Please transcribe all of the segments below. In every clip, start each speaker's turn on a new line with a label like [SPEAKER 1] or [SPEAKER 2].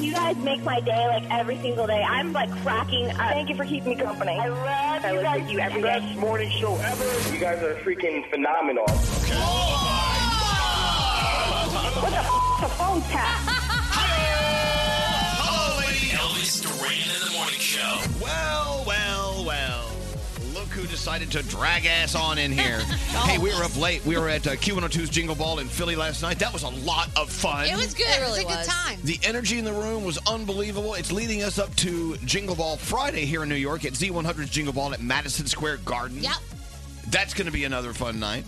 [SPEAKER 1] You guys make my day like every single day. I'm like cracking up. Thank you for keeping me company. I love I you guys. you every day.
[SPEAKER 2] Best morning show ever. You guys are freaking phenomenal.
[SPEAKER 1] What the f- the phone tap?
[SPEAKER 3] Hello, lady. Elvis Duran in the morning show. Well, well, well. Look who decided to drag ass on in here.
[SPEAKER 4] Oh.
[SPEAKER 3] hey, we were up late. We were at uh, Q102's Jingle Ball in Philly last night. That was a lot of fun.
[SPEAKER 4] It was good. It, was a good time.
[SPEAKER 3] The energy in the room was unbelievable. It's leading us up to Jingle Ball Friday here in New York at Z100's Jingle Ball at Madison Square Garden.
[SPEAKER 4] Yep.
[SPEAKER 3] That's going to be another fun night.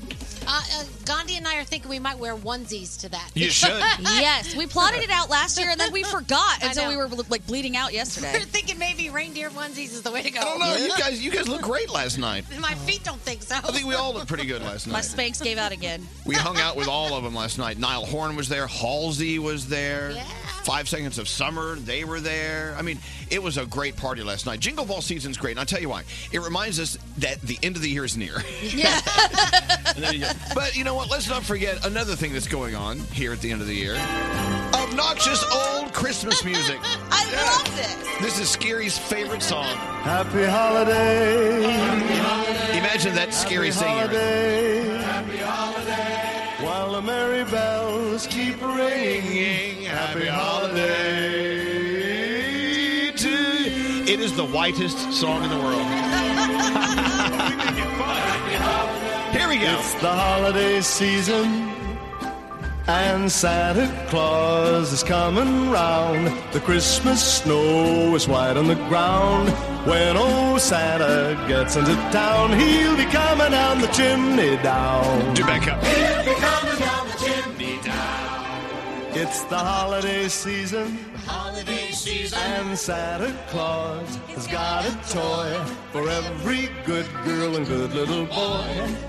[SPEAKER 4] Uh, uh, Gandhi and I are thinking we might wear onesies to that.
[SPEAKER 3] You should.
[SPEAKER 5] Yes, we plotted it out last year and then we forgot
[SPEAKER 4] I
[SPEAKER 5] until
[SPEAKER 4] know.
[SPEAKER 5] we were like bleeding out yesterday.
[SPEAKER 4] We're thinking maybe reindeer onesies is the way to go.
[SPEAKER 3] I don't know. You guys, you guys look great last night.
[SPEAKER 4] My feet don't think so.
[SPEAKER 3] I think we all looked pretty good last
[SPEAKER 5] My
[SPEAKER 3] night.
[SPEAKER 5] Spanx gave out again.
[SPEAKER 3] We hung out with all of them last night. Niall Horn was there. Halsey was there. Five Seconds of Summer, they were there. I mean, it was a great party last night. Jingle Ball season's great, and I'll tell you why. It reminds us that the end of the year is near. but you know what? Let's not forget another thing that's going on here at the end of the year. Obnoxious old Christmas music.
[SPEAKER 5] I love this.
[SPEAKER 3] This is Scary's favorite song.
[SPEAKER 6] Happy holiday.
[SPEAKER 3] Imagine that Scary singing.
[SPEAKER 6] Happy holiday. While the merry bells keep ringing. Happy holiday to you.
[SPEAKER 3] It is the whitest song in the world.
[SPEAKER 7] Oh,
[SPEAKER 3] Here we go.
[SPEAKER 6] It's the holiday season. And Santa Claus is coming round. The Christmas snow is white on the ground. When old Santa gets into town, he'll be coming down the chimney down.
[SPEAKER 3] Do back up.
[SPEAKER 6] He'll be coming down the chimney down. It's the holiday season. Holiday season. And Santa Claus has got a toy for every good girl and good little boy.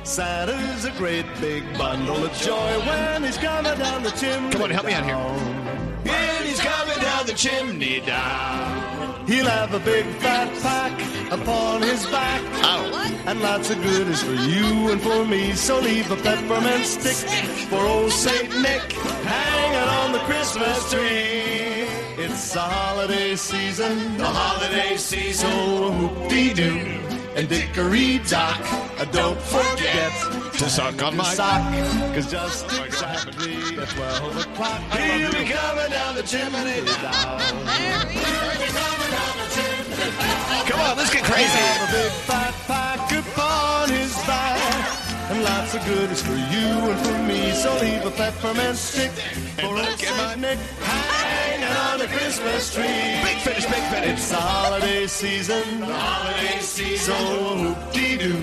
[SPEAKER 6] Santa's a great big bundle of joy when he's coming down the chimney.
[SPEAKER 3] Come on, help me out here.
[SPEAKER 6] down. When he's coming down the chimney down. He'll have a big fat pack upon his back.
[SPEAKER 3] Oh.
[SPEAKER 6] And lots of goodies for you and for me. So leave a peppermint stick for old Saint Nick hanging on the Christmas tree. It's the holiday season, the holiday season. So hoop-dee-doo and dickory-dock. Don't forget
[SPEAKER 3] to suck
[SPEAKER 6] to Oh
[SPEAKER 3] on my
[SPEAKER 6] sock. Cause just exactly at 12 o'clock, he'll be coming down the chimney down.
[SPEAKER 3] Come on, let's get crazy.
[SPEAKER 6] Have a big fat pack upon his back. And lots of goodies for you and for me. So leave a peppermint stick for old Saint Nick hanging on the Christmas tree. Big finish, big finish. It's the holiday season. The holiday season. So hoop-dee-doo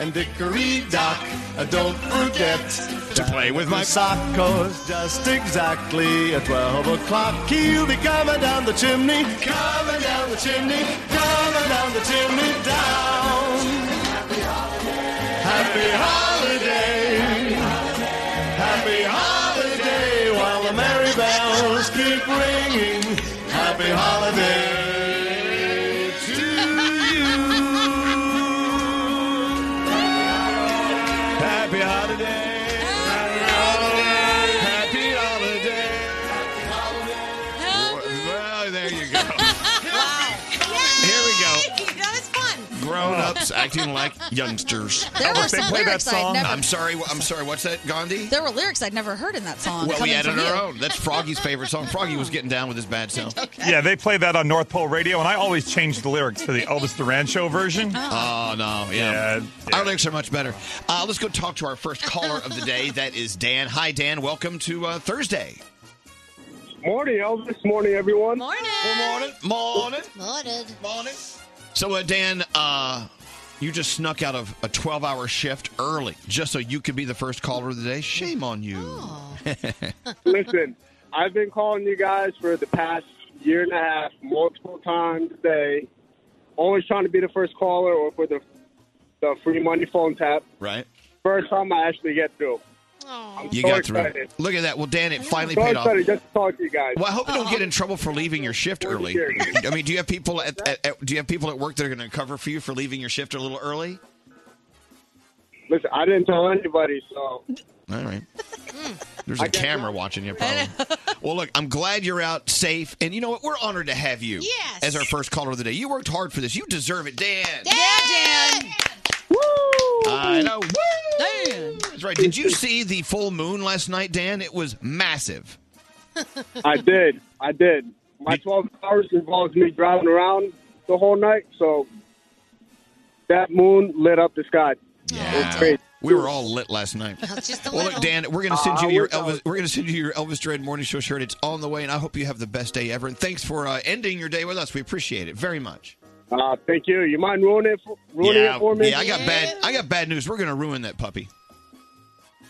[SPEAKER 6] and dickory-dock. Don't forget to
[SPEAKER 3] play with my
[SPEAKER 6] sock. Cause just exactly at 12 o'clock, he'll be coming down the chimney. Coming down the chimney. Coming down the chimney down. Happy holiday. Happy holiday while the merry bells keep ringing. Happy holiday to you. Happy holiday. Happy holiday. Happy holiday.
[SPEAKER 3] Well, there you go. Here we go.
[SPEAKER 8] That was fun.
[SPEAKER 3] Grown ups acting like youngsters.
[SPEAKER 5] There were
[SPEAKER 3] they
[SPEAKER 5] some
[SPEAKER 3] play
[SPEAKER 5] lyrics
[SPEAKER 3] that
[SPEAKER 5] I
[SPEAKER 3] song.
[SPEAKER 5] never-
[SPEAKER 3] I'm sorry. I'm sorry. What's that, Gandhi?
[SPEAKER 5] There were lyrics I'd never heard in that song.
[SPEAKER 3] Well, we
[SPEAKER 5] coming
[SPEAKER 3] added
[SPEAKER 5] from you.
[SPEAKER 3] our own. That's Froggy's favorite song. Froggy was getting down with his bad self.
[SPEAKER 9] Yeah, they play that on North Pole Radio, and I always change the lyrics to the Elvis Duran Show version.
[SPEAKER 3] Oh no, yeah. Our links are much better. Uh, let's go talk to our first caller of the day. That is Dan. Hi, Dan. Welcome to uh, Thursday.
[SPEAKER 10] Morning, Elvis. Morning, everyone. Morning.
[SPEAKER 3] morning. Morning.
[SPEAKER 8] Morning.
[SPEAKER 3] Morning. So, uh, Dan, uh, you just snuck out of a 12-hour shift early just so you could be the first caller of the day. Shame on you.
[SPEAKER 10] Oh. Listen, I've been calling you guys for the past year and a half, multiple times a day, always trying to be the first caller or for the the free money phone tap.
[SPEAKER 3] Right.
[SPEAKER 10] First time I actually get through. I'm
[SPEAKER 3] You
[SPEAKER 10] so
[SPEAKER 3] got through.
[SPEAKER 10] excited.
[SPEAKER 3] Look at that. Well, Dan, it finally
[SPEAKER 10] so
[SPEAKER 3] paid off.
[SPEAKER 10] excited just Oh. to talk to you guys.
[SPEAKER 3] Well, I hope you don't get in trouble for leaving your shift early. I mean, do you have people at, at, at- do you have people at work that are going to cover for you for leaving your shift a little early?
[SPEAKER 10] Listen, I didn't tell anybody, so
[SPEAKER 3] All right. There's a camera watching you, probably. well, look, I'm glad you're out safe, and you know what? We're honored to have you
[SPEAKER 8] Yes.
[SPEAKER 3] as our first caller of the day. You worked hard for this. You deserve it, Dan.
[SPEAKER 8] Yeah, Dan.
[SPEAKER 3] I know. Woo! Dan. That's right. Did you see the full moon last night, Dan? It was massive.
[SPEAKER 10] I did. I did. My 12 hours involves me driving around the whole night, so that moon lit up the sky.
[SPEAKER 3] Yeah. Uh, We were all lit last night. well, look, Dan, we're gonna send
[SPEAKER 10] Uh,
[SPEAKER 3] you your
[SPEAKER 10] we're
[SPEAKER 3] Elvis. We're gonna send you your Elvis Dread Morning Show shirt. It's on the way, and I hope you have the best day ever. And thanks for uh, ending your day with us. We appreciate it very much.
[SPEAKER 10] Uh, thank you. You mind ruining it for, ruining
[SPEAKER 3] yeah,
[SPEAKER 10] it for me?
[SPEAKER 3] yeah. I got bad. I got bad news. We're gonna ruin that puppy.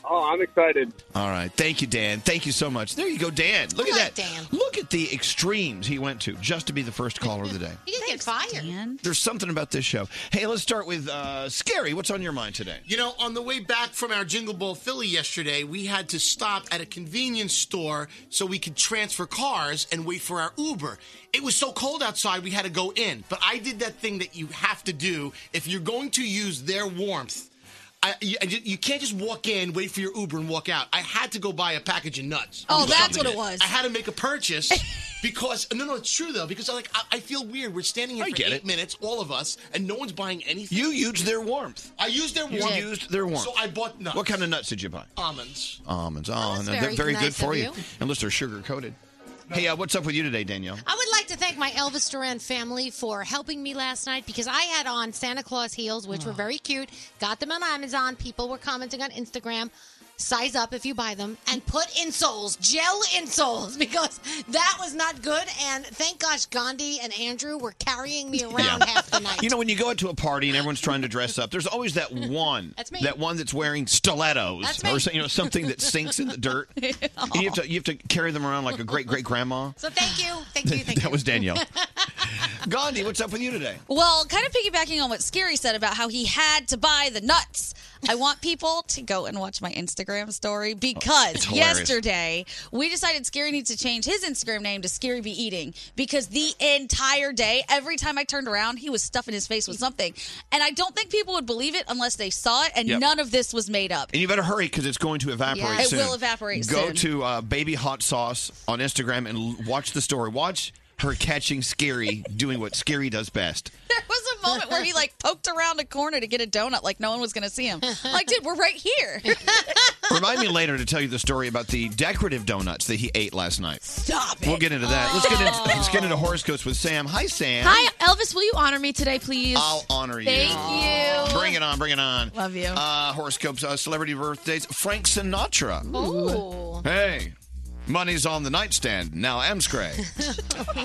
[SPEAKER 10] Oh, I'm excited.
[SPEAKER 3] All right. Thank you, Dan. Thank you so much. There you go, Dan. Look
[SPEAKER 8] I
[SPEAKER 3] at that.
[SPEAKER 8] like Dan.
[SPEAKER 3] Look at the extremes he went to just to be the first caller of the day.
[SPEAKER 8] You didn't get fired.
[SPEAKER 3] There's something about this show. Hey, let's start with uh, Scary. What's on your mind today?
[SPEAKER 11] You know, on the way back from our Jingle Ball Philly yesterday, we had to stop at a convenience store so we could transfer cars and wait for our Uber. It was so cold outside, we had to go in. But I did that thing that you have to do if you're going to use their warmth. I, you, I ju- you can't just walk in, wait for your Uber, and walk out. I had to go buy a package of nuts.
[SPEAKER 5] Oh, that's
[SPEAKER 11] Something
[SPEAKER 5] what it
[SPEAKER 11] did.
[SPEAKER 5] was.
[SPEAKER 11] I had to make a purchase because no, no, it's true though. Because I like I, I feel weird. We're standing here
[SPEAKER 3] I
[SPEAKER 11] for
[SPEAKER 3] get
[SPEAKER 11] eight
[SPEAKER 3] it.
[SPEAKER 11] minutes, all of us, and no one's buying anything.
[SPEAKER 3] You used their warmth.
[SPEAKER 11] I used their
[SPEAKER 3] You
[SPEAKER 11] warmth.
[SPEAKER 3] used their warmth.
[SPEAKER 11] So I bought nuts.
[SPEAKER 3] What kind of nuts did you buy?
[SPEAKER 11] almonds?
[SPEAKER 3] Almonds. Oh, no,
[SPEAKER 8] very
[SPEAKER 3] they're very good
[SPEAKER 8] nice
[SPEAKER 3] for
[SPEAKER 8] of
[SPEAKER 3] you.
[SPEAKER 8] you.
[SPEAKER 3] Unless they're sugar coated. Hey, uh, what's up with you today, Danielle?
[SPEAKER 8] I would like to thank my Elvis Duran family for helping me last night because I had
[SPEAKER 12] Oh.
[SPEAKER 8] on Santa Claus heels, which were very cute. Got them on Amazon. People were commenting on Instagram. size up if you buy them, and put insoles, gel insoles, because that was not good. And thank gosh, Gandhi and Andrew were carrying me around half the night.
[SPEAKER 3] You know, when you go out to a party and everyone's trying to dress up, there's always that one.
[SPEAKER 8] That's me.
[SPEAKER 3] That one that's wearing stilettos
[SPEAKER 8] That's me.
[SPEAKER 3] or so- you know something that sinks in the dirt. And you have to you have to carry them around like a great great grandma.
[SPEAKER 8] So thank you, thank you, thank you.
[SPEAKER 3] that was Danielle. Gandhi, what's up with you today?
[SPEAKER 5] Well, kind of piggybacking on what Scary said about how he had to buy the nuts. I want people to go and watch my Instagram story
[SPEAKER 12] Oh, It's
[SPEAKER 5] because
[SPEAKER 12] hilarious.
[SPEAKER 5] yesterday we decided Scary needs to change his Instagram name to Scary Be Eating because the entire day, every time I turned around, he was stuffing his face with something. And I don't think people would believe it unless they saw it, and
[SPEAKER 3] Yep.
[SPEAKER 5] none of this was made up.
[SPEAKER 3] And you better hurry because it's going to evaporate
[SPEAKER 5] Yeah. It
[SPEAKER 3] soon.
[SPEAKER 5] will evaporate
[SPEAKER 3] Go
[SPEAKER 5] soon.
[SPEAKER 3] to uh, Baby Hot Sauce on Instagram and l- watch the story. Watch her catching Scary doing what Scary does best.
[SPEAKER 5] There was a moment where he like poked around a corner to get a donut like no one was going to see him. I'm like, dude, we're right here.
[SPEAKER 3] Remind me later to tell you the story about the decorative donuts that he ate last night.
[SPEAKER 5] Stop Oh.
[SPEAKER 3] We'll get into that. Let's get into, let's get into horoscopes with Sam. Hi, Sam.
[SPEAKER 12] Hi, Elvis. Will you honor me today, please?
[SPEAKER 3] I'll honor you.
[SPEAKER 12] Thank you.
[SPEAKER 3] Bring it on, bring it on.
[SPEAKER 12] Love you.
[SPEAKER 3] Uh, horoscopes, uh, celebrity birthdays. Frank Sinatra.
[SPEAKER 12] Ooh.
[SPEAKER 3] Hey, money's on the nightstand. Now Amscray.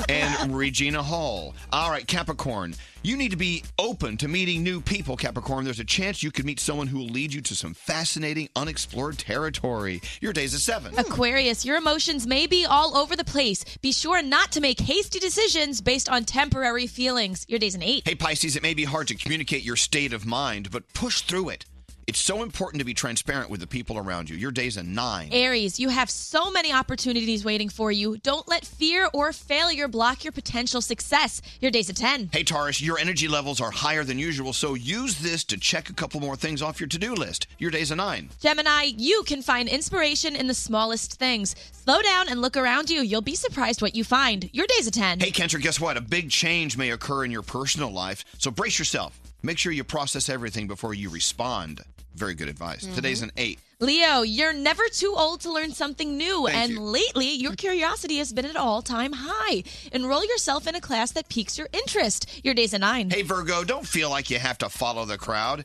[SPEAKER 3] and Regina Hall. All right, Capricorn. You need to be open to meeting new people, Capricorn. There's a chance you could meet someone who will lead you to some fascinating, unexplored territory. Your day's at seven.
[SPEAKER 12] Aquarius, your emotions may be all over the place. Be sure not to make hasty decisions based on temporary feelings. Your day's an eight.
[SPEAKER 3] Hey, Pisces, it may be hard to communicate your state of mind, but push through it. It's so important to be transparent with the people around you. Your day's a nine.
[SPEAKER 12] Aries, you have so many opportunities waiting for you. Don't let fear or failure block your potential success. Your day's a 10.
[SPEAKER 3] Hey, Taurus, your energy levels are higher than usual, so use this to check a couple more things off your to do list. Your day's a nine.
[SPEAKER 12] Gemini, you can find inspiration in the smallest things. Slow down and look around you. You'll be surprised what you find. Your day's a 10.
[SPEAKER 3] Hey, Cancer, guess what? A big change may occur in your personal life, so brace yourself. Make sure you process everything before you respond. Very good advice.
[SPEAKER 12] Mhm.
[SPEAKER 3] Today's an eight.
[SPEAKER 12] Leo, you're never too old to learn something new, and lately your curiosity has been at all time high. Enroll yourself in a class that piques your interest. Your day's a nine.
[SPEAKER 3] Hey, Virgo, don't feel like you have to follow the crowd.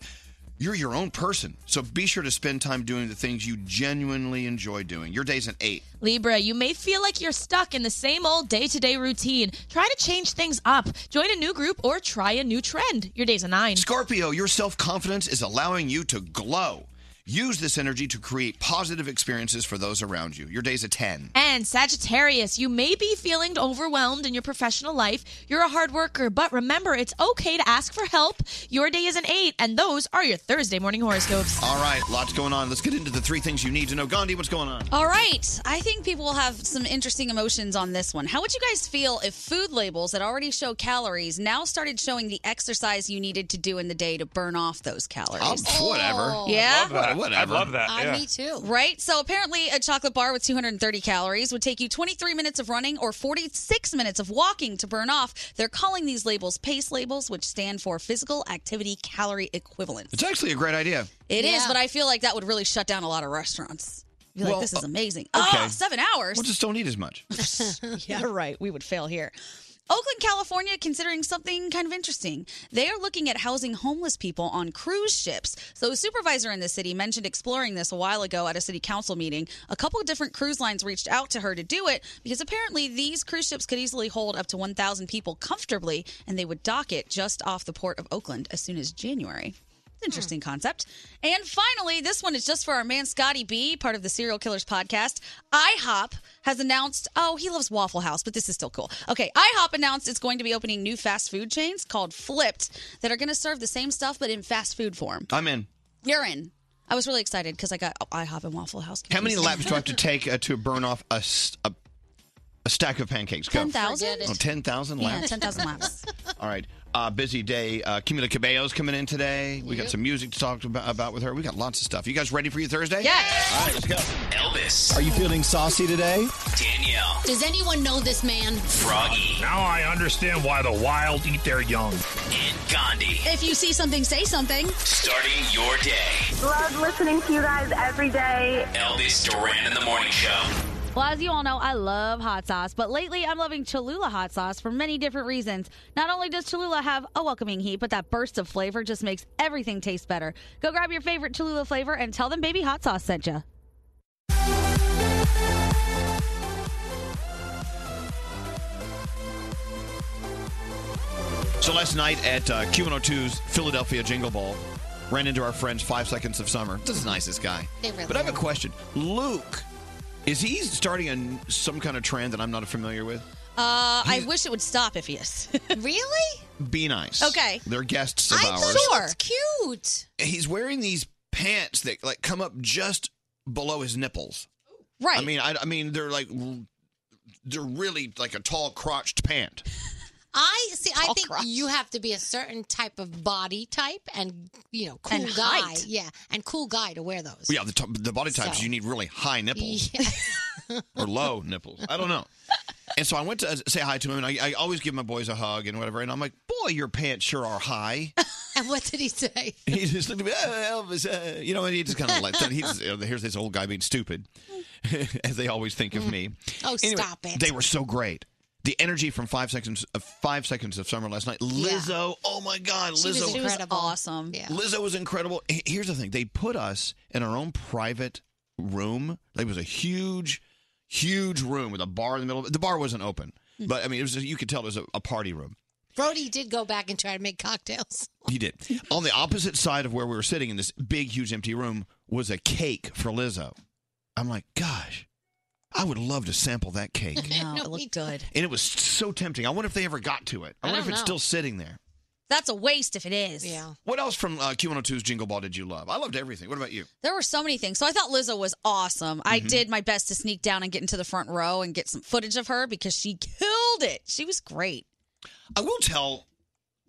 [SPEAKER 3] You're your own person, so be sure to spend time doing the things you genuinely enjoy doing. Your day's an eight.
[SPEAKER 12] Libra, you may feel like you're stuck in the same old day to day routine. Try to change things up. Join a new group or try a new trend. Your day's a nine.
[SPEAKER 3] Scorpio, your self confidence is allowing you to glow. Use this energy to create positive experiences for those around you. Your day's a 10.
[SPEAKER 12] And Sagittarius, you may be feeling overwhelmed in your professional life. You're a hard worker, but remember it's okay to ask for help. Your day is an eight, and those are your Thursday morning horoscopes.
[SPEAKER 3] All right, lots going on. Let's get into the three things you need to know. Gandhi, what's going on?
[SPEAKER 5] All right. I think people will have some interesting emotions on this one. How would you guys feel if food labels that already show calories now started showing the exercise you needed to do in the day to burn off those calories?
[SPEAKER 3] whatever.
[SPEAKER 5] Yeah?
[SPEAKER 9] Oh,
[SPEAKER 5] Uh,
[SPEAKER 9] I love that.
[SPEAKER 3] Whatever.
[SPEAKER 9] I love that. yeah.
[SPEAKER 5] too. Right? So apparently, a chocolate bar with 230 calories would take you 23 minutes of running or 46 minutes of walking to burn off. They're calling these labels PACE labels, which stand for physical activity calorie equivalent.
[SPEAKER 3] It's actually a great idea.
[SPEAKER 5] It is, but I feel like that would really shut down a lot of restaurants. Be like,
[SPEAKER 3] Well, uh,
[SPEAKER 5] this is amazing.
[SPEAKER 3] okay.
[SPEAKER 5] Oh, seven hours.
[SPEAKER 3] We'll just don't eat as much.
[SPEAKER 5] yeah, right. We would fail here. Oakland, California, considering something kind of interesting. They are looking at housing homeless people on cruise ships. So, a supervisor in the city mentioned exploring this a while ago at a city council meeting. A couple of different cruise lines reached out to her to do it because apparently these cruise ships could easily hold up to 1,000 people comfortably, and they would dock it just off the port of Oakland as soon as January. It's an Interesting concept. And finally, this one is just for our man Scotty B, part of the Serial Killers podcast. IHOP has announced, oh, he loves Waffle House, but this is still cool. Okay, IHOP announced it's going to be opening new fast food chains called Flipped that are going to serve the same stuff but in fast food form.
[SPEAKER 3] I'm in.
[SPEAKER 5] You're in. I was really excited because I got IHOP and Waffle House.
[SPEAKER 3] How many
[SPEAKER 5] confused.
[SPEAKER 3] laps do I have to take uh, to burn off a, s- a- a stack of pancakes? Go.
[SPEAKER 5] 10,000? Forget it.
[SPEAKER 3] Oh, 10,000
[SPEAKER 5] Yeah,
[SPEAKER 3] laps?
[SPEAKER 5] 10,000 laps.
[SPEAKER 3] All right. Uh, busy day. Uh, Camila Cabello's coming in today. We got
[SPEAKER 5] Yep.
[SPEAKER 3] some music to talk about, about with her. We got lots of stuff. You guys ready for your Thursday? All right, let's go.
[SPEAKER 13] Elvis.
[SPEAKER 3] Are you feeling saucy today?
[SPEAKER 13] Danielle.
[SPEAKER 8] Does anyone know this man?
[SPEAKER 13] Froggy.
[SPEAKER 14] Now I understand why the wild eat their young.
[SPEAKER 13] And Gandhi.
[SPEAKER 5] If you see something, say something.
[SPEAKER 13] Starting your day.
[SPEAKER 15] Love listening to you guys every day.
[SPEAKER 13] Elvis Duran in the Morning Show.
[SPEAKER 5] Well, as you all know, I love hot sauce, but lately I'm loving Cholula hot sauce for many different reasons. Not only does Cholula have a welcoming heat, but that burst of flavor just makes everything taste better. Go grab your favorite Cholula flavor and tell them Baby Hot Sauce sent you.
[SPEAKER 3] So last night at uh, Q102's Philadelphia Jingle Ball, ran into our friends Five Seconds of Summer. This is nice, this guy.
[SPEAKER 8] They really
[SPEAKER 3] but I have a
[SPEAKER 8] are.
[SPEAKER 3] question. Luke, is he starting a, some kind of trend that I'm not familiar with?
[SPEAKER 12] Uh, I wish it would stop if he is.
[SPEAKER 8] really?
[SPEAKER 3] Be nice.
[SPEAKER 12] Okay.
[SPEAKER 3] They're guests of ours.
[SPEAKER 8] It's cute.
[SPEAKER 3] He's wearing these pants that like come up just below his nipples.
[SPEAKER 5] Right.
[SPEAKER 3] I mean, I, I mean, they're like they're really like a tall crotched pant.
[SPEAKER 8] I see. I think you have to be a certain type of body type and you know cool
[SPEAKER 12] And
[SPEAKER 8] guy.
[SPEAKER 12] height.
[SPEAKER 8] Yeah, and cool guy to wear those.
[SPEAKER 3] Yeah, the, t- the body types
[SPEAKER 8] So-
[SPEAKER 3] you need really high nipples
[SPEAKER 8] Yeah.
[SPEAKER 3] or low nipples. I don't know. And so I went to uh, say hi to him, and I, I always give my boys a hug and whatever. And I'm like, "Boy, your pants sure are high."
[SPEAKER 8] And what did he say?
[SPEAKER 3] He just looked at me, "Oh, Elvis, uh," you know, and he just kind of like, he's, you know, here's this old guy being stupid, as they always think of me.
[SPEAKER 8] Oh, stop it.
[SPEAKER 3] They were so great. The energy from five seconds of five seconds of summer last night. Lizzo, oh my God, Lizzo,
[SPEAKER 5] awesome.
[SPEAKER 3] Lizzo was incredible. H- Here's the thing: they put us in our own private room. Like, It was a huge, huge room with a bar in the middle. of it. The bar wasn't open,
[SPEAKER 5] Hmm.
[SPEAKER 3] but I mean, it was. You could tell it was a, a party room.
[SPEAKER 8] Brody did go back and try to make cocktails.
[SPEAKER 3] He did. on the opposite side of where we were sitting in this big, huge, empty room was a cake for Lizzo. I'm like, gosh, I would love to sample that cake.
[SPEAKER 5] No, it looked good.
[SPEAKER 3] And it was so tempting. I wonder if they ever got to it. I
[SPEAKER 5] I
[SPEAKER 3] wonder
[SPEAKER 5] don't
[SPEAKER 3] if it's
[SPEAKER 5] know.
[SPEAKER 3] still sitting there.
[SPEAKER 5] That's a waste if it is.
[SPEAKER 8] Yeah.
[SPEAKER 3] What else from uh, Q102's Jingle Ball did you love? I loved everything. What about you?
[SPEAKER 5] There were so many things. So I thought Lizzo was awesome. I
[SPEAKER 3] Mhm.
[SPEAKER 5] did my best to sneak down and get into the front row and get some footage of her because she killed it. She was great.
[SPEAKER 3] I will tell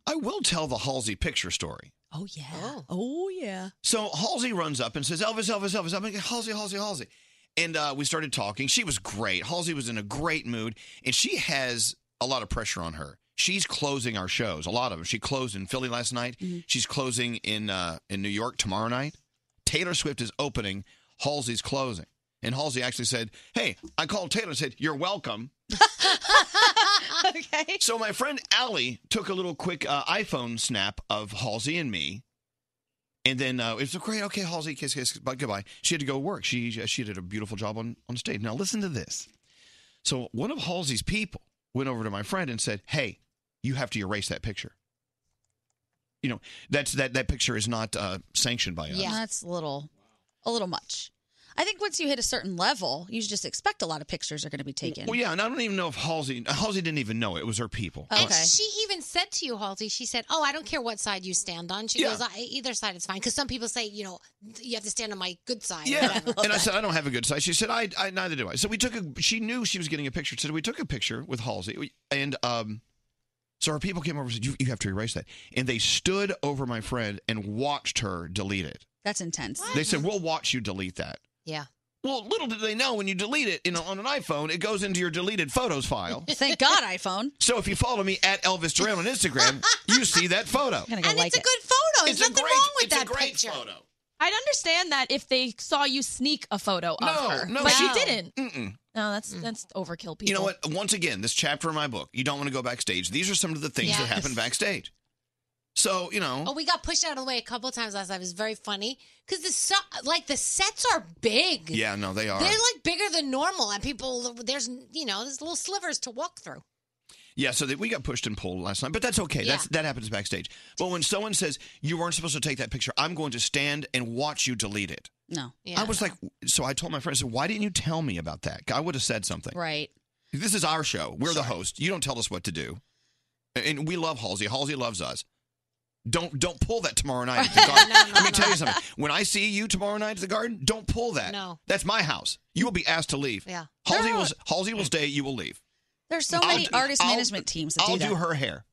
[SPEAKER 3] I will tell the Halsey picture story.
[SPEAKER 5] Oh yeah. Oh, oh yeah.
[SPEAKER 3] So Halsey runs up and says, Elvis, Elvis, Elvis. I'm like, Halsey, Halsey, Halsey. And uh, we started talking. She was great. Halsey was in a great mood, and she has a lot of pressure on her. She's closing our shows, a lot of them. She closed in Philly last night. She's closing in uh, in New York tomorrow night. Taylor Swift is opening. Halsey's closing. And Halsey actually said, Hey, I called Taylor and said, You're welcome.
[SPEAKER 5] okay.
[SPEAKER 3] So my friend Allie took a little quick uh, iPhone snap of Halsey and me. And then uh, it was great. Okay, Halsey, kiss, kiss, bye, goodbye. She had to go work. She uh, she did a beautiful job on, on stage. Now listen to this. So one of Halsey's people went over to my friend and said, "Hey, you have to erase that picture. You know that's that that picture is not uh, sanctioned by us."
[SPEAKER 5] Yeah. That's a little a little much. I think once you hit a certain level, you should just expect a lot of pictures are going to be taken.
[SPEAKER 3] Well, yeah, and I don't even know if Halsey Halsey didn't even know it. It was her people.
[SPEAKER 8] And she even said to you, Halsey, she said, Oh, I don't care what side you stand on. She
[SPEAKER 3] Yeah.
[SPEAKER 8] goes, I, Either side is fine. Because some people say, you know, you have to stand on my good side.
[SPEAKER 3] Yeah. And I said, I don't have a good size. She said, I, I neither do I. So we took a, she knew she was getting a picture. So we took a picture with Halsey. We- And um, so our people came over and said, you, you have to erase that. And they stood over my friend and watched her delete it.
[SPEAKER 5] That's intense.
[SPEAKER 3] They said, We'll watch you delete that.
[SPEAKER 8] Yeah.
[SPEAKER 3] Well, little did they know when you delete it you know, on an iPhone, it goes into your deleted photos file.
[SPEAKER 5] Thank God, iPhone.
[SPEAKER 3] So if you follow me at Elvis Duran on Instagram, you see that photo.
[SPEAKER 12] and
[SPEAKER 5] it's
[SPEAKER 12] a
[SPEAKER 8] good photo.
[SPEAKER 12] There's nothing wrong with
[SPEAKER 3] that great picture. photo.
[SPEAKER 12] I'd understand that if they saw you sneak a photo of
[SPEAKER 3] No,
[SPEAKER 12] her,
[SPEAKER 3] no,
[SPEAKER 12] but
[SPEAKER 3] she-
[SPEAKER 12] you didn't.
[SPEAKER 3] Mm-mm.
[SPEAKER 12] No, that's that's overkill. People.
[SPEAKER 3] You know what? Once again, this chapter in my book, you don't want to go backstage. These are some of the things that
[SPEAKER 8] Yes.
[SPEAKER 3] happen backstage. So, you know,
[SPEAKER 8] Oh, we got pushed out of the way a couple times last night. It was very funny because the so- like the sets are big.
[SPEAKER 3] yeah, no, they are.
[SPEAKER 8] They're like bigger than normal, and people there's you know there's little slivers to walk through.
[SPEAKER 3] yeah, so that we got pushed and pulled last night, but that's okay. That's that happens backstage. But when someone says you weren't supposed to take that picture, I'm going to stand and watch you delete it.
[SPEAKER 5] No.
[SPEAKER 3] I was like, so I told my friend, I said, why didn't you tell me about that? I would have said something.
[SPEAKER 5] Right.
[SPEAKER 3] This is our show. We're the host. You don't tell us what to do, and we love Halsey. Halsey loves us. Don't don't pull that tomorrow night. At the garden. Let me tell you something. When I see you tomorrow night at the garden, don't pull that.
[SPEAKER 5] No.
[SPEAKER 3] that's my house. You will be asked to leave.
[SPEAKER 5] Yeah.
[SPEAKER 3] Halsey
[SPEAKER 5] There are-
[SPEAKER 3] will Halsey will stay. You will leave.
[SPEAKER 5] There's so
[SPEAKER 3] I'll
[SPEAKER 5] many
[SPEAKER 3] do-
[SPEAKER 5] artist
[SPEAKER 3] I'll-
[SPEAKER 5] management teams that
[SPEAKER 3] I'll
[SPEAKER 5] do that.
[SPEAKER 3] do her hair.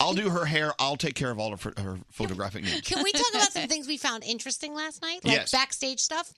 [SPEAKER 3] I'll do her hair. I'll take care of all of her, her photographic needs.
[SPEAKER 8] Can we talk about some things we found interesting last night, like
[SPEAKER 3] Yes.
[SPEAKER 8] backstage stuff?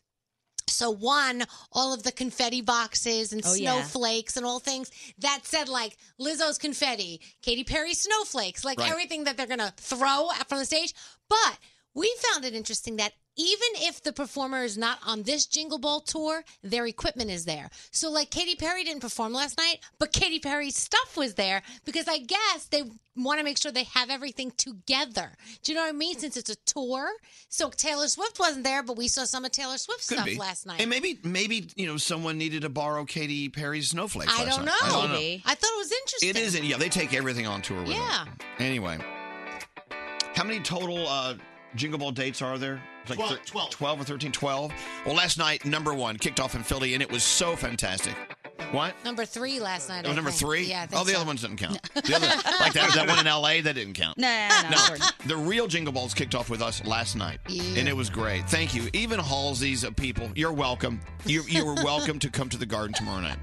[SPEAKER 8] So one, all of the confetti boxes and
[SPEAKER 12] Oh, yeah.
[SPEAKER 8] snowflakes and all things that said like Lizzo's confetti, Katy Perry snowflakes, like
[SPEAKER 12] Right.
[SPEAKER 8] everything that they're gonna throw from the stage. But We found it interesting that even if the performer is not on this Jingle Ball tour, their equipment is there. So, like Katy Perry didn't perform last night, but Katy Perry's stuff was there because I guess they want to make sure they have everything together. Do you know what I mean? Since it's a tour, so Taylor Swift wasn't there, but we saw some of Taylor Swift's
[SPEAKER 3] Could
[SPEAKER 8] stuff
[SPEAKER 3] be.
[SPEAKER 8] last night.
[SPEAKER 3] And maybe, maybe you know, someone needed to borrow Katy Perry's snowflakes.
[SPEAKER 8] I
[SPEAKER 3] last
[SPEAKER 8] don't know.
[SPEAKER 3] night. I don't know.
[SPEAKER 8] I thought it was interesting.
[SPEAKER 3] It is, and yeah, they take everything on tour with
[SPEAKER 8] Yeah.
[SPEAKER 3] them. Anyway, how many total uh, Jingle Ball dates are there? It's
[SPEAKER 16] Twelve-
[SPEAKER 3] thir- 12 or 13? 12. Well, last night, number one kicked off in Philly, and it was so fantastic. What?
[SPEAKER 8] Number three last night.
[SPEAKER 3] It was
[SPEAKER 8] I
[SPEAKER 3] number
[SPEAKER 8] think.
[SPEAKER 3] three?
[SPEAKER 8] Yeah. I think
[SPEAKER 3] Oh, the
[SPEAKER 8] so.
[SPEAKER 3] other ones didn't count. The other, like that, that one in LA, that didn't count.
[SPEAKER 8] No, no, no,
[SPEAKER 3] no.
[SPEAKER 8] Jordan.
[SPEAKER 3] The real Jingle Balls kicked off with us last night,
[SPEAKER 8] Yeah.
[SPEAKER 3] and it was great. Thank you. Even Halsey's of people, you're welcome. You, you were welcome to come to the garden tomorrow night.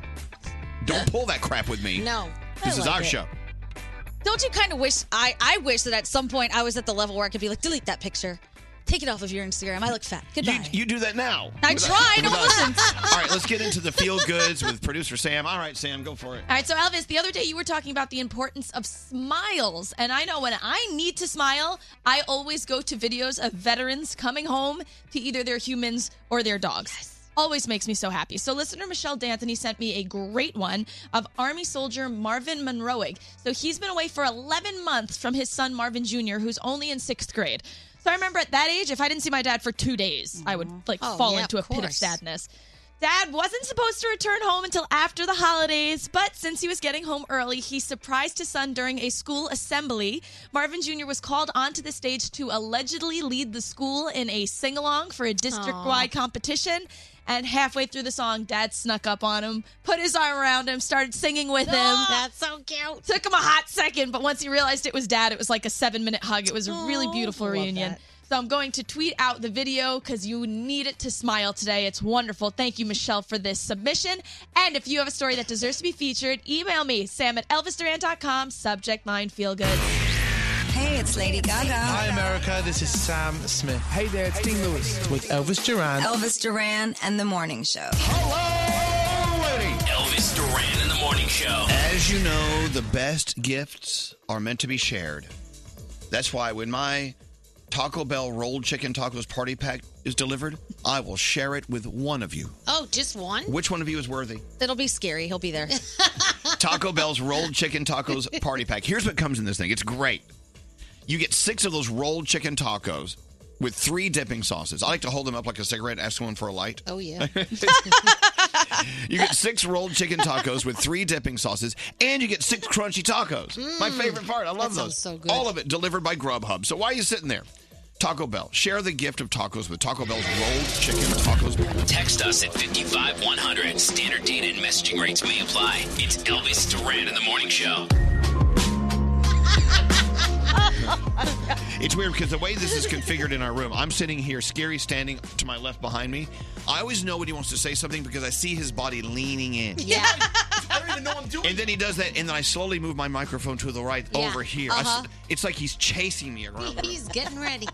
[SPEAKER 3] Don't pull that crap with me.
[SPEAKER 8] No.
[SPEAKER 3] This
[SPEAKER 5] I
[SPEAKER 3] is
[SPEAKER 5] like
[SPEAKER 3] our
[SPEAKER 5] it.
[SPEAKER 3] show.
[SPEAKER 5] Don't you kind of wish I I wish that at some point I was at the level where I could be like, delete that picture, take it off of your Instagram. I look fat. Goodbye.
[SPEAKER 3] You do that now.
[SPEAKER 5] I
[SPEAKER 3] With us-
[SPEAKER 5] try, no
[SPEAKER 3] with
[SPEAKER 5] one
[SPEAKER 3] us.
[SPEAKER 5] listens.
[SPEAKER 3] All right, let's get into the feel goods with producer Sam. All right, Sam, go for it.
[SPEAKER 12] All right, so Elvis, the other day you were talking about the importance of smiles. And I know when I need to smile, I always go to videos of veterans coming home to either their humans or their dogs. Always makes me so happy. So, listener Michelle D'Anthony sent me a great one of Army soldier Marvin Monroig. So, he's been away for 11 months from his son Marvin Jr., who's only in sixth grade. So, I remember at that age, if I didn't see my dad for two days, I would like
[SPEAKER 5] Oh,
[SPEAKER 12] fall
[SPEAKER 5] yeah,
[SPEAKER 12] into a
[SPEAKER 5] of
[SPEAKER 12] pit of
[SPEAKER 5] course.
[SPEAKER 12] sadness. Dad wasn't supposed to return home until after the holidays, but since he was getting home early, he surprised his son during a school assembly. Marvin Jr. was called onto the stage to allegedly lead the school in a sing along for a district wide competition. And halfway through the song, Dad snuck up on him, put his arm around him, started singing with him.
[SPEAKER 16] Ah,
[SPEAKER 8] That's so cute.
[SPEAKER 12] Took him a hot second, but once he realized it was Dad, it was like a seven minute hug. It was a really beautiful reunion. So I'm going to tweet out the video because you need it to smile today. It's wonderful. Thank you, Michelle, for this submission. And if you have a story that deserves to be featured, email me, sam at elvisduran.com, subject line feel good.
[SPEAKER 2] Hey, it's Lady
[SPEAKER 6] Hi,
[SPEAKER 2] Gaga.
[SPEAKER 6] America. This is Sam Smith. Hey there, it's Dean Lewis with Elvis Duran.
[SPEAKER 2] Elvis Duran and the Morning Show.
[SPEAKER 13] Elvis Duran in the morning show.
[SPEAKER 3] As you know, the best gifts are meant to be shared. That's why when my Taco Bell rolled chicken tacos party pack is delivered, I will share it with one of you.
[SPEAKER 8] Oh, just one?
[SPEAKER 3] Which one of you is worthy?
[SPEAKER 5] It'll be scary. He'll be there.
[SPEAKER 3] Taco Bell's rolled chicken tacos party pack. Here's what comes in this thing. It's great. You get six of those rolled chicken tacos with three dipping sauces. I like to hold them up like a cigarette, ask someone for a light.
[SPEAKER 8] Oh yeah.
[SPEAKER 3] You get six rolled chicken tacos with three dipping sauces, and you get six crunchy tacos. My
[SPEAKER 8] Mm.
[SPEAKER 3] favorite part. I love
[SPEAKER 8] That sounds
[SPEAKER 3] those.
[SPEAKER 8] so good.
[SPEAKER 3] All of it delivered by Grubhub. So why are you sitting there? Taco Bell. Share the gift of tacos with Taco Bell's rolled chicken tacos.
[SPEAKER 13] Text us at 55100. Standard data and messaging rates may apply. It's Elvis Duran in the morning show.
[SPEAKER 3] It's weird because the way this is configured in our room, I'm sitting here, Scary standing to my left behind me. I always know when he wants to say something because I see his body leaning in.
[SPEAKER 8] Yeah.
[SPEAKER 16] I don't even know I'm doing
[SPEAKER 3] And then he does that, and then I slowly move my microphone to the right
[SPEAKER 8] Yeah.
[SPEAKER 3] over here. I s-
[SPEAKER 8] Uh-huh.
[SPEAKER 3] it's like he's chasing me around. the room.
[SPEAKER 8] He's getting ready.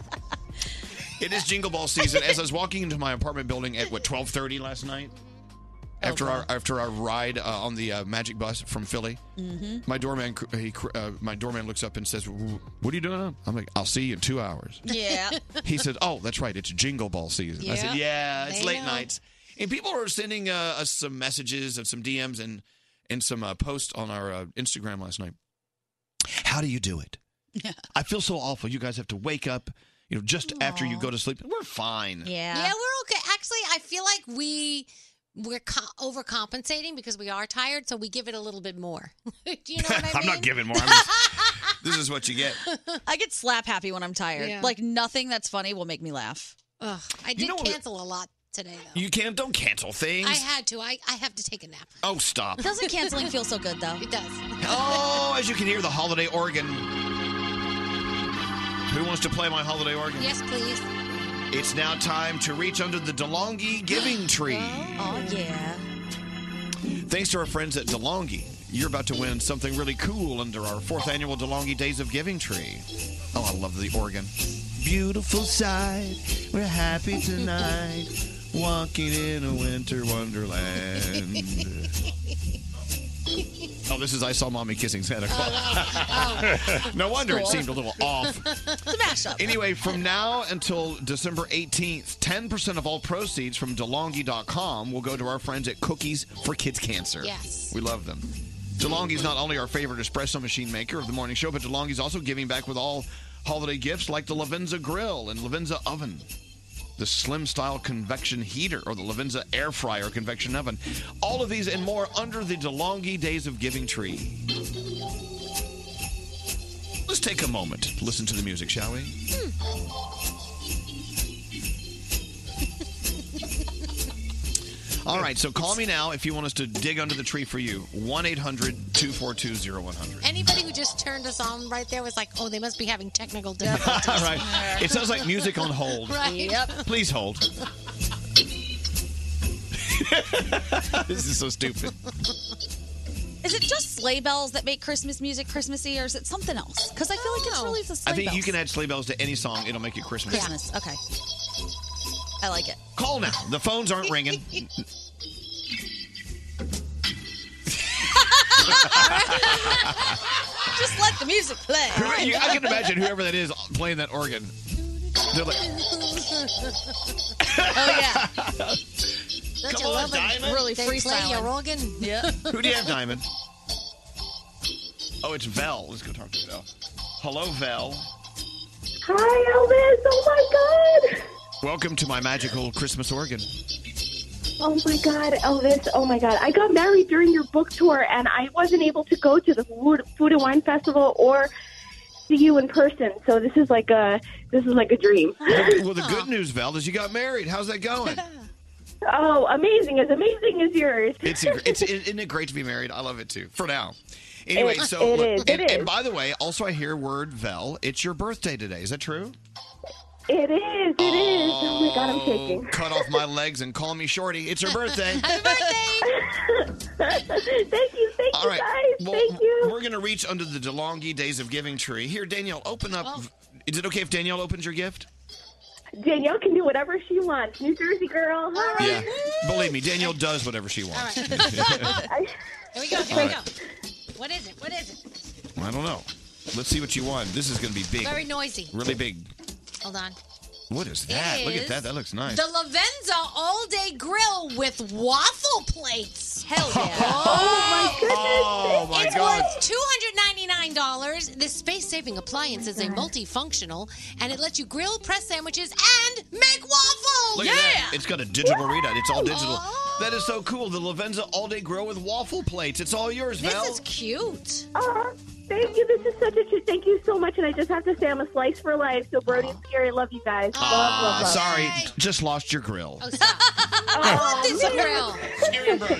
[SPEAKER 3] It is Jingle Ball season. As I was walking into my apartment building at what twelve thirty last night,
[SPEAKER 8] Oh,
[SPEAKER 3] after our after our ride uh, on the uh, magic bus from Philly,
[SPEAKER 4] Mm-hmm.
[SPEAKER 17] Mhm.
[SPEAKER 3] my doorman cr- he, cr- uh, my doorman looks up and says, "Wh- "What are you doing?" Up? I'm like, "I'll see you in two hours."
[SPEAKER 5] Yeah.
[SPEAKER 3] He said, "Oh, that's right, it's Jingle Ball season." I said,
[SPEAKER 17] Yeah.
[SPEAKER 3] "Yeah, it's
[SPEAKER 17] They
[SPEAKER 3] late
[SPEAKER 17] know.
[SPEAKER 3] nights." And people are sending uh, us some messages of some DMs and and some uh, posts on our uh, Instagram last night. How do you do it? I feel so awful. You guys have to wake up, you know, just after you go to sleep. We're fine.
[SPEAKER 8] Yeah, we're okay. Actually, I feel like we we're co- overcompensating because we are tired, so we give it a little bit more. Do you know what I mean?
[SPEAKER 3] I'm not giving more. I'm just, this is what you get.
[SPEAKER 5] I get slap happy when I'm tired.
[SPEAKER 8] Yeah.
[SPEAKER 5] Like nothing that's funny will make me laugh.
[SPEAKER 8] Ugh, I did cancel a lot today,
[SPEAKER 3] You can't. Don't cancel
[SPEAKER 8] though.
[SPEAKER 3] things.
[SPEAKER 8] I had to. I, I have to take a nap.
[SPEAKER 3] oh, stop.
[SPEAKER 5] Doesn't canceling feel so good though?
[SPEAKER 8] It does.
[SPEAKER 3] Oh, as you can hear, the holiday organ. Who wants to play my holiday organ?
[SPEAKER 8] Yes, please.
[SPEAKER 3] It's now time to reach under the DeLonghi Giving Tree.
[SPEAKER 5] Oh yeah.
[SPEAKER 3] Thanks to our friends at DeLonghi, you're about to win something really cool under our fourth annual DeLonghi Days of Giving Tree. Oh, I love the organ.
[SPEAKER 6] Beautiful sight. We're happy tonight. Walking in a winter wonderland.
[SPEAKER 3] Oh, this is I Saw Mommy Kissing Santa Claus.
[SPEAKER 4] Oh,
[SPEAKER 3] no wonder it seemed a little off.
[SPEAKER 12] Smash up.
[SPEAKER 3] Anyway, from now until December 18th, 10% of all proceeds from DeLonghi.com will go to our friends at Cookies for Kids Cancer.
[SPEAKER 17] Yes.
[SPEAKER 3] We love them. DeLonghi's not only our favorite espresso machine maker of the morning show, but DeLonghi's also giving back with all holiday gifts like the Lavenza Grill and Lavenza Oven. The slim style convection heater or the Lavenza air fryer convection oven. All of these and more under the DeLonghi Days of Giving tree.
[SPEAKER 4] Hmm.
[SPEAKER 3] Let's take a moment to listen to the music, shall we? All right, so call me now if you want us to dig under the tree for you. 1 800 242 0100.
[SPEAKER 8] Anybody who just turned us on right there was like, oh, they must be having technical difficulties.
[SPEAKER 3] All right. It sounds like music on hold.
[SPEAKER 8] Right. Yep.
[SPEAKER 3] Please hold. this is so stupid.
[SPEAKER 5] Is it just sleigh bells that make Christmas music Christmassy, or is it something else? Because I feel like it's really the sleigh
[SPEAKER 3] I think
[SPEAKER 5] bells.
[SPEAKER 3] you can add sleigh bells to any song, it'll make it Christmas.
[SPEAKER 5] Christmas. Okay. I like it.
[SPEAKER 3] Call now. The phones aren't ringing.
[SPEAKER 5] Just let the music play.
[SPEAKER 3] Whoever- you- I can imagine whoever that is playing that organ. They're like,
[SPEAKER 5] oh
[SPEAKER 3] yeah.
[SPEAKER 8] Don't
[SPEAKER 3] Come
[SPEAKER 8] you
[SPEAKER 3] on,
[SPEAKER 8] love when
[SPEAKER 3] Diamond.
[SPEAKER 5] Really
[SPEAKER 8] they play
[SPEAKER 5] freestyling.
[SPEAKER 8] your organ?
[SPEAKER 5] Yeah.
[SPEAKER 3] Who do you have, Diamond? Oh, it's Vel. Let's go talk to Vel. Hello, Vel.
[SPEAKER 15] Hi, Elvis. Oh my God.
[SPEAKER 3] Welcome to my magical Christmas organ.
[SPEAKER 15] Oh my God, Elvis. Oh my God. I got married during your book tour, and I wasn't able to go to the food, food and wine festival or see you in person. So this is like a this is like a dream.
[SPEAKER 3] Well, the good news, Vel, is you got married. How's that going?
[SPEAKER 15] Oh, amazing! As amazing as yours.
[SPEAKER 3] It's a, it's isn't it great to be married? I love it too. For now. Anyway,
[SPEAKER 15] It-
[SPEAKER 3] so
[SPEAKER 15] it is, it
[SPEAKER 3] and, and
[SPEAKER 15] is.
[SPEAKER 3] by the way, also I hear word Vel. It's your birthday today. Is that true?
[SPEAKER 15] It is. It is. Oh my God, I'm shaking.
[SPEAKER 3] Cut off my legs and call me Shorty. It's your birthday.
[SPEAKER 15] thank you. Thank
[SPEAKER 3] All
[SPEAKER 15] you,
[SPEAKER 3] right.
[SPEAKER 15] guys.
[SPEAKER 3] Well,
[SPEAKER 15] thank you.
[SPEAKER 3] We're going to reach under the DeLonghi Days of Giving tree. Here, Danielle, open up.
[SPEAKER 8] Oh.
[SPEAKER 3] Is it okay if Danielle opens your gift?
[SPEAKER 15] Danielle can do whatever she wants. New Jersey girl. Hi.
[SPEAKER 3] Yeah. Believe me, Danielle does whatever she wants.
[SPEAKER 8] Here we go. Here
[SPEAKER 3] All
[SPEAKER 8] we go.
[SPEAKER 3] right.
[SPEAKER 8] What is it? What is it?
[SPEAKER 3] I don't know. Let's see what you won. This is going to be big.
[SPEAKER 8] Very noisy.
[SPEAKER 3] Really big.
[SPEAKER 8] Hold on.
[SPEAKER 3] What is that? Look at
[SPEAKER 8] is
[SPEAKER 3] that. That looks nice.
[SPEAKER 8] The Lavenza All Day Grill with waffle plates. Hell yeah.
[SPEAKER 3] Oh, my goodness. Oh, my
[SPEAKER 8] it's
[SPEAKER 3] God.
[SPEAKER 8] worth $299. This space saving appliance is a
[SPEAKER 3] Mm-hmm.
[SPEAKER 8] multifunctional and it lets you grill, press sandwiches, and make waffles.
[SPEAKER 3] Look at that. It's got a digital readout. It's
[SPEAKER 8] Oh.
[SPEAKER 3] all digital. That is so cool. The Lavenza All Day Grill with waffle plates. It's all yours, Val.
[SPEAKER 8] cute.
[SPEAKER 15] Oh, thank you. This is such a treat. Thank you so much. And I just have to say, I'm a slice for life. So Brody and Pierre, I love you guys. Love, love,
[SPEAKER 3] Ah,
[SPEAKER 15] love.
[SPEAKER 3] sorry, just lost your grill.
[SPEAKER 4] Oh,
[SPEAKER 8] I want this grill.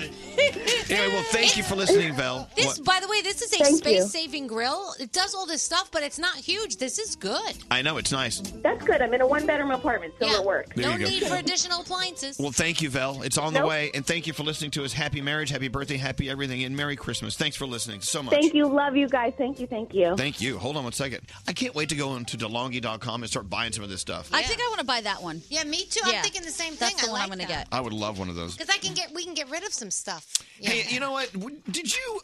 [SPEAKER 3] Anyway, well, thank you for listening, Val.
[SPEAKER 8] This,
[SPEAKER 3] What-
[SPEAKER 8] by the way, this is a
[SPEAKER 15] Thank you.
[SPEAKER 8] space-saving grill. It does all this stuff, but it's not huge. This is good.
[SPEAKER 3] I know it's nice.
[SPEAKER 15] That's good. I'm in a one-bedroom apartment, so it works.
[SPEAKER 3] There
[SPEAKER 8] no
[SPEAKER 3] you go.
[SPEAKER 8] need for additional appliances.
[SPEAKER 3] Well, thank you, Val. It's on the
[SPEAKER 8] Nope.
[SPEAKER 3] way, and thank you for listening to us. Happy marriage, happy birthday, happy everything, and Merry Christmas. Thanks for listening so much.
[SPEAKER 15] Thank you. Love you guys. Thank you. Thank you.
[SPEAKER 3] Thank you. Hold on one second. I can't wait to go into DeLonghi.com and start buying some of this stuff.
[SPEAKER 5] I think I want to buy that one.
[SPEAKER 8] Yeah, me too. I'm thinking the same thing.
[SPEAKER 5] That's the
[SPEAKER 8] I
[SPEAKER 5] one
[SPEAKER 8] like
[SPEAKER 5] I'm going to
[SPEAKER 8] that.
[SPEAKER 5] get.
[SPEAKER 3] I would love one of those.
[SPEAKER 8] Because I can get, we can get rid of some stuff.
[SPEAKER 3] Hey, you know what? W- Did you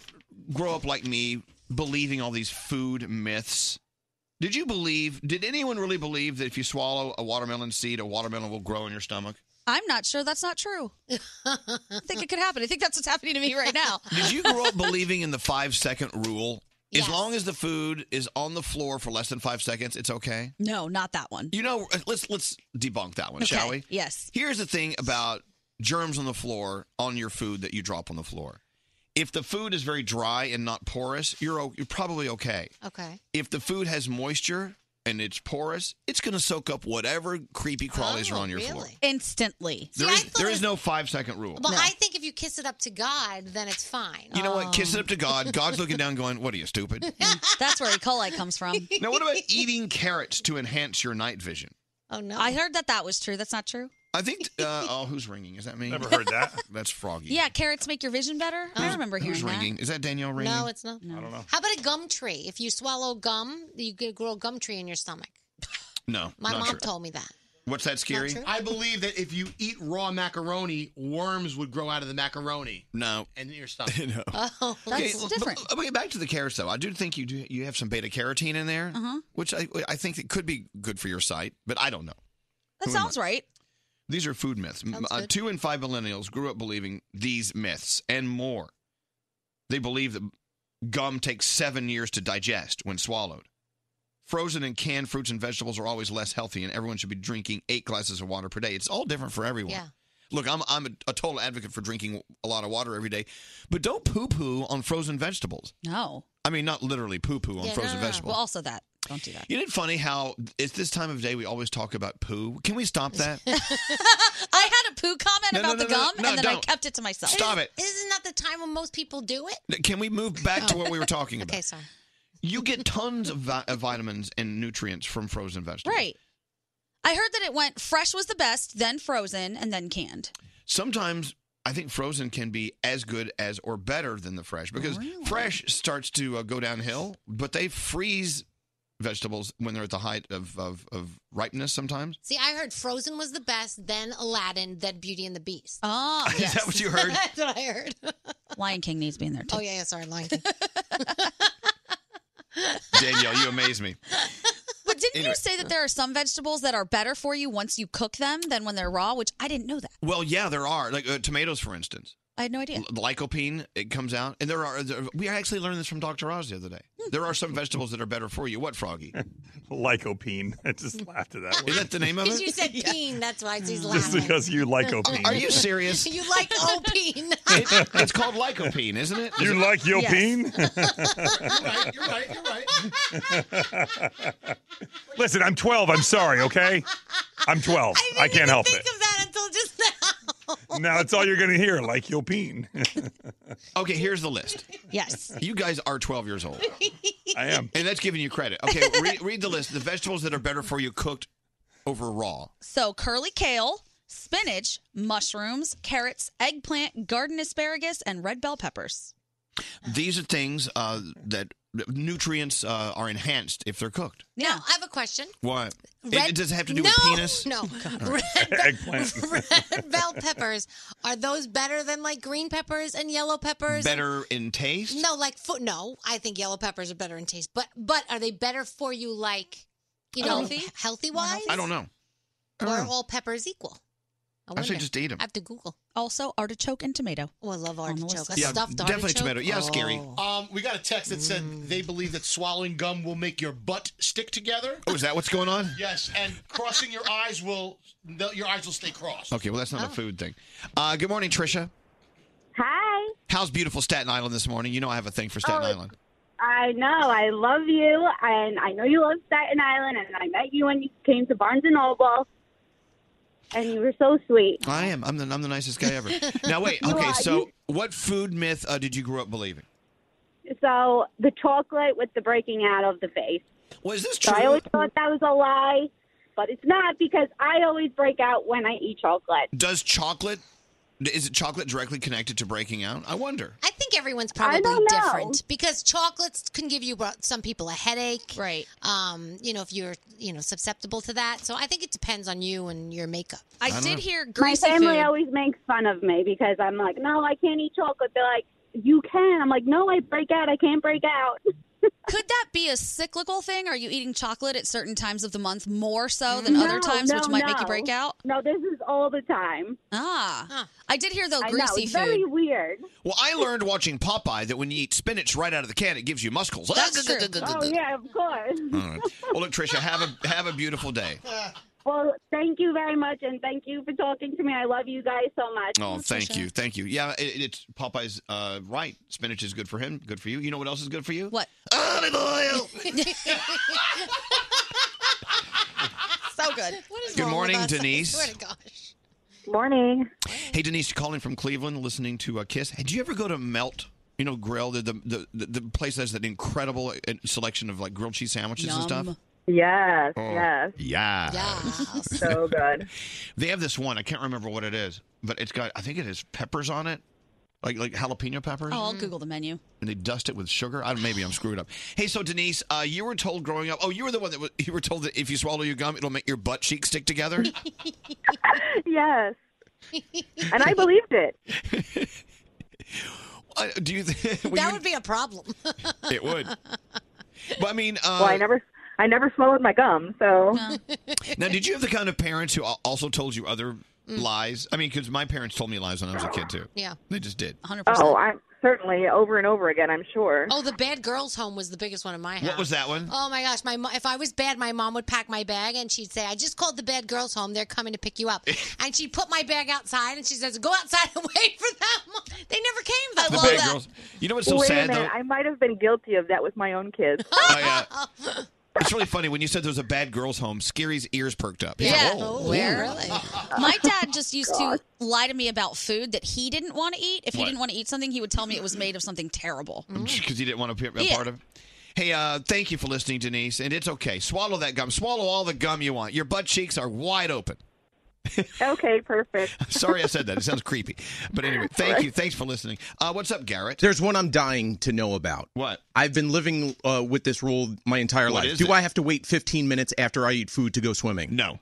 [SPEAKER 3] grow up like me, believing all these food myths? Did you believe? Did anyone really believe that if you swallow a watermelon seed, a watermelon will grow in your stomach?
[SPEAKER 5] I'm not sure that's not true. I think it could happen. I think that's what's happening to me right now.
[SPEAKER 3] Did you grow up believing in the five second rule? As long as the food is on the floor for less than five seconds, it's okay.
[SPEAKER 5] No, not that one.
[SPEAKER 3] You know, let's let's debunk that one, shall we?
[SPEAKER 5] Yes.
[SPEAKER 3] Here's the thing about germs on the floor on your food that you drop on the floor. If the food is very dry and not porous, you're o- you're probably okay.
[SPEAKER 8] Okay.
[SPEAKER 3] If the food has moisture and it's porous, it's going to soak up whatever creepy crawlies are on
[SPEAKER 8] Oh,
[SPEAKER 3] your floor.
[SPEAKER 5] Instantly.
[SPEAKER 3] There is there is no five second rule.
[SPEAKER 8] Well, I think if you kiss it up to God, then it's fine.
[SPEAKER 3] You know what? Kiss
[SPEAKER 8] Oh.
[SPEAKER 3] it up to God. God's looking down, going, "What are you stupid?"
[SPEAKER 5] That's where E. coli comes from.
[SPEAKER 3] Now, what about E? eating carrots to enhance your night vision?
[SPEAKER 8] Oh, no.
[SPEAKER 5] I heard that that was true. That's not true.
[SPEAKER 3] I think. Uh, oh, who's ringing? Is that me?
[SPEAKER 5] Never heard
[SPEAKER 3] that. That's Froggy.
[SPEAKER 5] Yeah, carrots make your vision better. I remember hearing
[SPEAKER 3] Who's
[SPEAKER 5] that.
[SPEAKER 3] ringing? Is that Danielle ringing?
[SPEAKER 8] No, it's not.
[SPEAKER 3] I don't know.
[SPEAKER 8] How about a gum tree? If you swallow gum, you could grow a gum tree in your stomach.
[SPEAKER 3] No.
[SPEAKER 8] My
[SPEAKER 3] not
[SPEAKER 8] mom
[SPEAKER 3] true.
[SPEAKER 8] told me that.
[SPEAKER 3] What's that scary?
[SPEAKER 16] I believe that if you eat raw macaroni, worms would grow out of the macaroni.
[SPEAKER 3] No.
[SPEAKER 16] And your stuff.
[SPEAKER 3] no.
[SPEAKER 8] Uh,
[SPEAKER 16] Oh,
[SPEAKER 3] but- but- okay, back to the carrots though. I do think you do, you have some beta carotene in there,
[SPEAKER 8] Mm-hmm.
[SPEAKER 5] Uh-huh.
[SPEAKER 3] which I I think it could be good for your sight, but I don't know.
[SPEAKER 5] That
[SPEAKER 3] Who am I?
[SPEAKER 5] sounds right.
[SPEAKER 3] These are food myths. M-
[SPEAKER 5] Sounds
[SPEAKER 3] Uh,
[SPEAKER 5] good.
[SPEAKER 3] two in five millennials grew up believing these myths and more. They believe that gum takes seven years to digest when swallowed. Frozen and canned fruits and vegetables are always less healthy, and everyone should be drinking eight glasses of water per day. It's all different for everyone.
[SPEAKER 17] Yeah.
[SPEAKER 3] Look, I'm I'm a, a total advocate for drinking a lot of water every day, but don't poo poo on frozen vegetables.
[SPEAKER 5] No.
[SPEAKER 3] I mean, not literally poo poo on
[SPEAKER 5] Yeah, no,
[SPEAKER 3] frozen
[SPEAKER 5] no, no.
[SPEAKER 3] vegetables.
[SPEAKER 5] Well, also that. Don't do that.
[SPEAKER 3] Isn't it funny how it's this time of day we always talk about poo? Can we stop that?
[SPEAKER 8] I had a poo comment
[SPEAKER 3] No, no,
[SPEAKER 8] about
[SPEAKER 3] no,
[SPEAKER 8] the
[SPEAKER 3] no,
[SPEAKER 8] gum,
[SPEAKER 3] no,
[SPEAKER 8] and then I
[SPEAKER 3] don't.
[SPEAKER 8] kept it to myself.
[SPEAKER 3] Stop it.
[SPEAKER 8] Isn't that the time when most people do it?
[SPEAKER 3] Can we move back to what we were talking about?
[SPEAKER 8] Oh, Okay, sorry.
[SPEAKER 3] You get tons of, vi- of vitamins and nutrients from frozen vegetables.
[SPEAKER 5] Right. I heard that it went fresh was the best, then frozen, and then canned.
[SPEAKER 3] Sometimes I think frozen can be as good as or better than the fresh because fresh starts to uh, go downhill, but they freeze vegetables when they're at the height of, of, of ripeness sometimes.
[SPEAKER 8] See, I heard Frozen was the best, then Aladdin, then Beauty and the Beast.
[SPEAKER 5] Oh,
[SPEAKER 3] Is yes. that what you heard?
[SPEAKER 8] That's what I heard.
[SPEAKER 5] Lion King needs to be in there too.
[SPEAKER 8] Oh yeah, yeah sorry, Lion King.
[SPEAKER 3] Danielle, you amaze me.
[SPEAKER 5] But didn't
[SPEAKER 3] Anyway.
[SPEAKER 5] you say that there are some vegetables that are better for you once you cook them than when they're raw? Which I didn't know that.
[SPEAKER 3] Well, yeah, there are. Like uh, tomatoes, for instance.
[SPEAKER 5] I had no idea.
[SPEAKER 3] L- lycopene it comes out and there are uh, there, we actually learned this from dr oz the other day there are some vegetables that are better for you what froggy lycopene i just laughed at that is that the name of
[SPEAKER 8] Because
[SPEAKER 3] it
[SPEAKER 8] you said peen, that's why she's laughing.
[SPEAKER 3] Just because you lycopene. Are you serious?
[SPEAKER 8] you like opine.
[SPEAKER 3] It- it's called lycopene isn't it
[SPEAKER 9] You like your
[SPEAKER 3] Yes.
[SPEAKER 9] peen?
[SPEAKER 3] you're right you're right
[SPEAKER 9] Listen, I'm 12. I'm sorry, okay? I'm 12. I, can't help it.
[SPEAKER 8] that until just now.
[SPEAKER 9] Now it's all you're going to hear, like your peen.
[SPEAKER 3] okay here's the list
[SPEAKER 8] yes
[SPEAKER 3] you guys are 12 years old
[SPEAKER 9] i am
[SPEAKER 3] and that's giving you credit okay read, read the list the vegetables that are better for you cooked over raw
[SPEAKER 5] So curly kale, spinach, mushrooms, carrots, eggplant, garden asparagus, and red bell peppers.
[SPEAKER 3] these are things uh, that that nutrients uh, are enhanced if they're cooked
[SPEAKER 8] No, I have a question.
[SPEAKER 3] what It-
[SPEAKER 8] Red-
[SPEAKER 3] it, does it have to do
[SPEAKER 8] no,
[SPEAKER 3] with penis
[SPEAKER 8] No,
[SPEAKER 3] eggplant
[SPEAKER 8] red bell peppers are those better than like green peppers and yellow peppers?
[SPEAKER 3] better in taste
[SPEAKER 8] No, like foot. No, I think yellow peppers are better in taste, but but are they better for you? Like you
[SPEAKER 3] I
[SPEAKER 8] know,
[SPEAKER 3] don't know.
[SPEAKER 8] healthy, wise.
[SPEAKER 3] I don't know. I
[SPEAKER 8] Or
[SPEAKER 3] don't
[SPEAKER 8] are
[SPEAKER 3] know.
[SPEAKER 8] all peppers equal?
[SPEAKER 3] I say
[SPEAKER 8] wonder.
[SPEAKER 3] just eat 'em.
[SPEAKER 8] I have to Google.
[SPEAKER 5] Also, artichoke and tomato.
[SPEAKER 8] Oh, I love artichoke. Oh.
[SPEAKER 3] Yeah, definitely tomato. Yeah, it's scary. Mm.
[SPEAKER 16] Um, we got a text that said they believe that swallowing gum will make your butt stick together.
[SPEAKER 3] Oh, is that what's going on?
[SPEAKER 16] Yes, and crossing your eyes will no, your eyes will stay crossed.
[SPEAKER 3] Okay, well that's not a
[SPEAKER 18] Oh.
[SPEAKER 3] food thing. Uh, good morning, Trisha. Hi. How's beautiful Staten Island this morning? You know I have a thing for Staten
[SPEAKER 18] Oh,
[SPEAKER 3] Island.
[SPEAKER 18] I know. I love you, and I know you love Staten Island, and I met you when you came to Barnes and Noble, and you were so sweet.
[SPEAKER 3] I am. I'm the I'm the nicest guy ever. now wait.
[SPEAKER 18] You
[SPEAKER 3] Okay,
[SPEAKER 18] are.
[SPEAKER 3] so what food myth uh, did you grow up believing?
[SPEAKER 18] So the chocolate with the breaking out of the face.
[SPEAKER 3] Was this
[SPEAKER 18] So I always thought that was a lie, but it's not because I always break out when I eat chocolate.
[SPEAKER 3] Does chocolate is it chocolate directly connected to breaking out? I wonder.
[SPEAKER 8] I think everyone's
[SPEAKER 18] I
[SPEAKER 8] probably
[SPEAKER 18] don't know.
[SPEAKER 8] different because chocolates can give you uh, some people a headache, right? Um, you know, if you're you know susceptible to that. So I think it depends on you and your makeup.
[SPEAKER 18] I I did don't- My family always makes fun of me because I'm like, no, I can't eat chocolate. They're like, you can. I'm like, no, I break out. I can't break out.
[SPEAKER 5] Could that be a cyclical thing? Are you eating chocolate at certain times of the month more so than other
[SPEAKER 18] Mm, No,
[SPEAKER 5] times, which
[SPEAKER 18] no,
[SPEAKER 5] might make you
[SPEAKER 18] no.
[SPEAKER 5] break out?
[SPEAKER 18] No, this is all the time.
[SPEAKER 5] Ah, I did hear though
[SPEAKER 18] I know,
[SPEAKER 5] greasy
[SPEAKER 18] it's
[SPEAKER 5] food.
[SPEAKER 18] very weird.
[SPEAKER 3] Well, I learned watching Popeye that when you eat spinach right out of the can, it gives you muscles.
[SPEAKER 18] oh yeah, of course.
[SPEAKER 3] All right. Well, look, Trisha, have a have a beautiful day.
[SPEAKER 18] Well, thank you very much, and thank you for talking to me. I love you guys so much.
[SPEAKER 3] Oh, thank you, thank you. Yeah, it, it's Popeye's uh, right. Spinach is good for him, good for you. You know what else is good for you? Ah,
[SPEAKER 5] What?
[SPEAKER 3] Olive oil.
[SPEAKER 5] so good.
[SPEAKER 3] Good wrong with morning, us? I Denise. swear to
[SPEAKER 8] gosh.
[SPEAKER 18] Morning.
[SPEAKER 3] Hey, Denise, calling from Cleveland, listening to uh, Kiss. Hey, did you ever go to Melt? You know, Grill, the the the, the place that has that incredible uh, selection of like grilled cheese sandwiches and stuff.
[SPEAKER 18] Yes,
[SPEAKER 3] Oh,
[SPEAKER 18] yes.
[SPEAKER 3] Yeah.
[SPEAKER 18] So good.
[SPEAKER 3] They have this one. I can't remember what it is, but it's got. I think it has peppers on it, Like like jalapeno peppers?
[SPEAKER 5] Oh, I'll Google the menu.
[SPEAKER 3] and they dust it with sugar. I don't, maybe I'm screwed up. Hey, so Denise, uh, you were told growing up. Oh, you were the one that was, you were told that if you swallow your gum, it'll make your butt cheeks stick together.
[SPEAKER 18] yes. And I believed it.
[SPEAKER 3] Uh, Do you? Th- well,
[SPEAKER 8] that would be a problem.
[SPEAKER 3] you- it would. But I mean, uh,
[SPEAKER 18] well, I never, I never swallowed my gum, so
[SPEAKER 3] now did you have the kind of parents who al- also told you other
[SPEAKER 18] Mm.
[SPEAKER 3] lies? I mean, because my parents told me lies when I was a kid too.
[SPEAKER 8] Yeah.
[SPEAKER 3] They just did.
[SPEAKER 18] oh, I'm certainly over and over again. I'm sure.
[SPEAKER 8] Oh, the bad girls' home was the biggest one in my house.
[SPEAKER 3] What was that one?
[SPEAKER 8] Oh my gosh, my mo- if I was bad, my mom would pack my bag and she'd say, "I just called the bad girls' home. They're coming to pick you up." and she put my bag outside and she says, "Go outside and wait for them." They never came. Though.
[SPEAKER 3] The bad girls. You know what's so
[SPEAKER 18] Wait
[SPEAKER 3] sad
[SPEAKER 18] a minute,
[SPEAKER 3] though?
[SPEAKER 18] I might have been guilty of that with my own kids.
[SPEAKER 3] Oh, yeah. It's really funny when you said there was a bad girls' home. Scary's ears perked up. He's
[SPEAKER 5] Yeah.
[SPEAKER 3] like,
[SPEAKER 18] Oh,
[SPEAKER 3] "Whoa."
[SPEAKER 5] really? My dad just used to lie to me about food that he didn't want to eat. If he
[SPEAKER 3] What?
[SPEAKER 5] didn't want to eat something, he would tell me it was made of something terrible.
[SPEAKER 3] because you didn't want to be a
[SPEAKER 5] Yeah.
[SPEAKER 3] part of. it. Hey, uh, thank you for listening, Denise. And it's okay. Swallow that gum. Swallow all the gum you want. Your butt cheeks are wide open.
[SPEAKER 18] okay, perfect.
[SPEAKER 3] Sorry, I said that. It sounds creepy, but anyway, thank you. Thanks for listening. Uh, what's up, Garrett?
[SPEAKER 17] There's one I'm dying to know about.
[SPEAKER 3] What?
[SPEAKER 17] I've been living uh, with this rule my entire
[SPEAKER 3] What
[SPEAKER 17] life.
[SPEAKER 3] is
[SPEAKER 17] Do
[SPEAKER 3] it?
[SPEAKER 17] I have to wait 15 minutes after I eat food to go swimming?
[SPEAKER 3] No.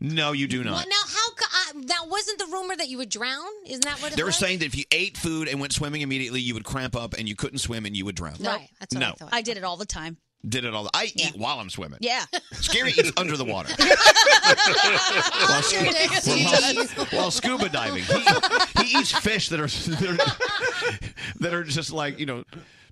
[SPEAKER 3] No, you do
[SPEAKER 8] Well,
[SPEAKER 3] not.
[SPEAKER 8] now how co- uh, that wasn't the rumor that you would drown? Isn't that what it
[SPEAKER 3] They were
[SPEAKER 8] was?
[SPEAKER 3] saying that if you ate food and went swimming immediately, you would cramp up and you couldn't swim and you would drown.
[SPEAKER 5] Nope.
[SPEAKER 3] no,
[SPEAKER 5] I did it all the time.
[SPEAKER 3] did it all. The- I eat while I'm swimming.
[SPEAKER 5] Yeah.
[SPEAKER 3] Scary eats under the water. while, scu-
[SPEAKER 5] Under the
[SPEAKER 3] while- while scuba diving, he, he eats fish that are that are, that are just like you know.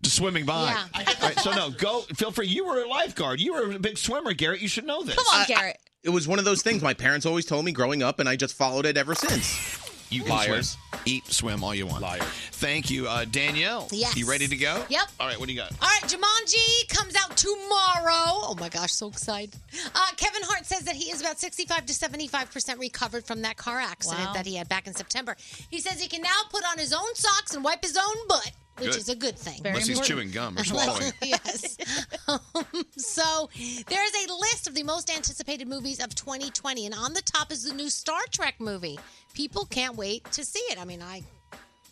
[SPEAKER 3] Just swimming by.
[SPEAKER 5] Yeah.
[SPEAKER 3] All right, so no, go. Feel free. You were a lifeguard. You were a big swimmer, Garrett. You should know this.
[SPEAKER 5] Come on, Garrett.
[SPEAKER 17] It was one of those things my parents always told me growing up, and I just followed it ever since.
[SPEAKER 3] You can Liars. Eat, swim all you want. Liar. Thank you, uh, Danielle.
[SPEAKER 8] Yes.
[SPEAKER 3] You ready to go?
[SPEAKER 8] Yep.
[SPEAKER 3] All right. What do you got?
[SPEAKER 8] All right, Jumanji comes out tomorrow. Oh my gosh, so excited. Uh, Kevin Hart says that he is about 65 to 75% recovered from that car accident
[SPEAKER 5] Wow.
[SPEAKER 8] that he had back in September. He says he can now put on his own socks and wipe his own butt, which
[SPEAKER 3] Good.
[SPEAKER 8] is a good thing.
[SPEAKER 3] Unless he's chewing gum or swallowing.
[SPEAKER 8] yes. Um, so there is a list of the most anticipated movies of 2020, and on the top is the new Star Trek movie. People can't wait to see it. I mean, I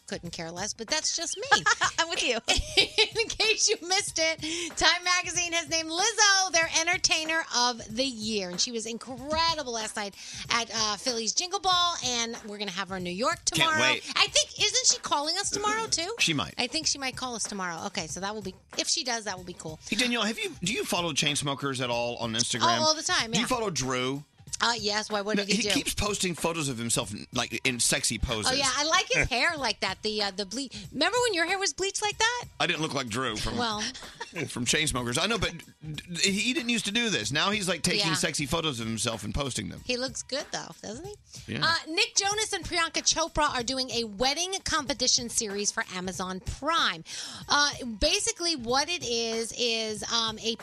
[SPEAKER 8] couldn't care less, but that's just me.
[SPEAKER 5] I'm with you.
[SPEAKER 8] In case you missed it, Time Magazine has named Lizzo their Entertainer of the Year, and she was incredible last night at uh, Philly's Jingle Ball, and we're gonna have her in New York
[SPEAKER 3] Can't
[SPEAKER 8] tomorrow.
[SPEAKER 3] wait.
[SPEAKER 8] I think isn't she calling us tomorrow too?
[SPEAKER 3] She might.
[SPEAKER 8] I think she might call us tomorrow. Okay, so that will be if she does, that will be cool.
[SPEAKER 3] Hey, Danielle, have you do you follow Chainsmokers at all on Instagram?
[SPEAKER 8] Oh, all the time,
[SPEAKER 3] Do you
[SPEAKER 8] yeah.
[SPEAKER 3] follow Drew?
[SPEAKER 8] Uh, yes. Why? What
[SPEAKER 3] No,
[SPEAKER 8] did he,
[SPEAKER 3] he
[SPEAKER 8] do?
[SPEAKER 3] keeps posting photos of himself like in sexy poses.
[SPEAKER 8] oh yeah, I like his hair like that. The uh, the bleach. Remember when your hair was bleached like that?
[SPEAKER 3] I didn't look like Drew from
[SPEAKER 8] Well.
[SPEAKER 3] from Chainsmokers. I know, but d- d- he didn't used to do this. Now he's like taking
[SPEAKER 8] Yeah.
[SPEAKER 3] sexy photos of himself and posting them.
[SPEAKER 8] He looks good though, doesn't he?
[SPEAKER 3] Yeah.
[SPEAKER 8] Uh, Nick Jonas and Priyanka Chopra are doing a wedding competition series for Amazon Prime. Uh, basically, what it is is um, a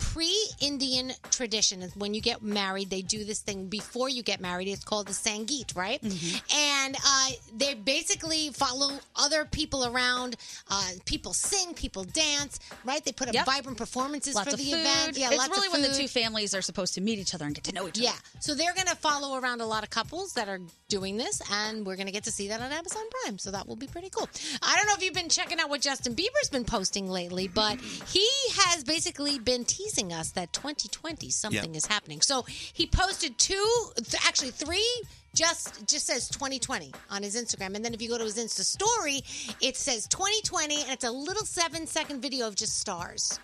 [SPEAKER 8] pre-Indian tradition. Is When you get married, they do this thing before you get married. It's called the Sangeet, right?
[SPEAKER 5] Mm-hmm.
[SPEAKER 8] And uh, they basically follow other people around. Uh, people sing, people dance, right? They put up
[SPEAKER 5] Yep.
[SPEAKER 8] vibrant performances
[SPEAKER 5] Lots
[SPEAKER 8] for
[SPEAKER 5] of
[SPEAKER 8] the
[SPEAKER 5] food.
[SPEAKER 8] event. Yeah,
[SPEAKER 5] it's
[SPEAKER 8] lots
[SPEAKER 5] really
[SPEAKER 8] of
[SPEAKER 5] when the
[SPEAKER 8] food.
[SPEAKER 5] two families are supposed to meet each other and get to know each other.
[SPEAKER 8] Yeah. So they're going to follow around a lot of couples that are doing this, and we're going to get to see that on Amazon Prime. So that will be pretty cool. I don't know if you've been checking out what Justin Bieber's been posting lately, but he has basically been teasing us that 2020 something
[SPEAKER 5] Yeah.
[SPEAKER 8] is happening. So he posted two, th- actually three. Just just says 2020 on his Instagram, and then if you go to his Insta story, it says 2020, and it's a little seven second video of just stars.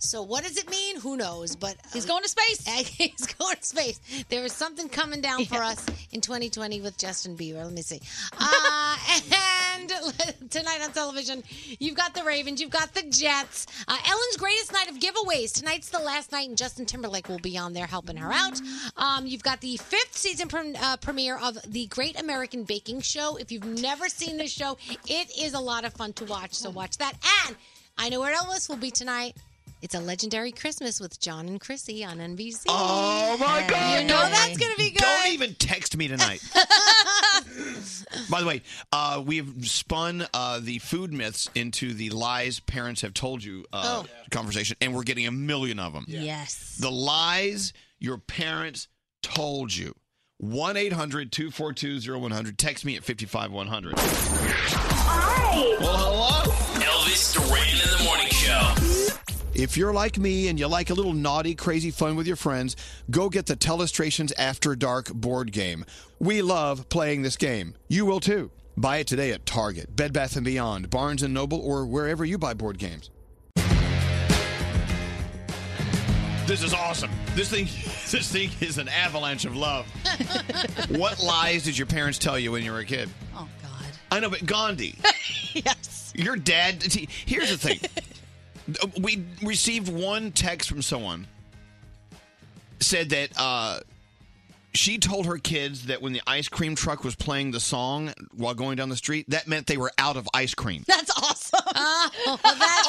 [SPEAKER 8] So what does it mean? Who knows? But he's going
[SPEAKER 5] to space.
[SPEAKER 8] he's going to space. There is something coming down for us in 2020 with Justin Bieber. Let me see. Uh, and uh, tonight on television, you've got the Ravens, you've got the Jets. Uh, Ellen's greatest night of giveaways. Tonight's the last night, and Justin Timberlake will be on there helping her out. Um, you've got the fifth season prem uh, premiere of the Great American Baking Show. If you've never seen this show, it is a lot of fun to watch. So watch that. And I know where Elvis will be tonight. It's a legendary Christmas with John and Chrissy on NBC.
[SPEAKER 3] Oh my God!
[SPEAKER 8] You know
[SPEAKER 3] don't-
[SPEAKER 8] that's gonna be good.
[SPEAKER 3] Don't even text me tonight. By the way, uh, we've spun uh, the food myths into the lies parents have told you uh,
[SPEAKER 5] Oh.
[SPEAKER 3] conversation, and we're getting a million of them.
[SPEAKER 5] Yes.
[SPEAKER 3] The lies your parents told you. 1 800 242 0100. Text me at 55100.
[SPEAKER 13] Well, hello? Elvis Duran in the morning show.
[SPEAKER 3] If you're like me and you like a little naughty, crazy fun with your friends, go get the Telestrations After Dark board game. We love playing this game. You will too. Buy it today at Target, Bed Bath & Beyond, Barnes & Noble, or wherever you buy board games. This is awesome. This thing, this thing is an avalanche of love. what lies did your parents tell you when you were a kid?
[SPEAKER 12] Oh,
[SPEAKER 3] God. I know, but Gandhi. yes. Your dad. See, here's the thing. we received one text from someone said that uh, she told her kids that when the ice cream truck was playing the song while going down the street, that meant they were out of ice cream.
[SPEAKER 8] That's awesome. Oh, that's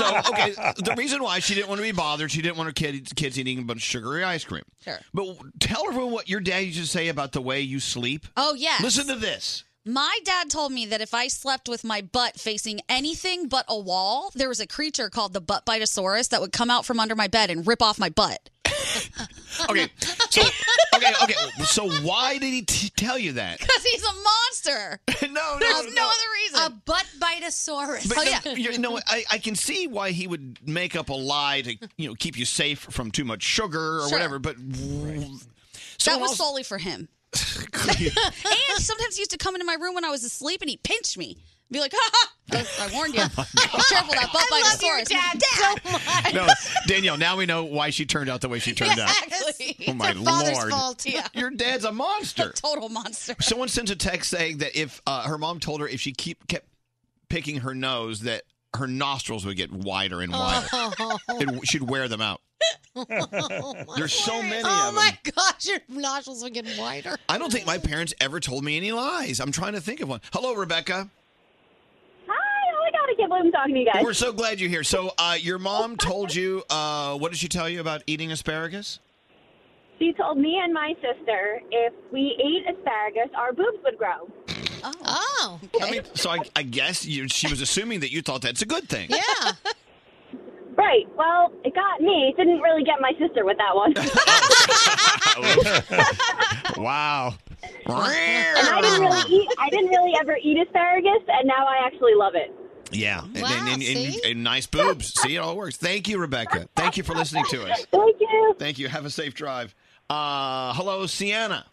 [SPEAKER 8] awesome.
[SPEAKER 3] Okay, so okay, the reason why she didn't want to be bothered, she didn't want her kids kids eating a bunch of sugary ice cream.
[SPEAKER 8] Sure.
[SPEAKER 3] But tell everyone what your dad used to say about the way you sleep.
[SPEAKER 5] Oh, yes.
[SPEAKER 3] Listen to this.
[SPEAKER 5] My dad told me that if I slept with my butt facing anything but a wall, there was a creature called the butt bitosaurus that would come out from under my bed and rip off my butt.
[SPEAKER 3] Okay. So okay, okay. So why did he t- tell you that?
[SPEAKER 5] Because he's a monster.
[SPEAKER 3] no,
[SPEAKER 5] There's no,
[SPEAKER 3] no.
[SPEAKER 5] other reason. Oh,
[SPEAKER 8] A butt bitosaurus.
[SPEAKER 3] But no, you know, what, I, I can see why he would make up a lie to you know keep you safe from too much sugar or
[SPEAKER 5] Sure.
[SPEAKER 3] whatever. But
[SPEAKER 5] that
[SPEAKER 3] Someone
[SPEAKER 5] was
[SPEAKER 3] else-
[SPEAKER 5] solely for him. and he sometimes used to come into my room when I was asleep and he'd pinch me. Be like, ha ha! I warned you. Be careful that butt
[SPEAKER 8] I love your
[SPEAKER 5] bitosaurus.
[SPEAKER 8] dad
[SPEAKER 3] no, Danielle, now we know why she turned out the way she turned out.
[SPEAKER 5] Exactly.
[SPEAKER 3] Oh, my
[SPEAKER 5] it's her father's
[SPEAKER 3] Lord.
[SPEAKER 5] fault. Yeah.
[SPEAKER 3] Your dad's a monster.
[SPEAKER 5] A total monster.
[SPEAKER 3] Someone sends a text saying that if uh, her mom told her if she keep kept picking her nose, that her nostrils would get wider and wider.
[SPEAKER 8] Oh.
[SPEAKER 3] And she'd wear them out. There's so many
[SPEAKER 8] Oh
[SPEAKER 3] of them.
[SPEAKER 8] my gosh, your nostrils are getting wider.
[SPEAKER 3] I don't think my parents ever told me any lies. I'm trying to think of one. Hello, Rebecca.
[SPEAKER 18] Hi, oh my god, I can't believe I'm talking to you guys.
[SPEAKER 3] We're so glad you're here. So, uh, your mom told you, uh, what did she tell you about eating asparagus?
[SPEAKER 18] She told me and my sister if we ate asparagus, our boobs would grow.
[SPEAKER 8] Oh.
[SPEAKER 3] I mean, so I, I guess you, she was assuming that you thought that's a good thing.
[SPEAKER 8] Yeah.
[SPEAKER 18] right. Well, it got me. It didn't really get my sister with that one.
[SPEAKER 3] wow.
[SPEAKER 18] and I didn't really eat. I didn't really ever eat asparagus, and now I actually love it.
[SPEAKER 3] Yeah. And, and, and, and, and nice boobs. See, it all works. Thank you, Rebecca. Thank you for listening to us.
[SPEAKER 18] Thank you.
[SPEAKER 3] Thank you. Have a safe drive. Uh, hello, Sienna.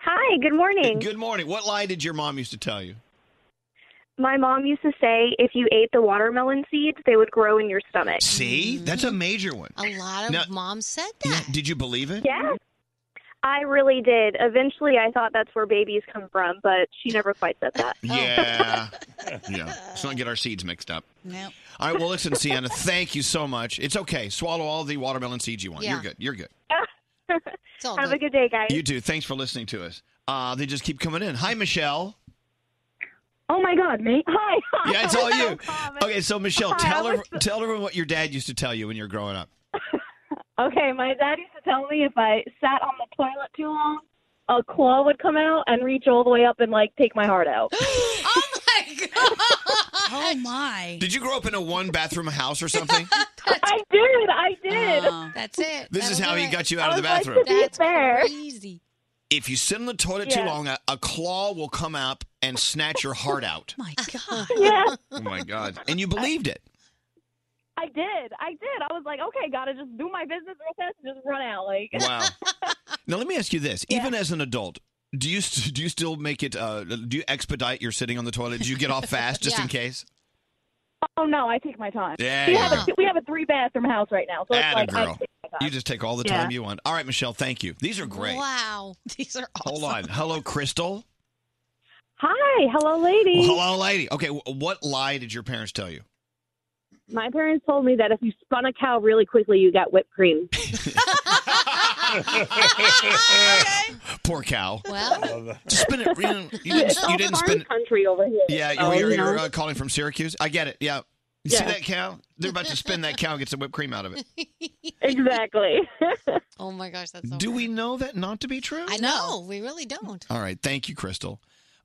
[SPEAKER 11] Hi, good morning.
[SPEAKER 3] Good morning. What lie did your mom used to tell you?
[SPEAKER 11] My mom used to say if you ate the watermelon seeds, they would grow in your stomach.
[SPEAKER 3] See, that's a major one.
[SPEAKER 8] A lot of
[SPEAKER 3] Now-
[SPEAKER 8] moms said
[SPEAKER 3] Yeah, did you believe it?
[SPEAKER 11] Yeah. I really did. Eventually, I thought that's where babies come from, but she never quite said that.
[SPEAKER 3] Yeah. yeah. Let's not get our seeds mixed up.
[SPEAKER 5] No.
[SPEAKER 3] All right. Well, listen, Sienna, thank you so much. It's okay. Swallow all the watermelon seeds you want.
[SPEAKER 11] Yeah.
[SPEAKER 3] You're good. You're good.
[SPEAKER 11] Have a good day, guys.
[SPEAKER 3] You too. Thanks for listening to us. Uh, they just keep coming in. Hi, Michelle.
[SPEAKER 11] Oh my God, mate. Hi.
[SPEAKER 3] Yeah, it's all you. Okay, so Michelle,
[SPEAKER 11] Hi,
[SPEAKER 3] tell
[SPEAKER 11] I
[SPEAKER 3] her, tell everyone what your dad used to tell you when you were growing up.
[SPEAKER 11] Okay,
[SPEAKER 18] my dad used to tell me if I sat on the toilet too long, a claw would come out and reach all the way up and like take my heart out.
[SPEAKER 5] Oh my.
[SPEAKER 3] Did you grow up in a one bathroom house or something?
[SPEAKER 18] I did. I did.
[SPEAKER 8] Oh, that's it.
[SPEAKER 3] This is how he got you out of the
[SPEAKER 18] I was
[SPEAKER 3] bathroom.
[SPEAKER 18] Like, to be fair.
[SPEAKER 8] Crazy.
[SPEAKER 3] if you sit in the toilet too
[SPEAKER 18] Yeah.
[SPEAKER 3] long, a, a claw will come out and snatch your heart out.
[SPEAKER 5] My God.
[SPEAKER 18] Yeah,
[SPEAKER 3] oh my god! And you believed it.
[SPEAKER 18] I did. I did. I was like, okay, gotta just do my business real fast and just run out. Like,
[SPEAKER 3] Wow. now let me ask you this: even as an adult, do you st- do you still make it? Uh, do you expedite your sitting on the toilet? Do you get off fast just in
[SPEAKER 18] Yeah.
[SPEAKER 3] case?
[SPEAKER 18] oh no, I take my time.
[SPEAKER 3] Yeah,
[SPEAKER 18] we
[SPEAKER 3] yeah.
[SPEAKER 18] have a we have a three bathroom house right now, so it's
[SPEAKER 3] Atta
[SPEAKER 18] like I
[SPEAKER 3] girl.
[SPEAKER 18] take my time.
[SPEAKER 3] You just take all the
[SPEAKER 18] Yeah.
[SPEAKER 3] time you want. All right, Michelle. Thank you. These are great.
[SPEAKER 8] Wow. These are
[SPEAKER 3] Hold on. Hello, Crystal.
[SPEAKER 18] Hi, hello, ladies.
[SPEAKER 3] Well, hello, lady. Okay, wh- what lie did your parents tell you?
[SPEAKER 18] My parents told me that if you spun a cow really quickly, you got whipped cream.
[SPEAKER 3] Poor cow.
[SPEAKER 8] Well,
[SPEAKER 3] spin it. You, know, you didn't, you didn't spin it.
[SPEAKER 18] country over here.
[SPEAKER 3] Yeah,
[SPEAKER 18] so,
[SPEAKER 3] you're,
[SPEAKER 18] you know.
[SPEAKER 3] you're uh, calling from Syracuse. I get it. Yeah. You See
[SPEAKER 18] Oh, Yeah.
[SPEAKER 3] that cow? They're about to spin that cow and get some whipped cream out of it.
[SPEAKER 18] exactly.
[SPEAKER 8] oh my gosh, that's so
[SPEAKER 3] uh, Do we know that not to be true?
[SPEAKER 8] I know. We really don't.
[SPEAKER 3] All right. Thank you, Crystal.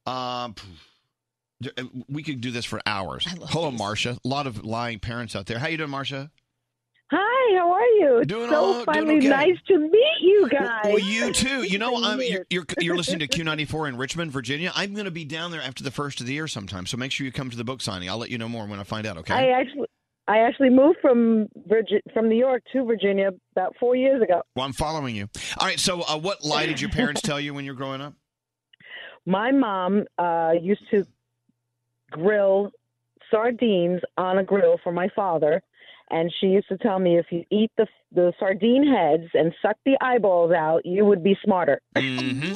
[SPEAKER 3] Um, uh, phew. D- we could do this for hours. Hello, Marcia. A lot of lying parents out there. How you doing, Marcia?
[SPEAKER 19] Hi, how are you? Doing so
[SPEAKER 3] all- doing
[SPEAKER 19] finally
[SPEAKER 3] okay.
[SPEAKER 19] nice to meet you guys.
[SPEAKER 3] Well, you too. You know, I'm, you're, you're you're listening to Q94 in Richmond, Virginia. I'm going to be down there after the first of the year sometime. So make sure you come to the book signing. I'll let you know more when I find out. Okay.
[SPEAKER 19] I actually I actually moved from Virgi- from New York to Virginia about 4 years ago.
[SPEAKER 3] Well, I'm following you. All right. So, uh, what lie did your parents tell you when you were growing up?
[SPEAKER 19] My mom uh, used to grill sardines on a grill for my father, and she used to tell me if you eat the the sardine heads and suck the eyeballs out, you would be smarter.
[SPEAKER 3] Mm-hmm.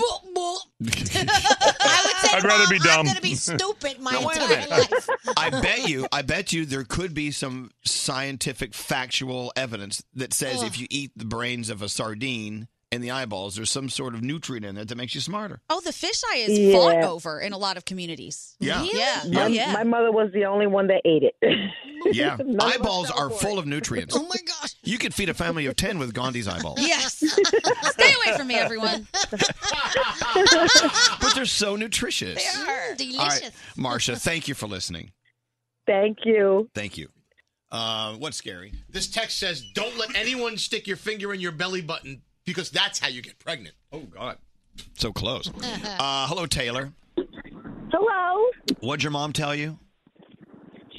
[SPEAKER 3] I'd rather be dumb. I'm going to
[SPEAKER 8] be stupid my
[SPEAKER 3] wait a
[SPEAKER 8] entire
[SPEAKER 3] minute.
[SPEAKER 8] life.
[SPEAKER 3] I bet you. I bet you there could be some scientific, factual evidence that says if you eat the brains of a sardine and the eyeballs, there's some sort of nutrient in it that makes you smarter.
[SPEAKER 5] Oh, the fisheye is
[SPEAKER 19] Yeah.
[SPEAKER 5] fought over in a lot of communities.
[SPEAKER 3] Yeah.
[SPEAKER 5] Yeah.
[SPEAKER 19] My,
[SPEAKER 5] Oh, yeah.
[SPEAKER 19] my mother was the only one that ate it.
[SPEAKER 3] Yeah. eyeballs are full of nutrients. Oh my gosh. You could feed a family of 10 with Gandhi's eyeballs.
[SPEAKER 5] Yes. Stay away from me, everyone.
[SPEAKER 3] but they're so nutritious. They
[SPEAKER 8] are.
[SPEAKER 3] All right, Marcia, thank you for listening.
[SPEAKER 19] Thank you.
[SPEAKER 3] Thank you. Uh, what's scary?
[SPEAKER 16] This text says, "Don't let anyone stick your finger in your belly button because that's how you get pregnant."
[SPEAKER 3] Oh God, so close. Uh, hello, Taylor.
[SPEAKER 1] Hello.
[SPEAKER 3] What'd your mom tell you?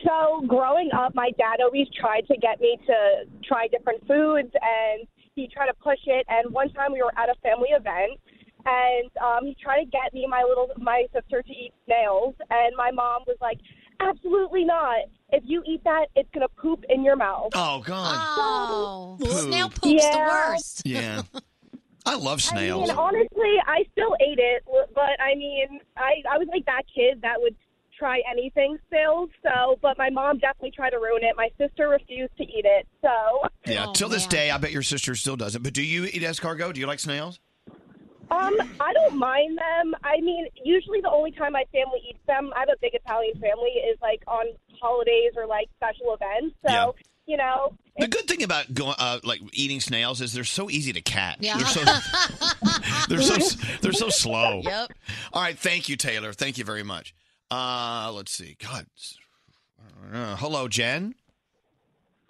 [SPEAKER 1] So growing up, my dad always tried to get me to try different foods, and he tried to push it. And one time we were at a family event, and um, he tried to get me and my little my sister to eat snails, and my mom was like, "Absolutely not! If you eat that, it's gonna poop in your mouth."
[SPEAKER 3] Oh God.
[SPEAKER 8] Oh,
[SPEAKER 3] Poop.
[SPEAKER 8] snail poop's the
[SPEAKER 1] Yeah.
[SPEAKER 8] worst.
[SPEAKER 3] Yeah. I love
[SPEAKER 1] I
[SPEAKER 3] snails.
[SPEAKER 1] mean, honestly, I still ate it, but I mean, I I was like that kid that would try anything still. So, but my mom definitely tried to ruin it. My sister refused to eat it. So,
[SPEAKER 3] yeah. Till this day, I bet your sister still doesn't. But do you eat escargot? Do you like snails?
[SPEAKER 1] um, I don't mind them. I mean, usually the only time my family eats them, I have a big Italian family, is like on holidays or like special events. So,
[SPEAKER 3] Yeah.
[SPEAKER 1] you know,
[SPEAKER 3] The good thing about going, uh, like eating snails is they're so easy to catch.
[SPEAKER 1] Yeah.
[SPEAKER 3] They're so they're so they're so slow. Yep. All right. Thank you, Taylor. Thank you very much. Uh, let's see. God. Uh, hello, Jen.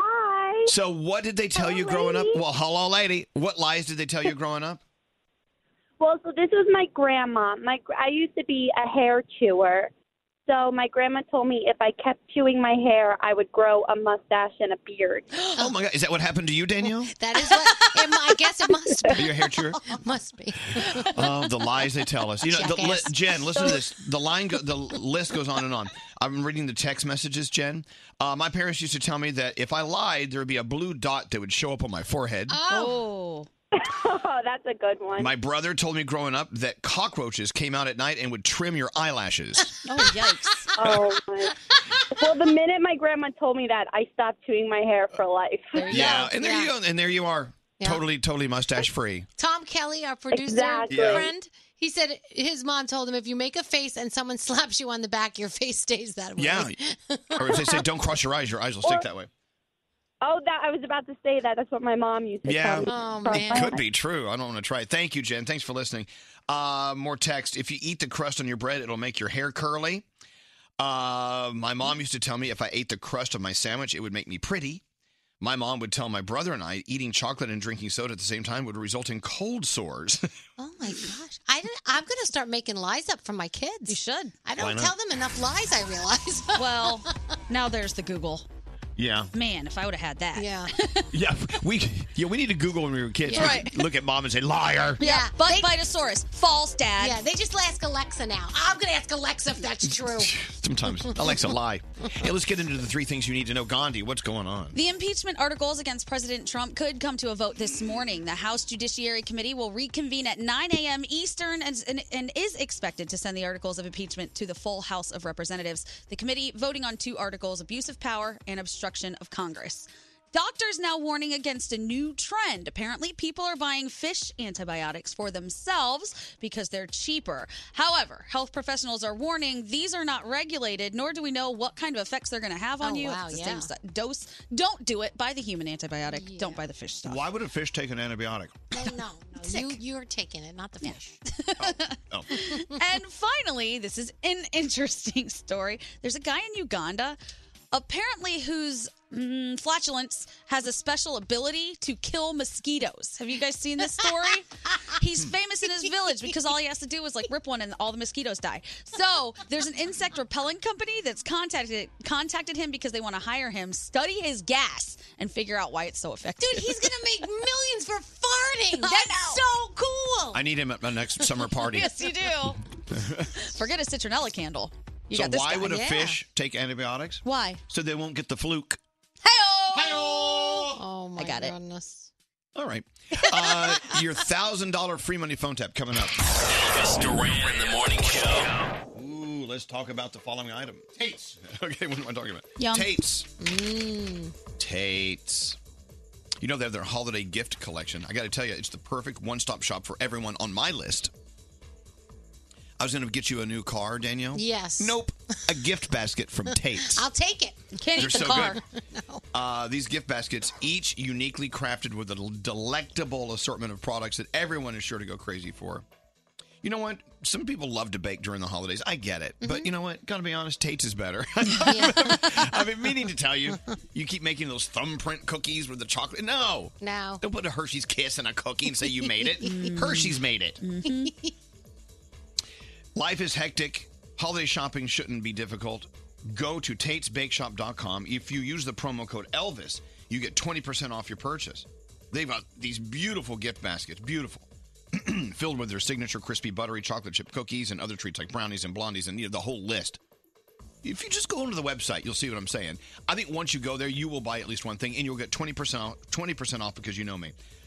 [SPEAKER 1] Hi.
[SPEAKER 3] So, what did they tell you growing up? Well, hello, lady. What lies did they tell you growing up?
[SPEAKER 1] Well, so this was my grandma. My gr- I used to be a hair chewer. So my grandma told me if I kept chewing my hair, I would grow a mustache and a beard.
[SPEAKER 3] Oh my God! Is that what happened to you, Danielle?
[SPEAKER 8] That is what it, mu- I guess it must
[SPEAKER 3] Are
[SPEAKER 8] be.
[SPEAKER 3] you a hair chewer?
[SPEAKER 8] Must be.
[SPEAKER 3] Oh, the lies they tell us. You know, the, li-
[SPEAKER 8] Jackass.
[SPEAKER 3] Jen, listen to this. The line, go- the list goes on and on. I'm reading the text messages, Jen. Uh, my parents used to tell me that if I lied, there would be a blue dot that would show up on my forehead.
[SPEAKER 1] Oh. that's a good one.
[SPEAKER 3] My brother told me growing up that cockroaches came out at night and would trim your eyelashes.
[SPEAKER 1] oh yikes! oh. My. Well, the minute my grandma told me that, I stopped chewing my hair for life.
[SPEAKER 3] yeah, and there you go. And there you are. Totally, totally mustache free.
[SPEAKER 8] Tom Kelly, our producer
[SPEAKER 3] Exactly. Yeah.
[SPEAKER 8] friend, he said his mom told him if you make a face and someone slaps you on the back, your face stays that way.
[SPEAKER 3] Yeah. or if they say don't cross your eyes, your eyes will stick that way.
[SPEAKER 1] Oh, that I was about to say that. That's what my mom used to
[SPEAKER 3] Yeah,
[SPEAKER 1] tell me.
[SPEAKER 5] Oh,
[SPEAKER 3] it could be true. I don't want to try it. Thank you, Jen. Thanks for listening. Uh, more text. If you eat the crust on your bread, it'll make your hair curly. Uh, my mom used to tell me if I ate the crust of my sandwich, it would make me pretty. My mom would tell my brother and I eating chocolate and drinking soda at the same time would result in cold sores.
[SPEAKER 8] Oh my gosh! I didn't, I'm going to start making lies up for my kids. You should.
[SPEAKER 3] Why
[SPEAKER 8] I don't
[SPEAKER 3] not?
[SPEAKER 8] tell them enough lies. I realize.
[SPEAKER 5] well, now there's the Google.
[SPEAKER 3] yeah,
[SPEAKER 5] Man, if I would have had that.
[SPEAKER 8] Yeah.
[SPEAKER 3] yeah. We yeah we need to Google when we were kids.
[SPEAKER 5] Yeah.
[SPEAKER 3] We could Look at mom and say liar.
[SPEAKER 5] Yeah. But Vitasaurus, false dad.
[SPEAKER 8] Yeah, they just ask Alexa now. I'm going to ask Alexa if that's true.
[SPEAKER 3] Sometimes Alexa lie. Hey, let's get into the three things you need to know. Gandhi, what's going on?
[SPEAKER 5] The impeachment articles against President Trump could come to a vote this morning. The House Judiciary Committee will reconvene at 9 a.m. Eastern and, and, and is expected to send the articles of impeachment to the full House of Representatives. The committee voting on two articles abuse of power and obstruction of Congress. Doctors now warning against a new trend. Apparently, people are buying fish antibiotics for themselves because they're cheaper. However, health professionals are warning these are not regulated, nor do we know what kind of effects they're going to have on
[SPEAKER 8] Oh,
[SPEAKER 5] you.
[SPEAKER 8] wow,
[SPEAKER 5] It's the
[SPEAKER 8] yeah.
[SPEAKER 5] same stu- dose. Don't do it. Buy the human antibiotic. Don't buy the fish stuff.
[SPEAKER 3] Why would a fish take an antibiotic?
[SPEAKER 8] No, no, no. You, you're taking it, not the fish.
[SPEAKER 20] Oh,
[SPEAKER 5] and finally, this is an interesting story. There's a guy in Uganda, apparently, whose mm, flatulence has a special ability to kill mosquitoes. Have you guys seen this story? He's famous in his village because all he has to do is like rip one and all the mosquitoes die. So there's an insect repellent company that's contacted contacted him because they want to hire him, study his gas, and figure out why it's so effective.
[SPEAKER 20] Dude, he's gonna make millions for farting. That's so cool.
[SPEAKER 3] I need him at my next summer party.
[SPEAKER 5] yes, you do. Forget a citronella candle. You
[SPEAKER 3] so
[SPEAKER 5] got this
[SPEAKER 3] why
[SPEAKER 5] guy.
[SPEAKER 3] would a
[SPEAKER 5] Yeah.
[SPEAKER 3] fish take antibiotics?
[SPEAKER 5] Why?
[SPEAKER 3] So they won't get the fluke.
[SPEAKER 20] Oh my
[SPEAKER 5] I got it.
[SPEAKER 3] All right. Uh, your thousand dollar free money phone tap coming up.
[SPEAKER 4] Elvis Duran in the morning show.
[SPEAKER 3] Ooh, let's talk about the following item. Tates. okay, what am I talking about? Tates.
[SPEAKER 8] Mm.
[SPEAKER 3] Tates. You know they have their holiday gift collection. I got to tell you, it's the perfect one-stop shop for everyone on my list. I was going to get you a new car, Danielle.
[SPEAKER 20] Yes.
[SPEAKER 3] Nope. A gift basket from Tate's.
[SPEAKER 20] I'll take it.
[SPEAKER 3] Can't They're eat the so car. Uh, these gift baskets, each uniquely crafted with a delectable assortment of products that everyone is sure to go crazy for. You know what? Some people love to bake during the holidays. I get it. But you know what? Gotta be honest, Tate's is better. I've been meaning to tell you. You keep making those thumbprint cookies with the chocolate. No.
[SPEAKER 20] No.
[SPEAKER 3] Don't put a Hershey's kiss in a cookie and say you made it. Hershey's made it. Life is hectic. Holiday shopping shouldn't be difficult. Go to TatesBakeShop.com. If you use the promo code Elvis, you get 20% off your purchase. They've got these beautiful gift baskets, beautiful, filled with their signature crispy, buttery chocolate chip cookies and other treats like brownies and blondies and you know, the whole list. If you just go onto the website, you'll see what I'm saying. I think once you go there, you will buy at least one thing and you'll get 20% off, 20% off because you know me.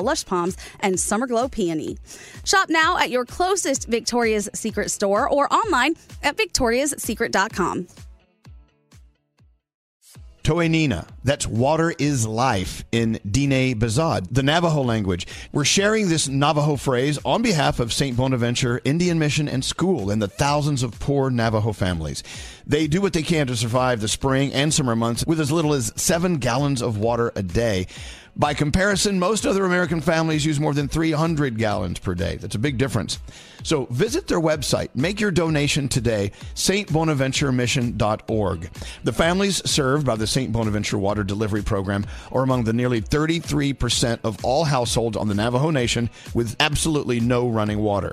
[SPEAKER 5] lush palms, and summer glow peony. Shop now at your closest Victoria's Secret store or online at victoriassecret.com.
[SPEAKER 3] Toenina. That's water is life in Dine Bazad, the Navajo language. We're sharing this Navajo phrase on behalf of St. Bonaventure Indian Mission and School and the thousands of poor Navajo families. They do what they can to survive the spring and summer months with as little as seven gallons of water a day. By comparison, most other American families use more than 300 gallons per day. That's a big difference. So visit their website, make your donation today, stbonaventuremission.org. The families served by the St. Bonaventure Water Delivery Program are among the nearly 33% of all households on the Navajo Nation with absolutely no running water.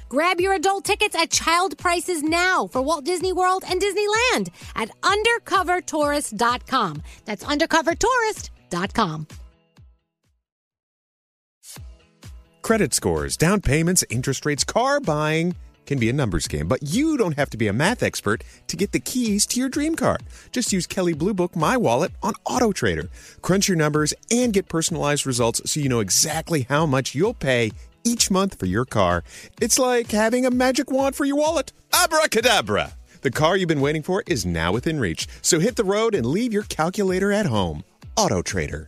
[SPEAKER 8] Grab your adult tickets at child prices now for Walt Disney World and Disneyland at undercovertourist.com. That's undercovertourist.com.
[SPEAKER 21] Credit scores, down payments, interest rates, car buying can be a numbers game, but you don't have to be a math expert to get the keys to your dream car. Just use Kelly Blue Book My Wallet on Auto Trader. Crunch your numbers and get personalized results so you know exactly how much you'll pay each month for your car. It's like having a magic wand for your wallet. Abracadabra! The car you've been waiting for is now within reach. So hit the road and leave your calculator at home. Auto Trader.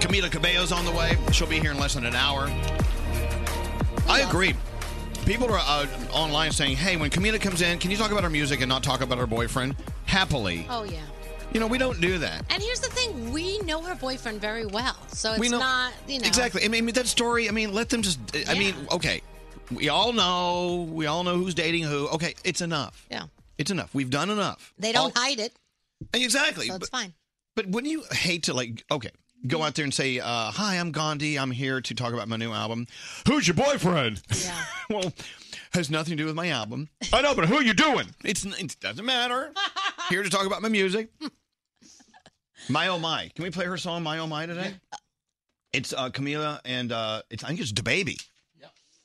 [SPEAKER 3] Camila Cabello's on the way. She'll be here in less than an hour. I agree. People are uh, online saying, "Hey, when Camila comes in, can you talk about her music and not talk about her boyfriend?" Happily,
[SPEAKER 8] Oh yeah.
[SPEAKER 3] you know we don't do that.
[SPEAKER 8] And here's the thing: we know her boyfriend very well, so it's
[SPEAKER 3] we know-
[SPEAKER 8] not you know
[SPEAKER 3] exactly. I mean, that story. I mean, let them just. I mean, okay, we all know. We all know who's dating who. Okay, it's enough.
[SPEAKER 8] Yeah.
[SPEAKER 3] it's enough. We've done enough.
[SPEAKER 8] They don't hide it.
[SPEAKER 3] Exactly.
[SPEAKER 8] So it's
[SPEAKER 3] but-
[SPEAKER 8] fine.
[SPEAKER 3] But wouldn't you hate to like okay go out there and say, uh, "Hi, I'm Gandhi. I'm here to talk about my new album." Who's your boyfriend? Yeah. well, has nothing to do with my album. I know, but who are you doing? It's it doesn't matter. here to talk about my music. My oh my! Can we play her song "My oh my" today? It's uh, Camila and uh, it's I think it's DaBaby.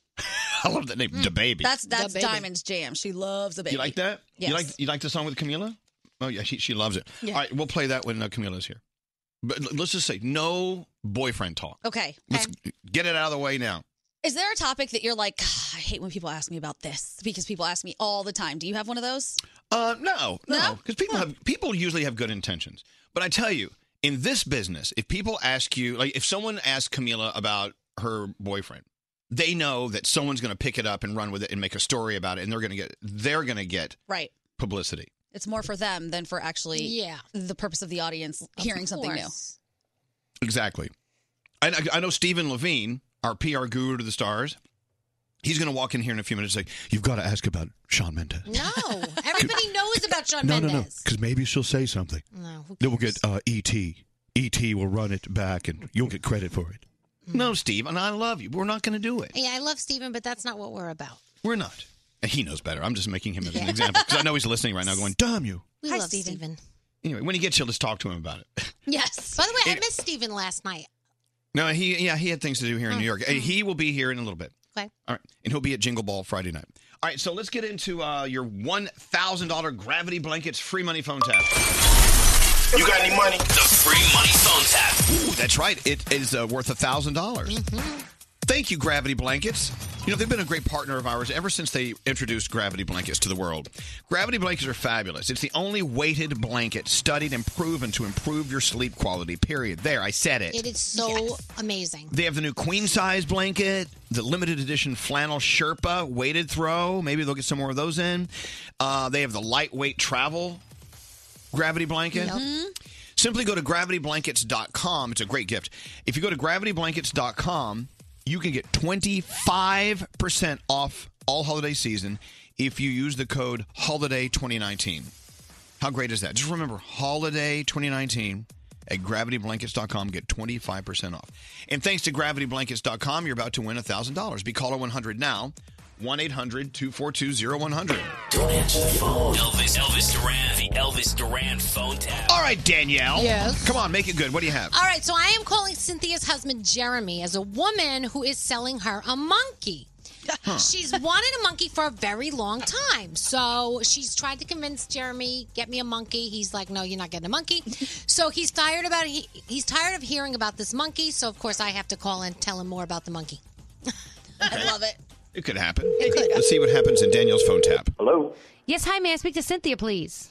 [SPEAKER 3] I love that name, DaBaby.
[SPEAKER 5] Mm. That's that's Diamond's jam. She loves a baby.
[SPEAKER 3] You like that?
[SPEAKER 5] Yes.
[SPEAKER 3] You like you like the song with Camila? Oh yeah, she she loves it.
[SPEAKER 5] Yeah.
[SPEAKER 3] All right, we'll play that when uh, Camila's here. But l- let's just say no boyfriend talk.
[SPEAKER 5] Okay.
[SPEAKER 3] Let's get it out of the way now.
[SPEAKER 5] Is there a topic that you're like, "Ugh, I hate when people ask me about this because people ask me all the time. Do you have one of those?
[SPEAKER 3] Uh, no, no, because people have people usually have good intentions. But I tell you, in this business, if people ask you, like, if someone asks Camila about her boyfriend, they know that someone's going to pick it up and run with it and make a story about it, and they're going to get they're going to get
[SPEAKER 5] Right.
[SPEAKER 3] publicity.
[SPEAKER 5] It's more for them than for actually yeah. the purpose of the audience hearing something new.
[SPEAKER 3] Exactly. I, I- I know Stephen Levine, our PR guru to the stars, he's going to walk in here in a few minutes and say, You've got to ask about Sean Mendes.
[SPEAKER 8] No, everybody knows about Shawn
[SPEAKER 21] No, no,
[SPEAKER 8] Mendes. Mm-hmm.
[SPEAKER 21] no.
[SPEAKER 3] Because maybe she'll say something.
[SPEAKER 8] No, who
[SPEAKER 3] Then we'll get uh, E.T. E.T. will run it back and you'll get credit for it. No, Steve, and I love you. We're not going to do it.
[SPEAKER 8] Yeah, I love Steven, but that's not what we're about.
[SPEAKER 3] We're not. And He knows better. I'm just making him as an example because I know he's listening right now going, Damn you.
[SPEAKER 8] We love Steven.
[SPEAKER 3] Anyway, when he gets here, let's talk to him about it.
[SPEAKER 8] Yes. By the way, I missed Steven last night.
[SPEAKER 3] No, he, yeah, he had things to do here in New York. And He will be here in a little bit.
[SPEAKER 8] Okay.
[SPEAKER 3] All right. And he'll be at Jingle Ball Friday night. All right. So let's get into uh, your $1,000 Gravity Blankets free money phone tap.
[SPEAKER 13] You got any money? The free money phone tap.
[SPEAKER 3] Ooh, that's right. It is uh, worth $1,000. dollars Thank you, Gravity Blankets. You know, they've been a great partner of ours ever since they introduced Gravity Blankets to the world. Gravity Blankets are fabulous. It's the only weighted blanket studied and proven to improve your sleep quality, period. There, I said it.
[SPEAKER 8] It is so amazing.
[SPEAKER 3] They have the new queen size blanket, the limited edition flannel Sherpa weighted throw. Maybe they'll get some more of those in. Uh, they have the lightweight travel gravity blanket. Simply go to gravityblankets.com. It's a great gift. If you go to gravityblankets.com, you can get 25% off all holiday season if you use the code HOLIDAY2019. How great is that? Just remember holiday 2019 at gravityblankets.com. Get 25% off. And thanks to gravityblankets.com, you're about to win $1,000. Be caller 100 now. 1 800 242 0100.
[SPEAKER 13] Don't answer the phone. Elvis, Elvis Duran, the Elvis Duran phone tap.
[SPEAKER 3] All right, Danielle.
[SPEAKER 8] Yes.
[SPEAKER 3] Come on, make it good. What do you have?
[SPEAKER 8] All right, so I am calling Cynthia's husband Jeremy as a woman who is selling her a monkey. She's wanted a monkey for a very long time. So she's tried to convince Jeremy, get me a monkey. He's like, no, you're not getting a monkey. So he's tired about he, he's tired of hearing about this monkey. So of course I have to call and tell him more about the monkey.
[SPEAKER 3] I love it. It could happen. It could. Let's see what happens in Daniel's phone tap.
[SPEAKER 22] Hello.
[SPEAKER 23] Yes, hi, may I speak to Cynthia, please?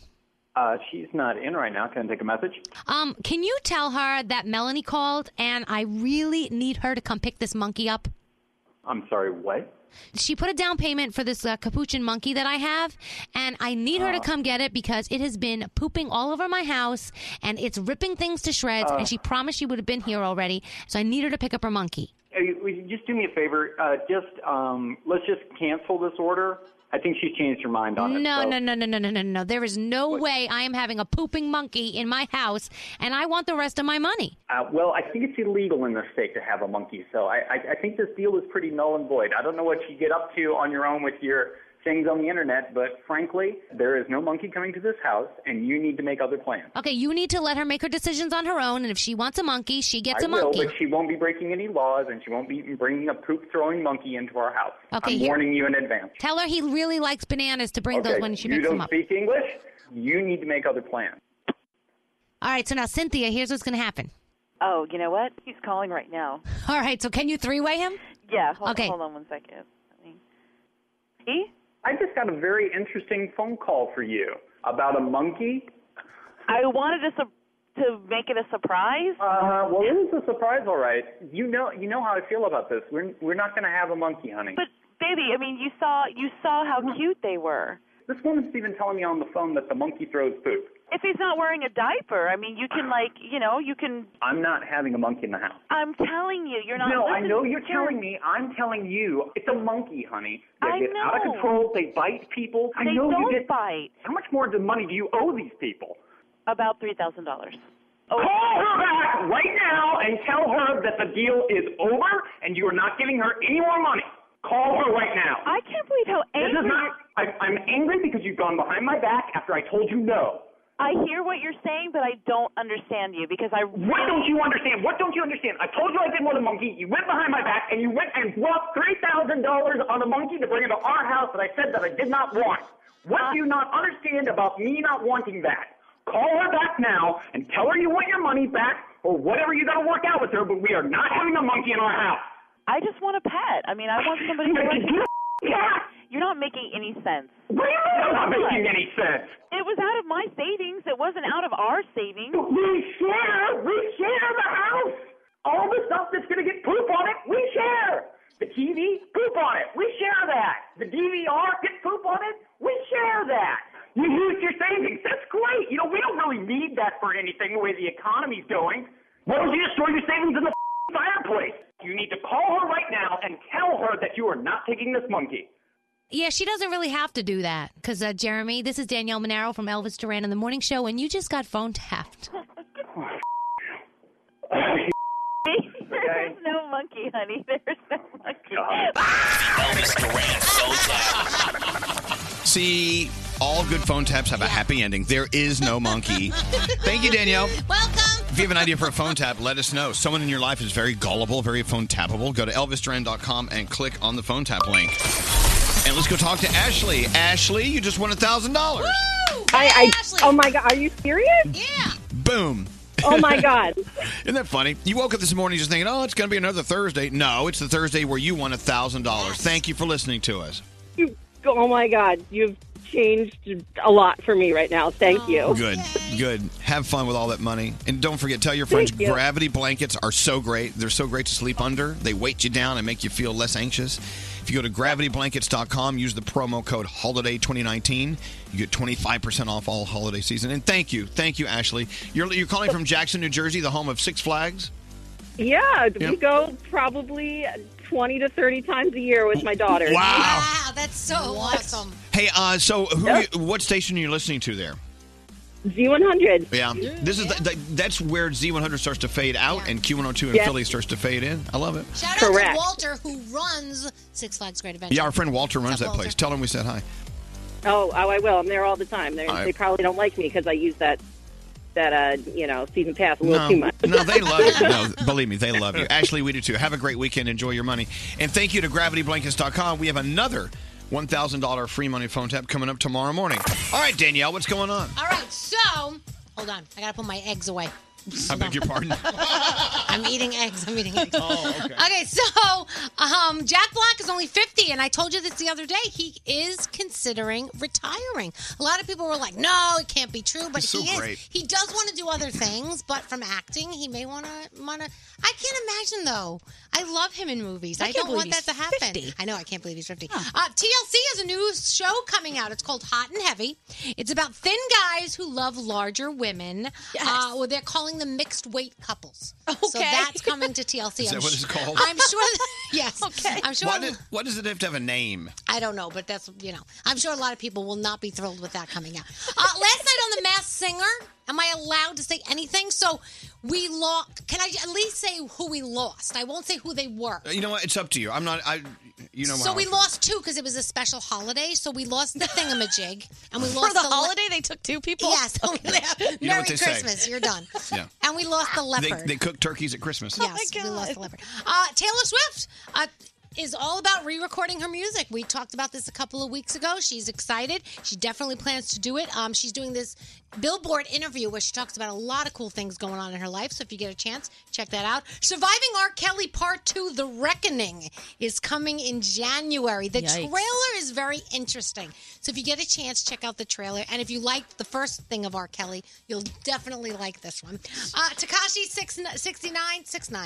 [SPEAKER 22] Uh, she's not in right now. Can I take a message?
[SPEAKER 23] Um, can you tell her that Melanie called and I really need her to come pick this monkey up?
[SPEAKER 22] I'm sorry, what?
[SPEAKER 23] She put a down payment for this uh, capuchin monkey that I have, and I need
[SPEAKER 3] Uh.
[SPEAKER 23] her to come get it because it has been pooping all over my house and it's ripping things to shreds.
[SPEAKER 22] Uh.
[SPEAKER 23] and she promised she would have been here already, so I need her to pick up her monkey.
[SPEAKER 22] Hey, will Uh, you just do me a favor. Uh, just um, let's just cancel this order. I think she's changed her mind on it.
[SPEAKER 23] No,
[SPEAKER 22] so-
[SPEAKER 23] no, no, no, no, no, no, no. There is no way I am having a pooping monkey in my house, and I want the rest of my money.
[SPEAKER 22] Uh, well, I think it's illegal in this state to have a monkey, so I, I, I think this deal is pretty null and void. I don't know what you get up to on your own with your things on the internet, but frankly, there is no monkey coming to this house, and you need to make other plans.
[SPEAKER 23] Okay, you need to let her make her decisions on her own, and if she wants a monkey, she gets
[SPEAKER 22] I
[SPEAKER 23] a monkey.
[SPEAKER 22] will, but she won't be breaking any laws, and she won't be bringing a poop-throwing monkey into our house.
[SPEAKER 23] Okay,
[SPEAKER 22] I'm
[SPEAKER 23] here-
[SPEAKER 22] warning you in advance.
[SPEAKER 23] Tell her he really likes bananas to bring
[SPEAKER 22] okay,
[SPEAKER 23] those when she
[SPEAKER 22] you
[SPEAKER 23] makes
[SPEAKER 22] don't
[SPEAKER 23] them up.
[SPEAKER 22] speak English. You need to make other plans.
[SPEAKER 23] All right, so now, Cynthia, here's what's going to happen.
[SPEAKER 24] Oh, you know what? He's calling right now.
[SPEAKER 23] All right, so can you three way him?
[SPEAKER 24] Yeah. Hold,
[SPEAKER 23] Okay.
[SPEAKER 24] Hold on one second. Let me-
[SPEAKER 22] I just got a very interesting phone call for you about a monkey.
[SPEAKER 24] I wanted to su- to make it a surprise.
[SPEAKER 22] Uh huh. Well, it is a surprise, all right. You know, you know how I feel about this. We're we're not going to have a monkey, honey.
[SPEAKER 24] But baby, I mean, you saw you saw how cute they were.
[SPEAKER 22] this woman's even telling me on the phone that the monkey throws poop.
[SPEAKER 24] If he's not wearing a diaper, I mean, you can like, you know, you can.
[SPEAKER 22] I'm not having a monkey in the house.
[SPEAKER 24] I'm telling you, you're not.
[SPEAKER 22] no, I
[SPEAKER 24] listening.
[SPEAKER 22] know you're telling me. I'm telling you, it's a monkey, honey. They
[SPEAKER 24] I
[SPEAKER 22] get out
[SPEAKER 24] know.
[SPEAKER 22] of control. They bite people. I
[SPEAKER 24] They
[SPEAKER 22] know
[SPEAKER 24] don't
[SPEAKER 22] you get
[SPEAKER 24] bite.
[SPEAKER 22] How much more do money do you owe these people?
[SPEAKER 24] About three thousand dollars.
[SPEAKER 22] Call her back right now and tell her that the deal is over and you are not giving her any more money. Call her right now.
[SPEAKER 24] I can't believe how angry.
[SPEAKER 22] This is not. I, I'm angry because you've gone behind my back after I told you no.
[SPEAKER 24] I hear what you're saying, but I don't understand you because I. Really,
[SPEAKER 22] What don't you understand? What don't you understand? I told you I didn't want a monkey. You went behind my back and you went and dropped three thousand dollars on a monkey to bring it to our house that I said that I did not want. What do you not understand about me not wanting that? Call her back now and tell her you want your money back or whatever you got to work out with her. But we are not having a monkey in our house.
[SPEAKER 24] I just want a pet. I mean, I want somebody.
[SPEAKER 22] But
[SPEAKER 24] who-
[SPEAKER 22] you do- yeah.
[SPEAKER 24] You're not making any sense.
[SPEAKER 22] What do you mean I'm not making any sense?
[SPEAKER 24] It was out of my savings. It wasn't out of our savings.
[SPEAKER 22] We share. We share the house. All the stuff that's gonna get poop on it, we share. The TV, poop on it. We share that. The DVR, get poop on it. We share that. You use your savings. That's great. You know we don't really need that for anything the way the economy's going. Why would you just throw your savings in the fireplace? You need to call her right now and tell her that you are not taking this monkey.
[SPEAKER 23] Yeah, she doesn't really have to do that because, uh, Jeremy, this is Danielle Monero from Elvis Duran in the Morning Show, and you just got phone tapped.
[SPEAKER 24] There's no monkey, honey. There's no monkey.
[SPEAKER 3] See, all good phone taps have a happy ending. There is no monkey. Thank you, Danielle.
[SPEAKER 8] Welcome.
[SPEAKER 3] If you have an idea for a phone tap, let us know. Someone in your life is very gullible, very phone tappable. Go to elvisduran.com and click on the phone tap link. And let's go talk to Ashley. Ashley, you just won $1,000.
[SPEAKER 1] I, I, oh my god, are you serious?
[SPEAKER 3] Boom.
[SPEAKER 1] Oh my God.
[SPEAKER 3] Isn't that funny? You woke up this morning just thinking, oh, it's going to be another Thursday. No, it's the Thursday where you won $1,000. Thank you for listening to us.
[SPEAKER 1] You, oh my god, you've changed a lot for me right now. Thank you.
[SPEAKER 3] Good, good. Have fun with all that money, and don't forget. Tell your friends
[SPEAKER 1] Thank you.
[SPEAKER 3] gravity blankets are so great. They're so great to sleep under. They weight you down and make you feel less anxious. If you go to gravityblankets.com, use the promo code Holiday 2019. You get 25% off all holiday season. And thank you, thank you, Ashley. You're you're calling from Jackson, New Jersey, the home of Six Flags.
[SPEAKER 1] Yeah,
[SPEAKER 3] Yeah.
[SPEAKER 1] we go probably twenty to thirty times a year with my daughter.
[SPEAKER 3] Wow.
[SPEAKER 1] Wow, that's so awesome.
[SPEAKER 3] Hey, uh, so who? You, what station are you listening to there?
[SPEAKER 1] Z100.
[SPEAKER 3] Yeah, this is the, the, that's where Z100 starts to fade out, and Q102 in
[SPEAKER 1] Yeah.
[SPEAKER 3] Philly starts to fade in. I love it.
[SPEAKER 8] Shout out to Walter who runs Six Flags Great Adventure.
[SPEAKER 3] Yeah, our friend Walter runs
[SPEAKER 8] What's
[SPEAKER 3] that
[SPEAKER 8] up,
[SPEAKER 3] place. Tell him we said hi.
[SPEAKER 1] Oh, oh, I will. I'm there all the time. They're,
[SPEAKER 3] All right.
[SPEAKER 1] They probably don't like me because I use that
[SPEAKER 4] that uh, you know season pass a little
[SPEAKER 3] No,
[SPEAKER 4] too much.
[SPEAKER 3] no, they love you. No, believe me, they love you. Ashley, we do too. Have a great weekend. Enjoy your money. And thank you to gravityblankets.com. We have another $1,000 free money phone tap coming up tomorrow morning. All right, Danielle, what's going on?
[SPEAKER 8] All right, so hold on. I gotta put my eggs away.
[SPEAKER 3] I beg your pardon.
[SPEAKER 8] I'm eating eggs. I'm eating eggs.
[SPEAKER 3] Oh, okay.
[SPEAKER 8] so um, Jack Black is only 50, and I told you this the other day. He is considering retiring. A lot of people were like, no, it can't be true, but
[SPEAKER 25] He's so
[SPEAKER 8] he is.
[SPEAKER 25] great.
[SPEAKER 8] He does want to do other things, but from acting, he may want to. want to. I can't imagine, though. I love him in movies.
[SPEAKER 25] I
[SPEAKER 8] I,
[SPEAKER 25] can't
[SPEAKER 8] don't
[SPEAKER 25] believe
[SPEAKER 8] want
[SPEAKER 25] he's
[SPEAKER 8] that to happen.
[SPEAKER 25] 50.
[SPEAKER 8] I know, I can't believe he's 50. Uh, TLC has a new show coming out. It's called Hot and Heavy. It's about thin guys who love larger women. Uh, well, they're calling them mixed weight couples. Okay. So that's coming to TLC.
[SPEAKER 3] Is that
[SPEAKER 8] I'm
[SPEAKER 3] what it's
[SPEAKER 8] su-
[SPEAKER 3] called?
[SPEAKER 8] I'm sure. that- yes. Okay. I'm sure.
[SPEAKER 3] Why, did, why does it have to have a name?
[SPEAKER 8] I don't know, but that's you know. I'm sure a lot of people will not be thrilled with that coming out. Uh, last night on the Masked Singer, am I allowed to say anything? So we lost. Can I at least say who we lost? I won't say who they were.
[SPEAKER 3] Uh, You know what? It's up to you. I'm not. I. You know.
[SPEAKER 8] so
[SPEAKER 3] how
[SPEAKER 8] we
[SPEAKER 3] I feel.
[SPEAKER 8] lost two because it was a special holiday. So we lost the thingamajig, and we
[SPEAKER 12] For
[SPEAKER 8] lost
[SPEAKER 12] the
[SPEAKER 8] le-
[SPEAKER 12] holiday, they took two people.
[SPEAKER 8] Yes. Merry
[SPEAKER 3] You know what they say.
[SPEAKER 8] Christmas. You're done.
[SPEAKER 3] Yeah.
[SPEAKER 8] And we lost the
[SPEAKER 3] They,
[SPEAKER 8] leopard.
[SPEAKER 3] they cook turkeys at Christmas.
[SPEAKER 8] Yes, we lost the leopard. Uh, Taylor Swift uh, is all about re-recording her music. We talked about this a couple of weeks ago. She's excited. She definitely plans to do it. Um, she's doing this Billboard interview where she talks about a lot of cool things going on in her life. So if you get a chance, check that out. Surviving R. Kelly Part Two: The Reckoning is coming in January. The
[SPEAKER 25] Yikes.
[SPEAKER 8] trailer is very interesting. So if you get a chance, check out the trailer. And if you liked the first thing of R. Kelly, you'll definitely like this one. Uh, Takashi 69, 69,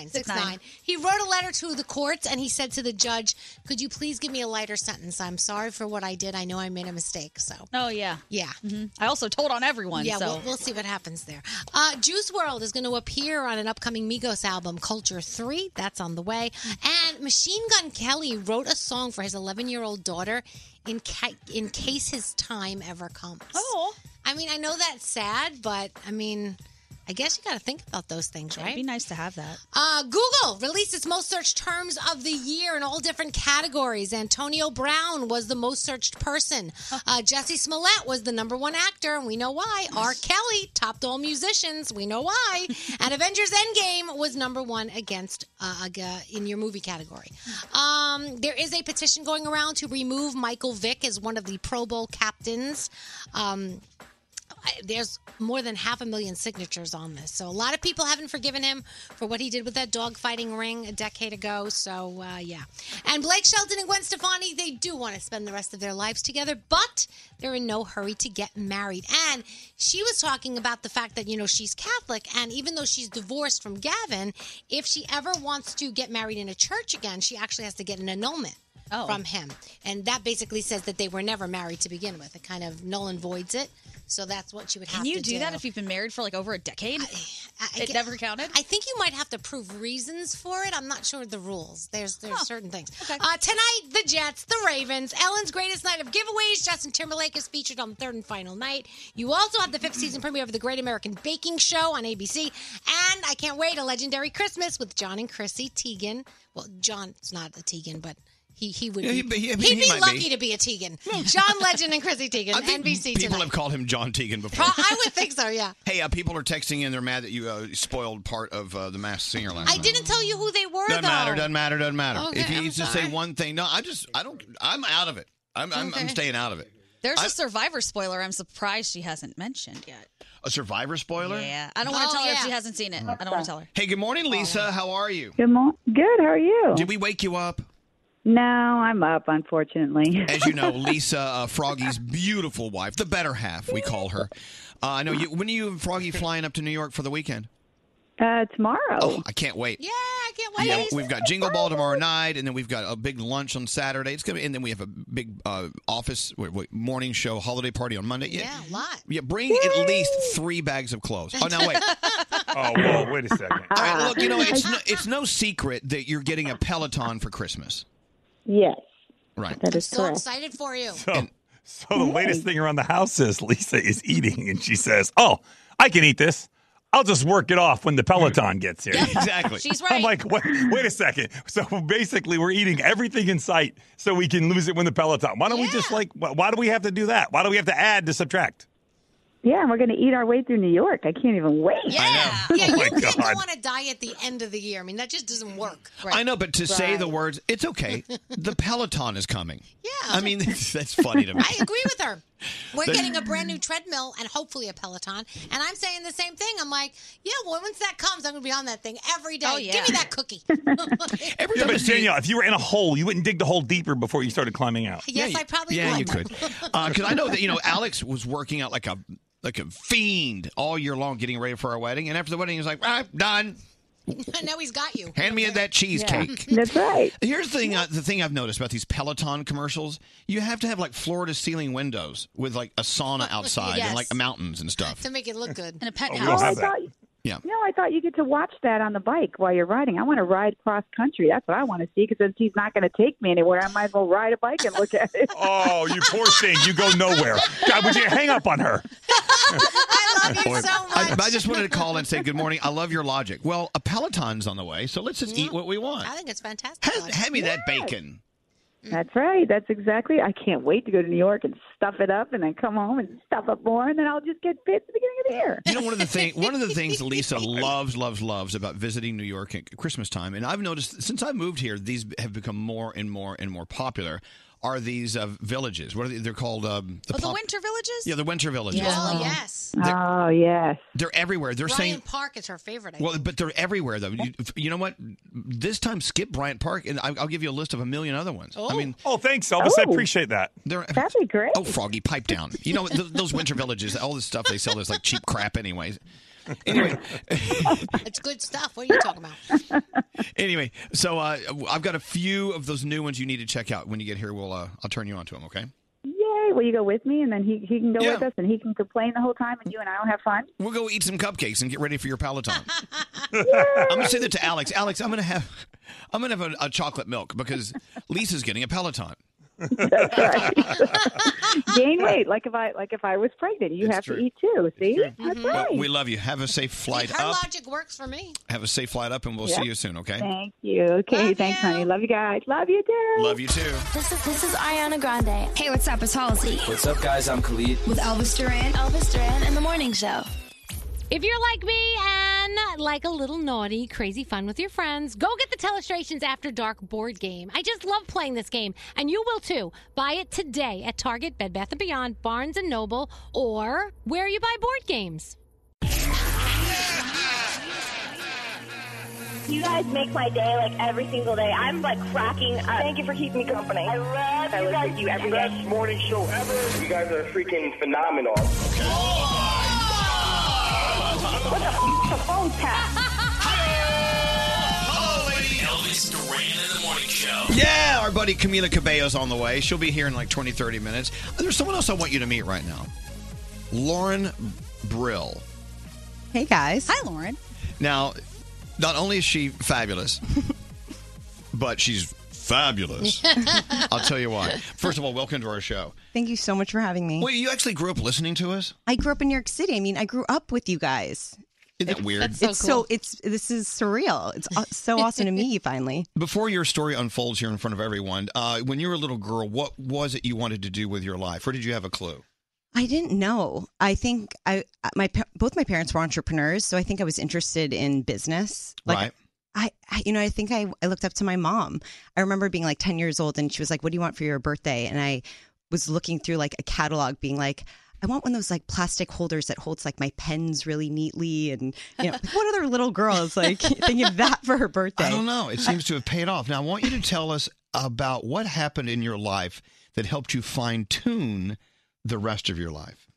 [SPEAKER 8] 69. He wrote a letter to the courts and he said to the judge, Could you please give me a lighter sentence? I'm sorry for what I did. I know I made a mistake. So.
[SPEAKER 12] Oh yeah,
[SPEAKER 8] yeah.
[SPEAKER 5] Mm-hmm.
[SPEAKER 12] I also told on everyone.
[SPEAKER 8] Yeah,
[SPEAKER 12] so.
[SPEAKER 8] we'll, we'll see what happens there. Uh, Juice World is going to appear on an upcoming Migos album, Culture 3. That's on the way. And Machine Gun Kelly wrote a song for his 11 year old daughter in, ca- in case his time ever comes. Oh. I mean, I know that's sad, but I mean, I guess you got to think about those things, right?
[SPEAKER 12] It'd be nice to have that.
[SPEAKER 8] Uh, Google released its most searched terms of the year in all different categories. Antonio Brown was the most searched person. Uh, Jesse Smollett was the number one actor, and we know why. R. Kelly topped all musicians. We know why. and Avengers Endgame was number one against uh, ag- uh, in your movie category. Um, there is a petition going around to remove Michael Vick as one of the Pro Bowl captains. Um, I- there's more than half a million signatures on this. So a lot of people haven't forgiven him for what he did with that dogfighting ring a decade ago. So uh, yeah, and Blake Shelton and Gwen Stefani they do want to spend the rest of their lives together, but they're in no hurry to get married. And she was talking about the fact that you know she's Catholic, and even though she's divorced from Gavin, if she ever wants to get married in a church again, she actually has to get an annulment
[SPEAKER 25] Oh.
[SPEAKER 8] from him. And that basically says that they were never married to begin with. It kind of null and voids it. So that's what she would have
[SPEAKER 12] Can you
[SPEAKER 8] to
[SPEAKER 12] do, that if you've been married for like over a decade? it
[SPEAKER 8] get-
[SPEAKER 12] never counted.
[SPEAKER 8] I think you might have to prove reasons for it. I'm not sure of the rules. There's there's certain things. Uh, tonight, the Jets, the Ravens, Ellen's greatest night of giveaways. Justin Timberlake is featured on the third and final night. You also have the fifth season premiere of the Great American Baking Show on ABC, and I can't wait a legendary Christmas with John and Chrissy Teigen. Well, John's not a Teigen, but. He, he would
[SPEAKER 3] Yeah,
[SPEAKER 8] be,
[SPEAKER 3] he- he-
[SPEAKER 8] would
[SPEAKER 3] he
[SPEAKER 8] be
[SPEAKER 3] might be.
[SPEAKER 8] lucky to be a Teigen. John Legend and Chrissy Teigen, NBC
[SPEAKER 3] People
[SPEAKER 8] tonight.
[SPEAKER 3] have called him John Tegan
[SPEAKER 8] Pro-
[SPEAKER 3] before.
[SPEAKER 8] I would think so, yeah.
[SPEAKER 3] hey, uh, people are texting in. They're mad that you uh, spoiled part of uh, the Masked Singer last
[SPEAKER 8] I
[SPEAKER 3] night.
[SPEAKER 8] didn't tell you who they were,
[SPEAKER 3] Doesn't
[SPEAKER 8] though.
[SPEAKER 3] matter. Doesn't matter. Doesn't matter.
[SPEAKER 8] Okay,
[SPEAKER 3] if you
[SPEAKER 8] I'm
[SPEAKER 3] just
[SPEAKER 8] sorry.
[SPEAKER 3] say one thing, no, I just I don't. I'm out of it. I'm I'm, I'm
[SPEAKER 12] Okay.
[SPEAKER 3] staying out of it.
[SPEAKER 12] There's
[SPEAKER 3] I-
[SPEAKER 12] a survivor spoiler. I'm surprised she hasn't mentioned yet.
[SPEAKER 3] a survivor spoiler.
[SPEAKER 12] Yeah, I don't want to
[SPEAKER 25] Oh,
[SPEAKER 12] tell her if
[SPEAKER 25] yeah.
[SPEAKER 12] she hasn't seen it. I don't want to tell her.
[SPEAKER 3] Hey, good morning, Lisa. How are you?
[SPEAKER 14] Good morning. Good. How are you?
[SPEAKER 3] Did we wake you up?
[SPEAKER 14] No, I'm up, unfortunately.
[SPEAKER 3] As you know, Lisa uh, Froggy's beautiful wife, the better half, we call her. Uh, I know you. When are you and Froggy flying up to New York for the weekend?
[SPEAKER 14] Uh, tomorrow.
[SPEAKER 3] Oh, I can't wait. Yeah,
[SPEAKER 8] I
[SPEAKER 3] can't wait. we've got Jingle Ball tomorrow night, and then we've got a big lunch on Saturday. It's gonna, be, and then we have a big uh, office wait, wait, morning show holiday party on Monday. Yeah,
[SPEAKER 8] a lot.
[SPEAKER 3] Yeah, bring at least three bags of clothes. Oh no, wait.
[SPEAKER 9] oh, whoa, wait a second.
[SPEAKER 3] All right, look, you know it's no, it's no secret that you're getting a Peloton for Christmas,
[SPEAKER 14] Yes,
[SPEAKER 3] right?
[SPEAKER 14] that is
[SPEAKER 8] So
[SPEAKER 14] correct.
[SPEAKER 8] excited for you.
[SPEAKER 3] Oh
[SPEAKER 9] So, so the latest thing around the house is Lisa is eating, and she says, "Oh, I can eat this. I'll just work it off when the Peloton gets here."
[SPEAKER 3] exactly.
[SPEAKER 12] She's right.
[SPEAKER 9] I'm like, wait, wait a second. So basically, we're eating everything in sight so we can lose it when the Peloton. Why don't we just like? wh- Why do we have to do that? Why do we have to add to subtract?
[SPEAKER 14] Yeah, and we're going to eat our way through New York. I can't even wait.
[SPEAKER 8] Yeah. Yeah,
[SPEAKER 3] Oh my
[SPEAKER 8] you people
[SPEAKER 3] God.
[SPEAKER 8] want to die at the end of the year. I mean, that just doesn't work.
[SPEAKER 3] I know, but to say the words, it's okay. the Peloton is coming. Yeah. I mean, that's funny to me.
[SPEAKER 8] I agree with her. We're
[SPEAKER 3] The-
[SPEAKER 8] getting a brand new treadmill and hopefully a Peloton. And I'm saying the same thing. I'm like, yeah, well, once that comes, I'm going to be on that thing every
[SPEAKER 14] Oh,
[SPEAKER 8] day. Give me that cookie.
[SPEAKER 9] Yeah, but Danielle, if you were in a hole, you wouldn't dig the hole deeper before you started climbing out.
[SPEAKER 8] Yes, I probably
[SPEAKER 3] yeah,
[SPEAKER 8] would.
[SPEAKER 3] you could. Because I know that you know Alex was working out like a like a fiend all year long, getting ready for our wedding. And after the wedding, he's like, "I'm done.
[SPEAKER 8] And now he's got you.
[SPEAKER 3] Hand me that cheesecake."
[SPEAKER 14] That's right.
[SPEAKER 3] Here's the thing: uh, the thing I've noticed about these Peloton commercials, you have to have like floor to ceiling windows with like a sauna outside
[SPEAKER 14] Yes.
[SPEAKER 3] and like mountains and stuff.
[SPEAKER 8] To make it look good. And a pet
[SPEAKER 3] Oh, we don't have
[SPEAKER 14] I
[SPEAKER 3] that.
[SPEAKER 14] thought,
[SPEAKER 3] Yeah.
[SPEAKER 14] No, I thought you get to watch that on the bike while you're riding. I want to ride cross country. That's what I want to see because since he's not going to take me anywhere, I might as well ride a bike and look at it.
[SPEAKER 9] Oh, you poor thing. You go nowhere. God, would you hang up on her?
[SPEAKER 3] I, I just wanted to call and say good morning. I love your logic. Well, a Peloton's on the way, so let's just eat what we want.
[SPEAKER 8] I think it's fantastic.
[SPEAKER 3] Hand me that bacon.
[SPEAKER 14] That's right. That's exactly. I can't wait to go to New York and stuff it up, and then come home and stuff up more, and then I'll just get fit at the beginning of the year.
[SPEAKER 3] You know, one of the thing, one of the things Lisa loves, loves, loves about visiting New York at Christmas time, and I've noticed since I moved here, these have become more and more and more popular. Are these uh, villages? What are they? They're called um,
[SPEAKER 12] The, oh, the
[SPEAKER 3] pop-
[SPEAKER 12] winter villages?
[SPEAKER 3] Yeah, the winter villages.
[SPEAKER 8] Oh, yes.
[SPEAKER 14] oh yes.
[SPEAKER 3] They're everywhere. They're
[SPEAKER 8] Bryant
[SPEAKER 3] saying
[SPEAKER 8] Park is her favorite. I
[SPEAKER 3] well, but they're everywhere though. You, you know what? This time, skip Bryant Park, and I, I'll give you a list of a million other ones. I mean,
[SPEAKER 9] oh, thanks, Elvis. I appreciate that.
[SPEAKER 3] They're,
[SPEAKER 14] That'd be great.
[SPEAKER 3] Oh, Froggy, pipe down. You know th- those winter villages, all this stuff they sell is like cheap crap, anyways. Anyway,
[SPEAKER 8] think. It's good stuff. What are you talking about?
[SPEAKER 3] anyway, so uh, I've got a few of those new ones you need to check out when you get here. We'll uh, I'll turn you on to them. Okay.
[SPEAKER 14] Yay! Will you go with me, and then he he can go
[SPEAKER 3] Yeah.
[SPEAKER 14] with us, and he can complain the whole time, and you and I will have fun.
[SPEAKER 3] We'll go eat some cupcakes and get ready for your Peloton. I'm gonna send it to Alex. Alex, I'm gonna have I'm gonna have a, a chocolate milk because Lisa's getting a Peloton.
[SPEAKER 14] Gain weight, like if I like if I was pregnant, you have
[SPEAKER 3] true.
[SPEAKER 14] to eat too. See, that's
[SPEAKER 3] Well,
[SPEAKER 14] right.
[SPEAKER 3] we love you. Have a safe flight
[SPEAKER 8] Her
[SPEAKER 3] up.
[SPEAKER 8] logic works for me.
[SPEAKER 3] Have a safe flight up, and we'll
[SPEAKER 14] Yep.
[SPEAKER 3] see you soon. Okay.
[SPEAKER 14] Thank you. Okay, thanks, honey. Love you guys. Love you too.
[SPEAKER 3] Love you too.
[SPEAKER 25] This is this is Ariana Grande. Hey, what's up? It's Halsey
[SPEAKER 6] What's up, guys? I'm Khalid.
[SPEAKER 25] with Elvis Duran. Elvis Duran and the Morning Show.
[SPEAKER 23] If you're like me and like a little naughty, crazy fun with your friends, go get the Telestrations After Dark board game. I just love playing this game, and you will too. Buy it today at Target, Bed Bath & Beyond, Barnes & Noble, or where you buy board games.
[SPEAKER 2] You guys make my day like every single day. I'm like cracking up. Thank you for keeping me company. I love you guys. You every day. Best morning show ever.
[SPEAKER 24] You guys are freaking phenomenal.
[SPEAKER 2] What the f- the phone tap?
[SPEAKER 13] Elvis Duran in the Morning Show.
[SPEAKER 3] Yeah, our buddy Camila Cabello's on the way. She'll be here in like 20, 30 minutes. There's someone else I want you to meet right now Lauren Brill.
[SPEAKER 5] Hey guys. Hi Lauren.
[SPEAKER 3] Now, not only is she fabulous, but she's fabulous. I'll tell you why. First of all, welcome to our show.
[SPEAKER 26] Thank you so much for having me.
[SPEAKER 3] Wait, you actually grew up listening to us?
[SPEAKER 26] I grew up in New York City. I mean, I grew up with you guys.
[SPEAKER 3] Isn't that weird?
[SPEAKER 26] it's so it's this is surreal. It's au- so awesome to meet you finally.
[SPEAKER 3] Before your story unfolds here in front of everyone, uh, when you were a little girl, what was it you wanted to do with your life? Or did you have a clue?
[SPEAKER 26] I didn't know. I think I my pa- both my parents were entrepreneurs, so I think I was interested in business. Like
[SPEAKER 3] right?
[SPEAKER 26] I, I you know, I think I, I looked up to my mom. I remember being like 10 years old and she was like, What do you want for your birthday? And I was looking through like a catalog being like, I want one of those like plastic holders that holds like my pens really neatly. And, you know, what other little girl is like thinking of that for her birthday?
[SPEAKER 3] I don't know. It seems to have paid off. Now, I want you to tell us about what happened in your life that helped you fine tune the rest of your life.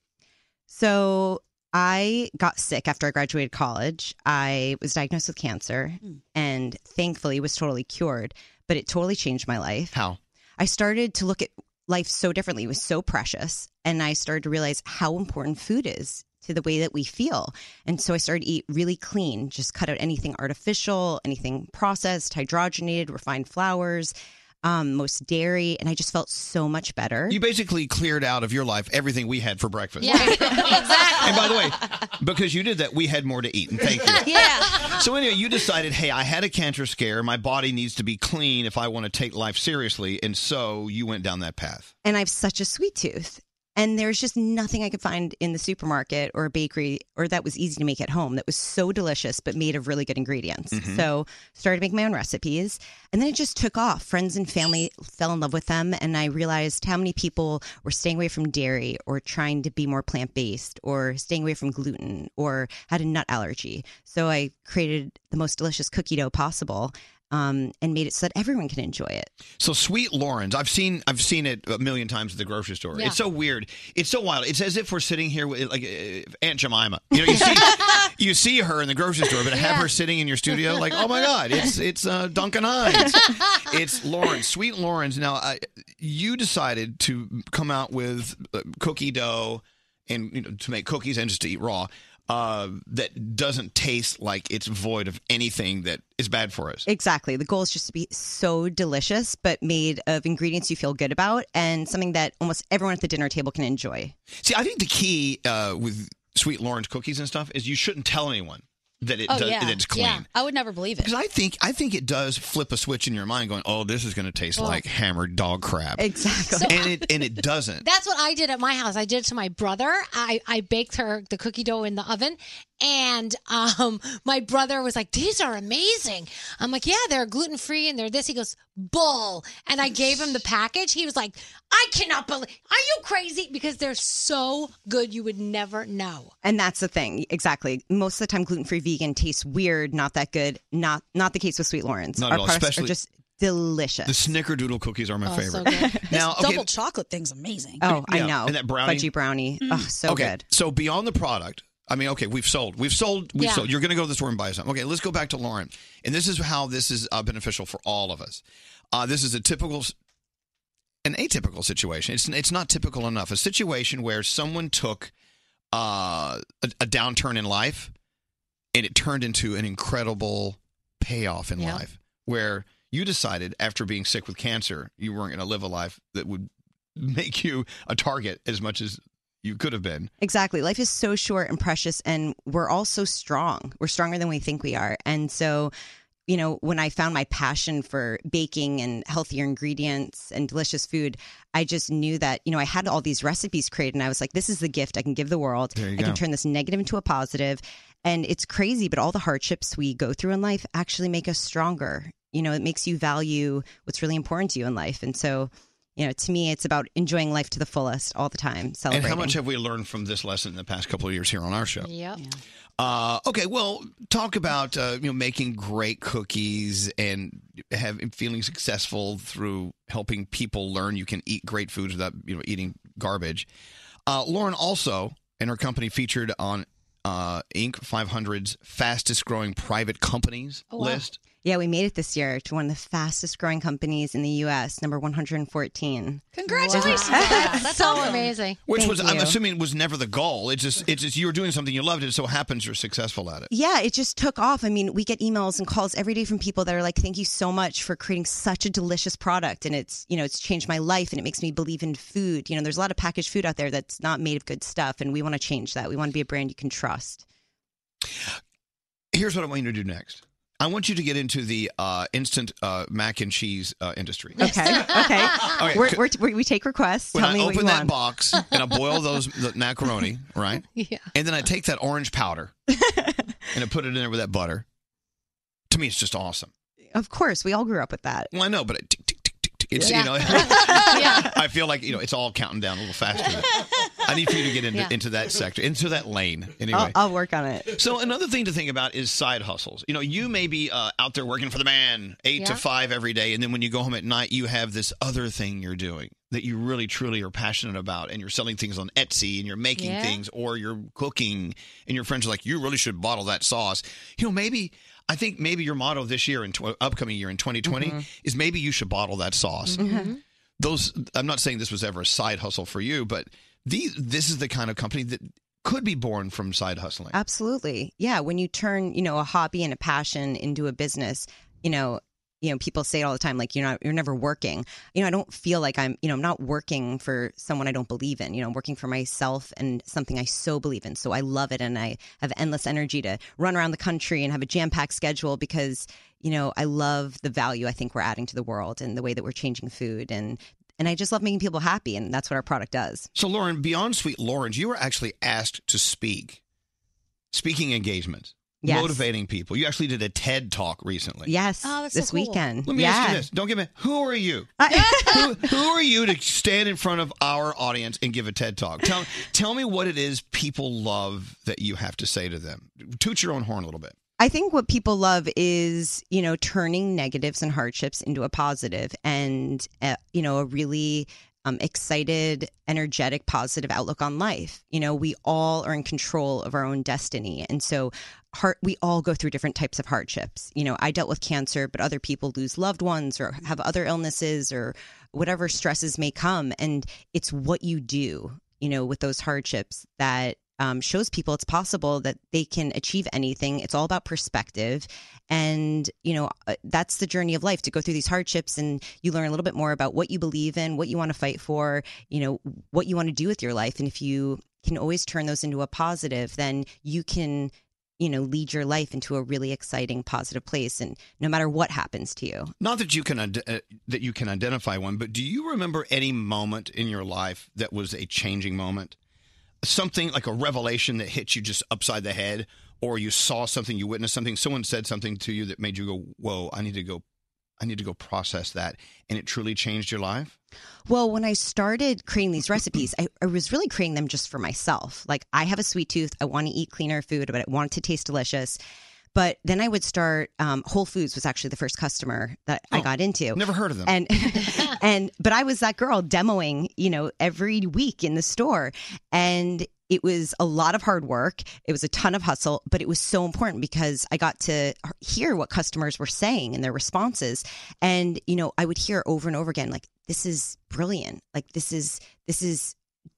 [SPEAKER 26] So I got sick after I graduated college. I was diagnosed with cancer and thankfully was totally cured, but it totally changed my life.
[SPEAKER 3] How?
[SPEAKER 26] I started to look at life so differently. It was so precious. And I started to realize how important food is to the way that we feel. And so I started to eat really clean, just cut out anything artificial, anything processed, hydrogenated, refined flours, um, most dairy. And I just felt so much better.
[SPEAKER 3] You basically cleared out of your life everything we had for breakfast.
[SPEAKER 26] exactly.
[SPEAKER 3] And by the way, because you did that, we had more to eat. And thank you.
[SPEAKER 26] yeah.
[SPEAKER 3] So anyway, you decided, hey, I had a cancer scare. My body needs to be clean if I want to take life seriously. And so you went down that path.
[SPEAKER 26] and I have such a sweet tooth. And there's just nothing I could find in the supermarket or a bakery or that was easy to make at home that was so delicious but made of really good ingredients.
[SPEAKER 15] Mhm.
[SPEAKER 26] So started making my own recipes. And then it just took off. Friends and family fell in love with them. And I realized how many people were staying away from dairy or trying to be more plant based or staying away from gluten or had a nut allergy. So I created the most delicious cookie dough possible um, and made it so that everyone can enjoy it.
[SPEAKER 3] So sweet Lawrence, I've seen I've seen it a million times at the grocery store.
[SPEAKER 26] Yeah.
[SPEAKER 3] It's so weird. It's so wild. It's as if we're sitting here with like uh, Aunt Jemima. You know, you see you see her in the grocery store, but to have her sitting in your studio, like oh my god, it's it's uh, Duncan Hines. it's Lawrence, sweet Lawrence. Now I, you decided to come out with uh, cookie dough and you know to make cookies and just to eat raw. Uh, that doesn't taste like it's void of anything that is bad for us.
[SPEAKER 26] Exactly. The goal is just to be so delicious, but made of ingredients you feel good about and something that almost everyone at the dinner table can enjoy.
[SPEAKER 3] See, I think the key uh, with sweet Lawrence cookies and stuff is you shouldn't tell anyone that
[SPEAKER 26] Oh,
[SPEAKER 3] it does, that it's clean.
[SPEAKER 5] Oh, I would never believe it.
[SPEAKER 3] Because I think I think it does flip a switch in your mind, going, "Oh, this is going to taste
[SPEAKER 8] Well-
[SPEAKER 3] like hammered dog crap."
[SPEAKER 26] Exactly,
[SPEAKER 3] and it and it doesn't.
[SPEAKER 8] That's what I did at my house. I did it to my brother. I, I baked her the cookie dough in the oven. And um, my brother was like, These are amazing. I'm like, Yeah, they're gluten free and they're this. He goes, Bull. And I gave him the package. He was like, I cannot believe. Are you crazy? Because they're so good, you would never know.
[SPEAKER 26] And that's the thing. Exactly. Most of the time gluten-free vegan tastes weird, not that good. Not not the case with Sweet Lawrence.
[SPEAKER 3] Not at
[SPEAKER 26] Our
[SPEAKER 3] all,
[SPEAKER 26] products
[SPEAKER 3] especially-
[SPEAKER 26] are just delicious.
[SPEAKER 3] The snickerdoodle cookies are my
[SPEAKER 26] Oh, so
[SPEAKER 3] favorite. now, okay,
[SPEAKER 5] double chocolate thing's amazing.
[SPEAKER 26] Oh, I
[SPEAKER 3] yeah,
[SPEAKER 26] know.
[SPEAKER 3] and that brownie.
[SPEAKER 26] Fudgy brownie. Oh, so
[SPEAKER 3] okay,
[SPEAKER 26] good.
[SPEAKER 3] So beyond the product, I mean, okay, we've sold, we've sold, we've
[SPEAKER 26] Yeah.
[SPEAKER 3] sold. You're going to go to the store and buy something. Okay, let's go back to Lauren, and this is how this is uh, beneficial for all of us. Uh, this is a typical, s- an atypical situation. It's it's not typical enough. A situation where someone took uh, a, a downturn in life, and it turned into an incredible payoff in
[SPEAKER 6] Yeah.
[SPEAKER 3] life, where you decided after being sick with cancer, you weren't going to live a life that would make you a target as much as you could have been.
[SPEAKER 26] Exactly. Life is so short and precious, and we're all so strong. We're stronger than we think we are. And so, you know, when I found my passion for baking and healthier ingredients and delicious food, I just knew that, you know, I had all these recipes created, and I was like, this is the gift I can give the world.
[SPEAKER 17] There you
[SPEAKER 26] I
[SPEAKER 17] go.
[SPEAKER 26] can turn this negative into a positive. And it's crazy, but all the hardships we go through in life actually make us stronger. You know, it makes you value what's really important to you in life. And so, you know, to me, it's about enjoying life to the fullest all the time.
[SPEAKER 3] And
[SPEAKER 26] Celebrating.
[SPEAKER 3] how much have we learned from this lesson in the past couple of years here on our show?
[SPEAKER 8] Yep.
[SPEAKER 3] Uh, okay, well, talk about uh, you know making great cookies and have feeling successful through helping people learn you can eat great foods without you know eating garbage. Uh, Lauren also and her company featured on uh, Inc. 500's fastest growing private companies
[SPEAKER 26] Oh,
[SPEAKER 3] list.
[SPEAKER 26] Yeah, we made it this year to one of the fastest growing companies in the U.S., number 114.
[SPEAKER 8] Congratulations. That's so amazing.
[SPEAKER 3] Which was, I'm
[SPEAKER 26] you.
[SPEAKER 3] assuming, was never the goal. It just, it just you were doing something you loved, and it so happens you're successful at it.
[SPEAKER 26] Yeah, it just took off. I mean, we get emails and calls every day from people that are like, "Thank you so much for creating such a delicious product, and it's you know it's changed my life, and it makes me believe in food." You know, there's a lot of packaged food out there that's not made of good stuff, and we want to change that. We want to be a brand you can trust.
[SPEAKER 3] Here's what I want you to do next. I want you to get into the uh, instant uh, mac and cheese uh, industry.
[SPEAKER 26] Okay, okay.
[SPEAKER 3] Ah. Okay,
[SPEAKER 26] we're,
[SPEAKER 3] c-
[SPEAKER 26] we're, we we take requests.
[SPEAKER 3] When
[SPEAKER 26] Tell
[SPEAKER 3] I
[SPEAKER 26] me what you
[SPEAKER 3] open that
[SPEAKER 26] want.
[SPEAKER 3] box and I boil those the macaroni, right?
[SPEAKER 26] Yeah.
[SPEAKER 3] And then I take that orange powder and I put it in there with that butter. To me, it's just awesome.
[SPEAKER 26] Of course, we all grew up with that.
[SPEAKER 3] Well, I know, but it, tick, tick, tick, tick, tick. it's
[SPEAKER 26] Yeah.
[SPEAKER 3] you know,
[SPEAKER 26] Yeah.
[SPEAKER 3] I feel like you know it's all counting down a little faster. I need for you to get into
[SPEAKER 26] Yeah.
[SPEAKER 3] into that sector, into that lane. Anyway,
[SPEAKER 26] I'll, I'll work on it.
[SPEAKER 3] So another thing to think about is side hustles. You know, you may be uh, out there working for the man eight to
[SPEAKER 26] Yeah.
[SPEAKER 3] five every day, and then when you go home at night, you have this other thing you're doing that you really truly are passionate about, and you're selling things on Etsy, and you're making
[SPEAKER 18] Yeah.
[SPEAKER 3] things, or you're cooking, and your friends are like, "You really should bottle that sauce." You know, maybe. I think maybe your motto this year and tw- upcoming year in 2020
[SPEAKER 18] Mhm.
[SPEAKER 3] is maybe you should bottle that sauce
[SPEAKER 18] Mhm.
[SPEAKER 3] those I'm not saying this was ever a side hustle for you, but these this is the kind of company that could be born from side hustling.
[SPEAKER 26] Absolutely. Yeah. When you turn, you know, a hobby and a passion into a business, you know, you know, people say it all the time, like you're not, you're never working. You know, I don't feel like I'm, you know, I'm not working for someone I don't believe in. You know, I'm working for myself and something I so believe in. So I love it, and I have endless energy to run around the country and have a jam packed schedule because, you know, I love the value I think we're adding to the world and the way that we're changing food and And I just love making people happy, and that's what our product does.
[SPEAKER 3] So, Lauren, beyond Sweet Lawrence, you were actually asked to speak. Speaking engagement.
[SPEAKER 26] Yes.
[SPEAKER 3] Motivating people. You actually did a TED talk recently.
[SPEAKER 26] Yes, Oh, that's so this cool. weekend.
[SPEAKER 3] Let me ask you
[SPEAKER 26] Yeah.
[SPEAKER 3] this. Don't give me. Who are you? who, who are you to stand in front of our audience and give a TED talk? Tell, tell me what it is people love that you have to say to them. Toot your own horn a little bit.
[SPEAKER 26] I think what people love is, you know, turning negatives and hardships into a positive and, uh, you know, a really um, excited, energetic, positive outlook on life. You know, we all are in control of our own destiny. And so, heart, we all go through different types of hardships. You know, I dealt with cancer, but other people lose loved ones or have other illnesses or whatever stresses may come. And it's what you do, you know, with those hardships that um, shows people it's possible that they can achieve anything. It's all about perspective. And, you know, uh, that's the journey of life to go through these hardships and you learn a little bit more about what you believe in, what you want to fight for, you know, what you want to do with your life. And if you can always turn those into a positive, then you can, you know, lead your life into a really exciting, positive place. And no matter what happens to you,
[SPEAKER 3] Not that you can ide- uh, that you can identify one, but do you remember any moment in your life that was a changing moment? Something like a revelation that hit you just upside the head, or you saw something, you witnessed something, someone said something to you that made you go, "Whoa, I need to go, I need to go process that," and it truly changed your life.
[SPEAKER 26] Well, when I started creating these recipes, I, I was really creating them just for myself. Like, I have a sweet tooth. I want to eat cleaner food, but I want it to taste delicious. But then I would start. Um, Whole Foods was actually the first customer that I got into.
[SPEAKER 3] Oh, Never heard of them.
[SPEAKER 26] And and but I was that girl demoing, you know, every week in the store, and it was a lot of hard work. It was a ton of hustle, but it was so important because I got to hear what customers were saying and their responses, and you know, I would hear over and over again, like, "This is brilliant. Like, this is this is."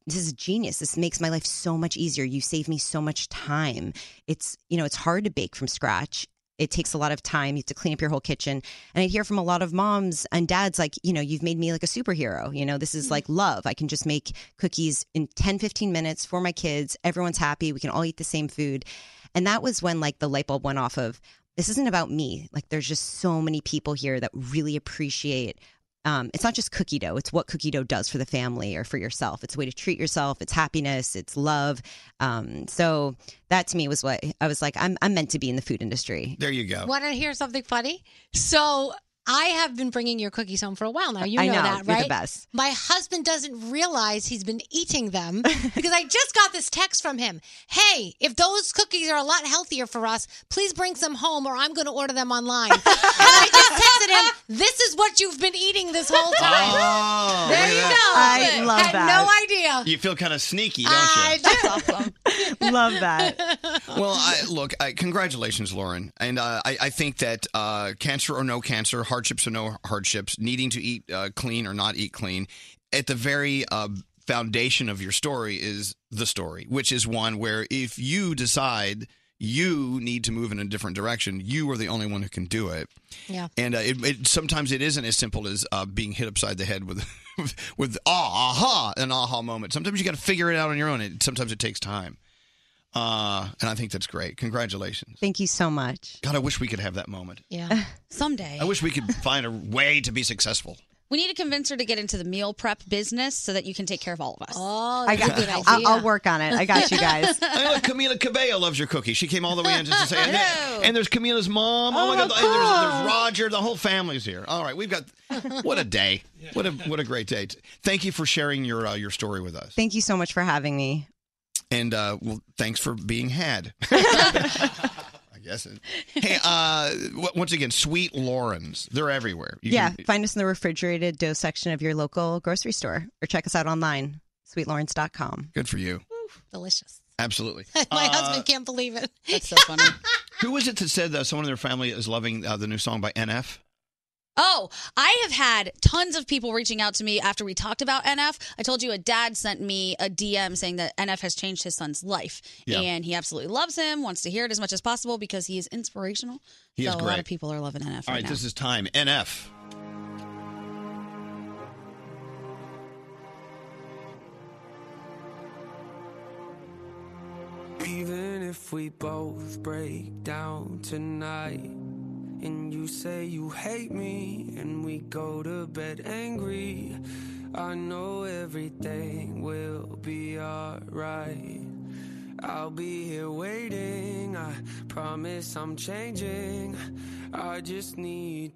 [SPEAKER 26] This is genius. This makes my life so much easier. You save me so much time. It's, you know, it's hard to bake from scratch it takes a lot of time. You have to clean up your whole kitchen. And I hear from a lot of moms and dads, like, you know, you've made me like a superhero. You know, this is like love. I can just make cookies in 10, 15 minutes for my kids. Everyone's happy. We can all eat the same food. And that was when like the light bulb went off of this isn't about me. Like, there's just so many people here that really appreciate um, it's not just cookie dough. It's what cookie dough does for the family or for yourself. It's a way to treat yourself. It's happiness. It's love. Um, so that to me was what I was like. I'm I'm meant to be in the food industry.
[SPEAKER 3] There you go.
[SPEAKER 8] Want to hear something funny? So I have been bringing your cookies home for a while now. You know,
[SPEAKER 26] I know.
[SPEAKER 8] that,
[SPEAKER 26] You're
[SPEAKER 8] right?
[SPEAKER 26] the best.
[SPEAKER 8] My husband doesn't realize he's been eating them because I just got this text from him. Hey, if those cookies are a lot healthier for us, please bring some home or I'm going to order them online. and I just texted him, this is what you've been eating this whole time.
[SPEAKER 3] Oh, look
[SPEAKER 8] there
[SPEAKER 3] at
[SPEAKER 8] you go.
[SPEAKER 3] that. I love
[SPEAKER 8] Had
[SPEAKER 3] that.
[SPEAKER 8] no idea.
[SPEAKER 3] You feel kind of sneaky, don't you?
[SPEAKER 8] Uh, I
[SPEAKER 26] Love that.
[SPEAKER 3] well, I, look, I, congratulations, Lauren. And uh, I, I think that uh, cancer or no cancer, hardships or no hardships, needing to eat uh, clean or not eat clean, at the very uh, foundation of your story is the story, which is one where if you decide you need to move in a different direction, you are the only one who can do it.
[SPEAKER 8] Yeah.
[SPEAKER 3] And uh, it, it sometimes it isn't as simple as uh, being hit upside the head with with ah, aha an aha moment. Sometimes you got to figure it out on your own. It, sometimes it takes time. Uh, and I think that's great. Congratulations.
[SPEAKER 26] Thank you so much.
[SPEAKER 3] God, I wish we could have that moment.
[SPEAKER 12] Yeah. Someday.
[SPEAKER 3] I wish we could find a way to be successful.
[SPEAKER 5] We need to convince her to get into the meal prep business so that you can take care of all of us.
[SPEAKER 8] Oh,
[SPEAKER 26] I got. I'll, I'll work on it. I got you guys.
[SPEAKER 3] I know Camila Cabello loves your cookie. She came all the way in just to say, and, there- and there's Camila's mom. Oh, my
[SPEAKER 26] Oh,
[SPEAKER 3] God! And there's,
[SPEAKER 26] cool.
[SPEAKER 3] there's Roger. The whole family's here. All right, we've got what a day. What a what a great day. Thank you for sharing your uh, your story with us.
[SPEAKER 26] Thank you so much for having me.
[SPEAKER 3] And uh, well, thanks for being had. I guess. It, hey, uh, w- once again, Sweet Laurens. They're everywhere. You
[SPEAKER 26] yeah,
[SPEAKER 3] can-
[SPEAKER 26] find us in the refrigerated dough section of your local grocery store, or check us out online, sweetlawrence.com.
[SPEAKER 3] good for you.
[SPEAKER 8] Delicious.
[SPEAKER 3] Absolutely.
[SPEAKER 8] My
[SPEAKER 3] Uh,
[SPEAKER 8] husband can't believe it.
[SPEAKER 5] That's so funny.
[SPEAKER 3] Who was it that said that someone in their family is loving uh, the new song by NF?
[SPEAKER 5] Oh, I have had tons of people reaching out to me after we talked about NF. I told you a dad sent me a DM saying that NF has changed his son's life
[SPEAKER 3] Yeah.
[SPEAKER 5] and he absolutely loves him, wants to hear it as much as possible because he is inspirational.
[SPEAKER 3] He
[SPEAKER 5] so
[SPEAKER 3] is
[SPEAKER 5] a lot
[SPEAKER 3] great.
[SPEAKER 5] of people are loving NF.
[SPEAKER 3] All
[SPEAKER 5] right
[SPEAKER 3] right,
[SPEAKER 5] now.
[SPEAKER 3] this is time. NF.
[SPEAKER 15] Even if we both break down tonight, and you say you hate me, and we go to bed angry, I know everything will be alright. I'll be here waiting. I promise I'm changing. I just need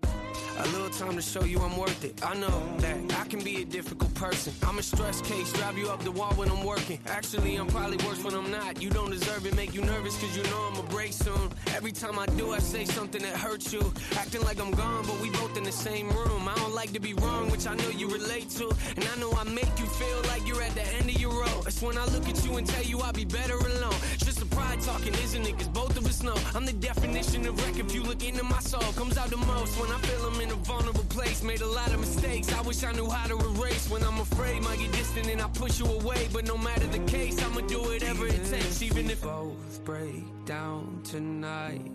[SPEAKER 15] a little time to show you I'm worth it. I know that I can be a difficult person. I'm a stress case, drive you up the wall when I'm working. Actually, I'm probably worse when I'm not. You don't deserve it, make you nervous, cause you know I'ma break soon. Every time I do, I say something that hurts you. Acting like I'm gone, but we both in the same room. I don't like to be wrong, which I know you relate to. And I know I make you feel like you're at the end of your rope. It's when I look at you and tell you I'll be better alone. It's just the pride talking, isn't it? Cause both of us know I'm the definition of wreck. If you look into my soul, comes out the most when I feel I'm in a vulnerable place. Made a lot of mistakes. I wish I knew how to erase when I'm afraid. Might get distant and I push you away. But no matter the case, I'ma do whatever it takes. Even if both break down tonight.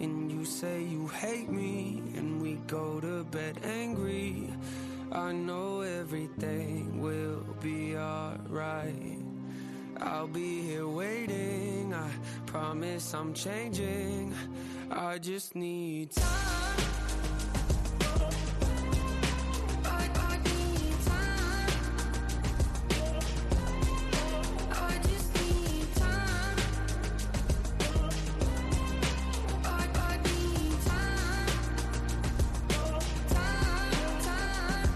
[SPEAKER 15] And you say you hate me, and we go to bed angry. I know everything will be alright. I'll be here waiting. I promise I'm changing. I just need time. I- I need time. I just need time. I- I need time. Time, time.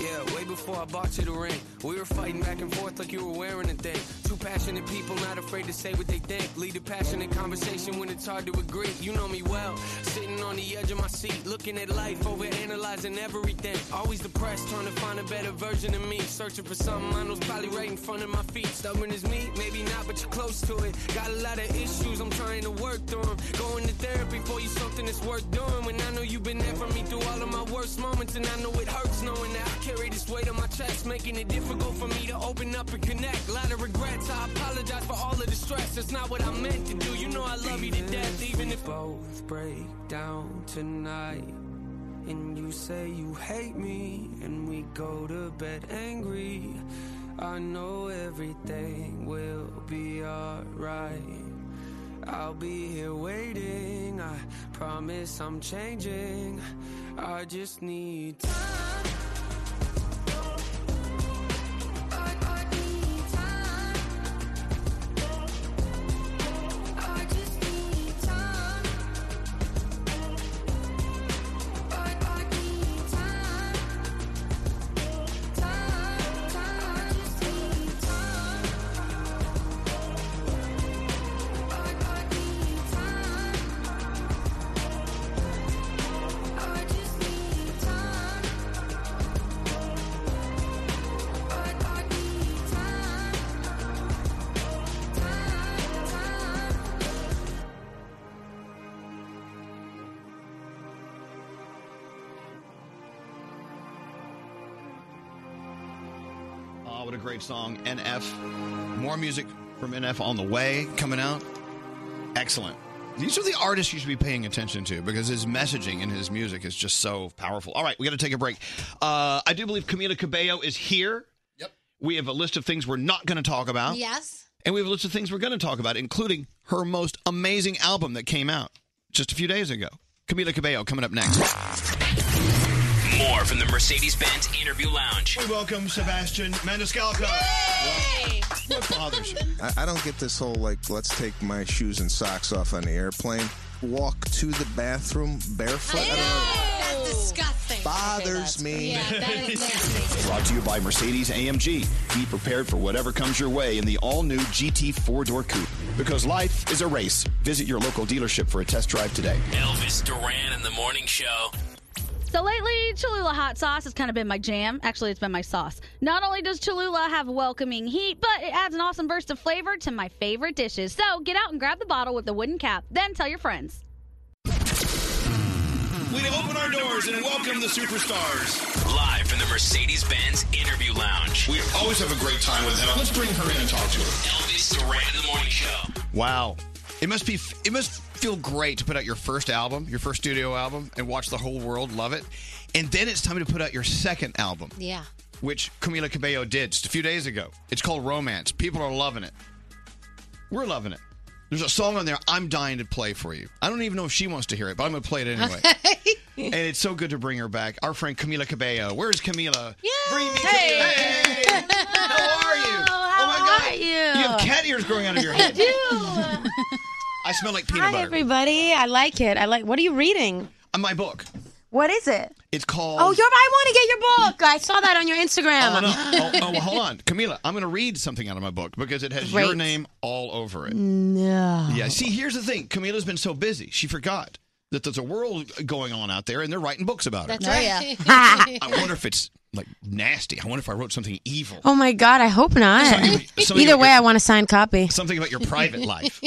[SPEAKER 15] Yeah, way before I bought you the ring. We were fighting back and forth like you were wearing a thing. Two passionate people not afraid to say what they think. Lead a passionate conversation when it's hard to agree. You know me well. Sitting on the edge of my seat, looking at life, over analyzing everything. Always depressed, trying to find a better version of me. Searching for something I know's probably right in front of my feet. Stubborn as me, maybe not, but you're close to it. Got a lot of issues, I'm trying to work through 'em. Going to therapy for you, something that's worth doing. When I know you've been there for me through all of my worst moments, and I know it hurts knowing that I carry this weight on my chest, making it difficult for me to open up and connect. Lot of regrets, I apologize for all of the stress. That's not what I meant to do. You know I love you to death, even if both break down tonight. And you say you hate me, and we go to bed angry. I know everything will be alright. I'll be here waiting. I promise I'm changing. I just need time. I- I need time. I just need time. I- I need time. Time, time. I just need time. I- I need time. I just need time. I- I need time. Time, time.
[SPEAKER 3] Oh, what a great song. NF. More music from NF on the way coming out. Excellent. These are the artists you should be paying attention to because his messaging in his music is just so powerful. All right, we got to take a break. Uh, I do believe Camila Cabello is here. Yep. We have a list of things we're not going to talk about.
[SPEAKER 8] Yes.
[SPEAKER 3] And we have a list of things we're going to talk about, including her most amazing album that came out just a few days ago. Camila Cabello coming up next.
[SPEAKER 13] More from the Mercedes Benz Interview Lounge.
[SPEAKER 3] We welcome Sebastian Maniscalco. What bothers you?
[SPEAKER 6] I, I don't get this whole like, let's take my shoes and socks off on the airplane. Walk to the bathroom barefoot. I don't-
[SPEAKER 8] That's disgusting.
[SPEAKER 6] Bothers me.
[SPEAKER 3] Brought to you by Mercedes AMG. Be prepared for whatever comes your way in the all new GT four door coupe. Because life is a race. Visit your local dealership for a test drive today.
[SPEAKER 13] Elvis Duran in the morning show.
[SPEAKER 5] So lately, Cholula hot sauce has kind of been my jam. Actually, it's been my sauce. Not only does Cholula have welcoming heat, but it adds an awesome burst of flavor to my favorite dishes. So get out and grab the bottle with the wooden cap, then tell your friends.
[SPEAKER 13] We open our doors and welcome the superstars. Live from the Mercedes Benz Interview Lounge.
[SPEAKER 3] We always have a great time with him. Let's bring her in and talk to her.
[SPEAKER 13] Elvis Duran in the morning show.
[SPEAKER 3] Wow. It must be it must feel great to put out your first album, your first studio album, and watch the whole world love it. And then it's time to put out your second album,
[SPEAKER 8] Yeah.
[SPEAKER 3] which Camila Cabello did just a few days ago. It's called Romance. People are loving it. We're loving it. There's a song on there I'm dying to play for you. I don't even know if she wants to hear it, but I'm going to play it anyway. and it's so good to bring her back. Our friend Camila Cabello. Where is Camila? Bring me
[SPEAKER 22] Hey.
[SPEAKER 3] Hey. How are you?
[SPEAKER 22] How
[SPEAKER 3] oh my God. You have cat ears growing out of your head.
[SPEAKER 16] I do.
[SPEAKER 3] I smell like peanut
[SPEAKER 16] Hi,
[SPEAKER 3] butter.
[SPEAKER 16] everybody. I like it. I like. What are you reading?
[SPEAKER 3] Uh, my book.
[SPEAKER 16] What is it?
[SPEAKER 3] It's called.
[SPEAKER 16] Oh, you're. I want to get your book. I saw that on your Instagram.
[SPEAKER 3] Oh, no. oh, oh, well, hold on. Camila, I'm going to read something out of my book because it has your
[SPEAKER 16] Great.
[SPEAKER 3] name all over it.
[SPEAKER 16] No.
[SPEAKER 3] Yeah. See, here's the thing. Camila's been so busy, she forgot that there's a world going on out there, and they're writing books about it.
[SPEAKER 16] right.
[SPEAKER 3] I wonder if it's like nasty. I wonder if I wrote something evil.
[SPEAKER 16] oh my God. I hope not.
[SPEAKER 3] something
[SPEAKER 16] Either
[SPEAKER 3] about
[SPEAKER 16] way,
[SPEAKER 3] your-
[SPEAKER 16] I want a signed copy.
[SPEAKER 3] Something about your private life.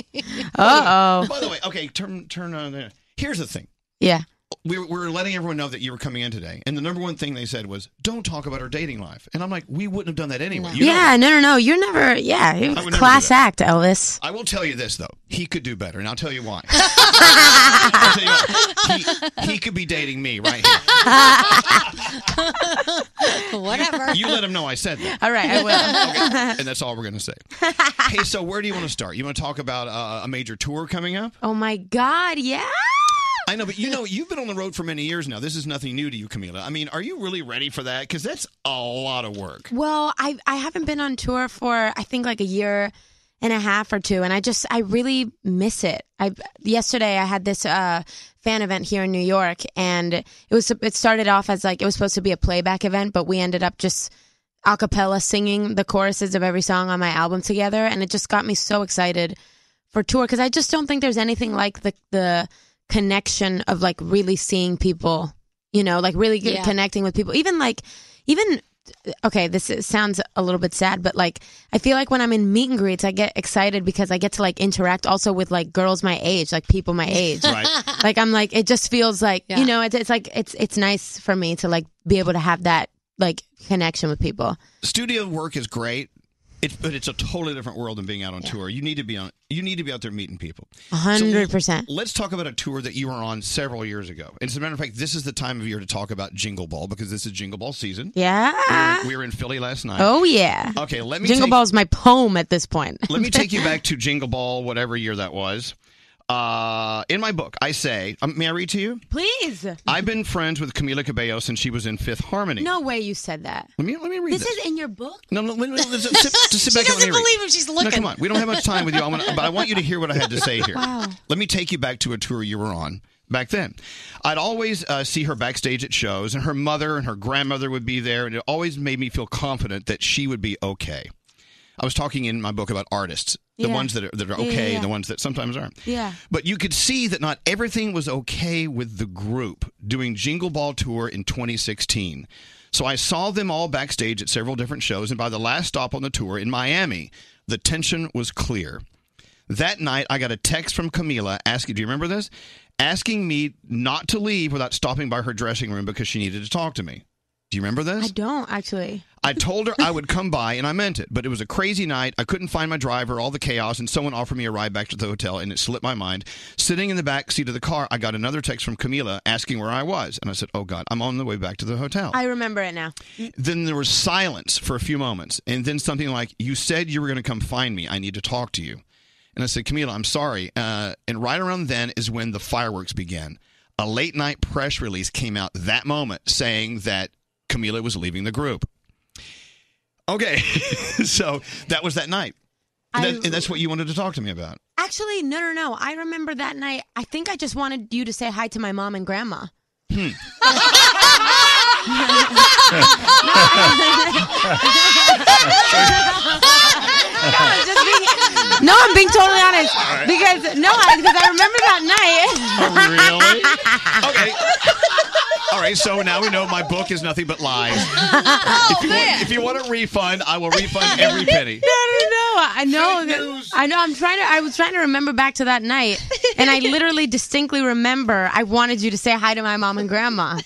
[SPEAKER 16] Uh
[SPEAKER 3] By
[SPEAKER 16] oh.
[SPEAKER 3] the way, okay. Turn turn on. there. Here's the thing.
[SPEAKER 16] Yeah.
[SPEAKER 3] We were, we were letting everyone know that you were coming in today, and the number one thing they said was, "Don't talk about her dating life." And I'm like, "We wouldn't have done that anyway." You know
[SPEAKER 16] yeah. No. No. No. You're never. Yeah.
[SPEAKER 3] I would
[SPEAKER 16] You're
[SPEAKER 3] never do
[SPEAKER 16] class
[SPEAKER 3] that.
[SPEAKER 16] act, Elvis.
[SPEAKER 3] I will tell you this though, he could do better, and I'll tell you why. He, he could be dating me right here.
[SPEAKER 16] Whatever.
[SPEAKER 3] You let him know I said that.
[SPEAKER 16] All right, I will.
[SPEAKER 3] and that's all we're gonna say. Hey, so where do you want to start? You want to talk about uh, a major tour coming up?
[SPEAKER 16] oh my God. Yeah.
[SPEAKER 3] I know, but you know, you've been on the road for many years now. This is nothing new to you, Camila. I mean, are you really ready for that? Because that's a lot of work.
[SPEAKER 16] Well, I I haven't been on tour for I think like a year and a half or two, and I just I really miss it. I yesterday I had this uh, fan event here in New York, and it was it started off as like it was supposed to be a playback event, but we ended up just a cappella singing the choruses of every song on my album together, and it just got me so excited for tour because I just don't think there's anything like the the connection of like really seeing people, you know, like really
[SPEAKER 17] Yeah.
[SPEAKER 16] connecting with people. Even like even okay, this is, sounds a little bit sad, but like I feel like when I'm in meet and greets, I get excited because I get to like interact also with like girls my age, like people my age.
[SPEAKER 22] Right.
[SPEAKER 16] Like I'm like it just feels like
[SPEAKER 22] Yeah.
[SPEAKER 16] you know it's it's like it's it's nice for me to like be able to have that like connection with people.
[SPEAKER 3] Studio work is great. It's, but it's a totally different world than being out on tour. You need to be on. You need to be out there meeting people.
[SPEAKER 16] A hundred percent.
[SPEAKER 3] Let's talk about a tour that you were on several years ago. And as a matter of fact, this is the time of year to talk about Jingle Ball because this is Jingle Ball season.
[SPEAKER 16] Yeah.
[SPEAKER 3] We were, we were in Philly last night.
[SPEAKER 16] Oh yeah.
[SPEAKER 3] Okay, let me
[SPEAKER 16] Jingle
[SPEAKER 3] take,
[SPEAKER 16] Ball's my poem at this point.
[SPEAKER 3] let me take you back to Jingle Ball, whatever year that was. Uh, in my book, I say, um, may I read to you?
[SPEAKER 16] Mm-hmm. Please.
[SPEAKER 3] I've been friends with Camila Cabello since she was in Fifth Harmony.
[SPEAKER 16] No way you said that.
[SPEAKER 3] Let me let me read this.
[SPEAKER 16] is in your book.
[SPEAKER 3] No, no, no, no, just sit, just sit
[SPEAKER 16] She
[SPEAKER 3] back and let
[SPEAKER 16] doesn't
[SPEAKER 3] me read.
[SPEAKER 16] believe him. She's
[SPEAKER 3] No,
[SPEAKER 16] looking.
[SPEAKER 3] come on. We don't have much time with you. I want, but I want you to hear what I had to say here.
[SPEAKER 16] Wow.
[SPEAKER 3] Let me take you back to a tour you were on back then. I'd always uh, see her backstage at shows, and her mother and her grandmother would be there, and it always made me feel confident that she would be okay. I was talking in my book about artists, the
[SPEAKER 16] Yeah.
[SPEAKER 3] ones that are, that are
[SPEAKER 16] Yeah, yeah,
[SPEAKER 3] okay,
[SPEAKER 16] yeah.
[SPEAKER 3] and the ones that sometimes aren't.
[SPEAKER 16] Yeah.
[SPEAKER 3] But you could see that not everything was okay with the group doing Jingle Ball Tour in 2016. So I saw them all backstage at several different shows, and by the last stop on the tour in Miami, the tension was clear. That night, I got a text from Camila asking, Do you remember this? Asking me not to leave without stopping by her dressing room because she needed to talk to me. Do you remember this?
[SPEAKER 16] I don't actually.
[SPEAKER 3] I told her I would come by and I meant it, but it was a crazy night. I couldn't find my driver, all the chaos, and someone offered me a ride back to the hotel and it slipped my mind. Sitting in the back seat of the car, I got another text from Camila asking where I was. And I said, Oh God, I'm on the way back to the hotel.
[SPEAKER 16] I remember it now.
[SPEAKER 3] then there was silence for a few moments. And then something like, You said you were going to come find me. I need to talk to you. And I said, Camila, I'm sorry. Uh, and right around then is when the fireworks began. A late night press release came out that moment saying that Camila was leaving the group. Okay, so that was that night, and,
[SPEAKER 16] I-
[SPEAKER 3] that, and that's what you wanted to talk to me about.
[SPEAKER 16] Actually, no, no, no. I remember that night. I think I just wanted you to say hi to my mom and grandma.
[SPEAKER 3] Hmm.
[SPEAKER 16] Just being- no, I'm being totally honest
[SPEAKER 22] All right.
[SPEAKER 16] because no, I- because I remember that night.
[SPEAKER 3] really? Okay. All right, so now we know my book is nothing but lies. if, you Want, if you want a refund, I will refund every penny.
[SPEAKER 16] Oh, No, no, no. I know. I know. I'm trying to. I was trying to remember back to that night, and I literally distinctly remember I wanted you to say hi to my mom and grandma,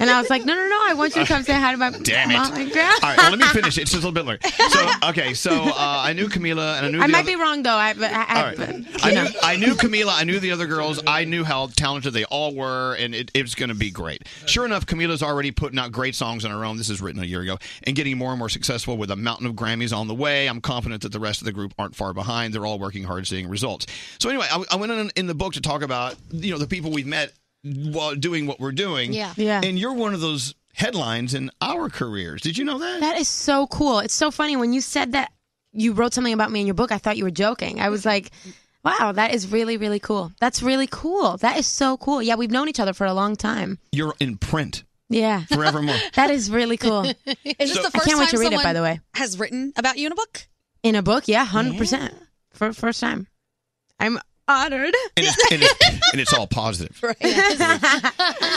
[SPEAKER 16] and I was like, no, no, no. I want you to come say hi to Oh my
[SPEAKER 3] Damn it!
[SPEAKER 16] mom and grandma.
[SPEAKER 3] All right, well, let me finish. It's just a little bit later. So, okay, so uh, I knew Camila and I knew.
[SPEAKER 16] I
[SPEAKER 3] the
[SPEAKER 16] might
[SPEAKER 3] other-
[SPEAKER 16] be wrong though. I, I, I,
[SPEAKER 3] All right. I knew, I knew Camila. I knew the other girls. I knew how talented they all were, and it, it was going to be great. Sure enough, Camila's already putting out great songs on her own. This is written a year ago, and getting more and more successful with a mountain of Grammys on the way. I'm confident that the rest of the group aren't far behind. They're all working hard, seeing results. So anyway, I, I went in, in the book to talk about you know the people we've met while doing what we're doing.
[SPEAKER 16] Yeah. Yeah.
[SPEAKER 3] And you're one of those headlines in our careers. Did you know that?
[SPEAKER 16] That is so cool. It's so funny when you said that you wrote something about me in your book. I thought you were joking.
[SPEAKER 3] Mm-hmm.
[SPEAKER 16] I was like, wow, that is really really cool. That's really cool. That is so cool. Yeah, we've known each other for a long time.
[SPEAKER 3] You're in print
[SPEAKER 16] Yeah.
[SPEAKER 3] forevermore.
[SPEAKER 16] That is really cool.
[SPEAKER 5] Is this
[SPEAKER 16] So-
[SPEAKER 5] the
[SPEAKER 16] I
[SPEAKER 5] first
[SPEAKER 16] can't wait
[SPEAKER 5] time
[SPEAKER 16] to read it,
[SPEAKER 5] someone
[SPEAKER 16] by the way.
[SPEAKER 5] has written about you in a book?
[SPEAKER 16] In a book, yeah, 100%. For first time. I'm honored.
[SPEAKER 3] and, it's, and, it's, and it's all positive.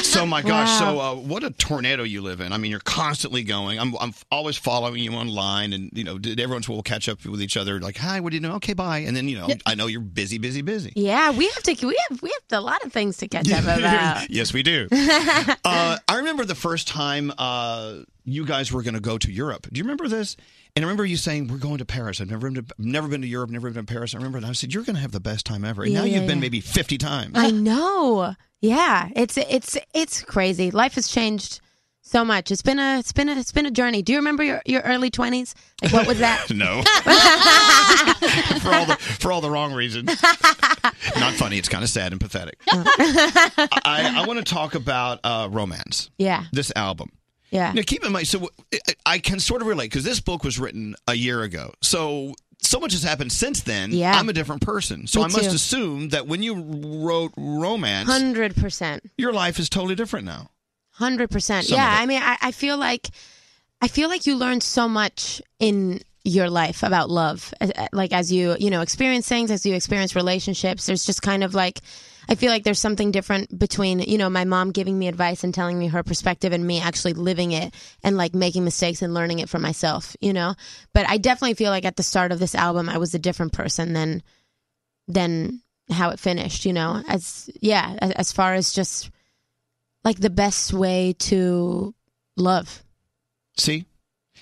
[SPEAKER 3] So my gosh, so uh, what a tornado you live in. I mean, you're constantly going. I'm I'm always following you online, and you know, did everyone's will catch up with each other. Like, hi, what do you know? Okay, bye. And then you know,
[SPEAKER 16] Yeah.
[SPEAKER 3] I know you're busy, busy, busy.
[SPEAKER 16] Yeah, we have to we have we have a lot of things to catch up about.
[SPEAKER 3] yes, we do. uh, I remember the first time uh, you guys were going to go to Europe. Do you remember this? And I remember you saying, "We're going to Paris. I've never been to, never been to Europe, never been to Paris." I remember, and I said, "You're going to have the best time ever." And
[SPEAKER 16] Yeah,
[SPEAKER 3] now
[SPEAKER 16] yeah,
[SPEAKER 3] you've been
[SPEAKER 16] yeah.
[SPEAKER 3] maybe fifty times.
[SPEAKER 16] I know. Yeah, it's it's it's crazy. Life has changed so much. It's been a it's been a it's been a journey. Do you remember your, your early 20s? Like what was that?
[SPEAKER 3] no, for all the for all the wrong reasons. Not funny. It's kind of sad and pathetic. I, I want to talk about uh, romance.
[SPEAKER 16] yeah.
[SPEAKER 3] This album.
[SPEAKER 16] Yeah.
[SPEAKER 3] Now keep in mind, so I- I can sort of relate because this book was written a year ago. So so much has happened since then.
[SPEAKER 16] Yeah.
[SPEAKER 3] I'm a different person. So
[SPEAKER 16] Me
[SPEAKER 3] I must
[SPEAKER 16] too.
[SPEAKER 3] assume that when you wrote romance,
[SPEAKER 16] 100%.
[SPEAKER 3] your life is totally different now.
[SPEAKER 16] Hundred percent.
[SPEAKER 3] Some
[SPEAKER 16] Yeah,
[SPEAKER 3] of it.
[SPEAKER 16] I mean, I, I feel like, I feel like you learn so much in your life about love, a- a- like as you you know experience things, as you experience relationships. There's just kind of like, I feel like there's something different between you know my mom giving me advice and telling me her perspective and me actually living it and like making mistakes and learning it for myself. You know, but I definitely feel like at the start of this album, I was a different person than than how it finished. You know, as yeah, as, as far as just like the best way to love.
[SPEAKER 3] See?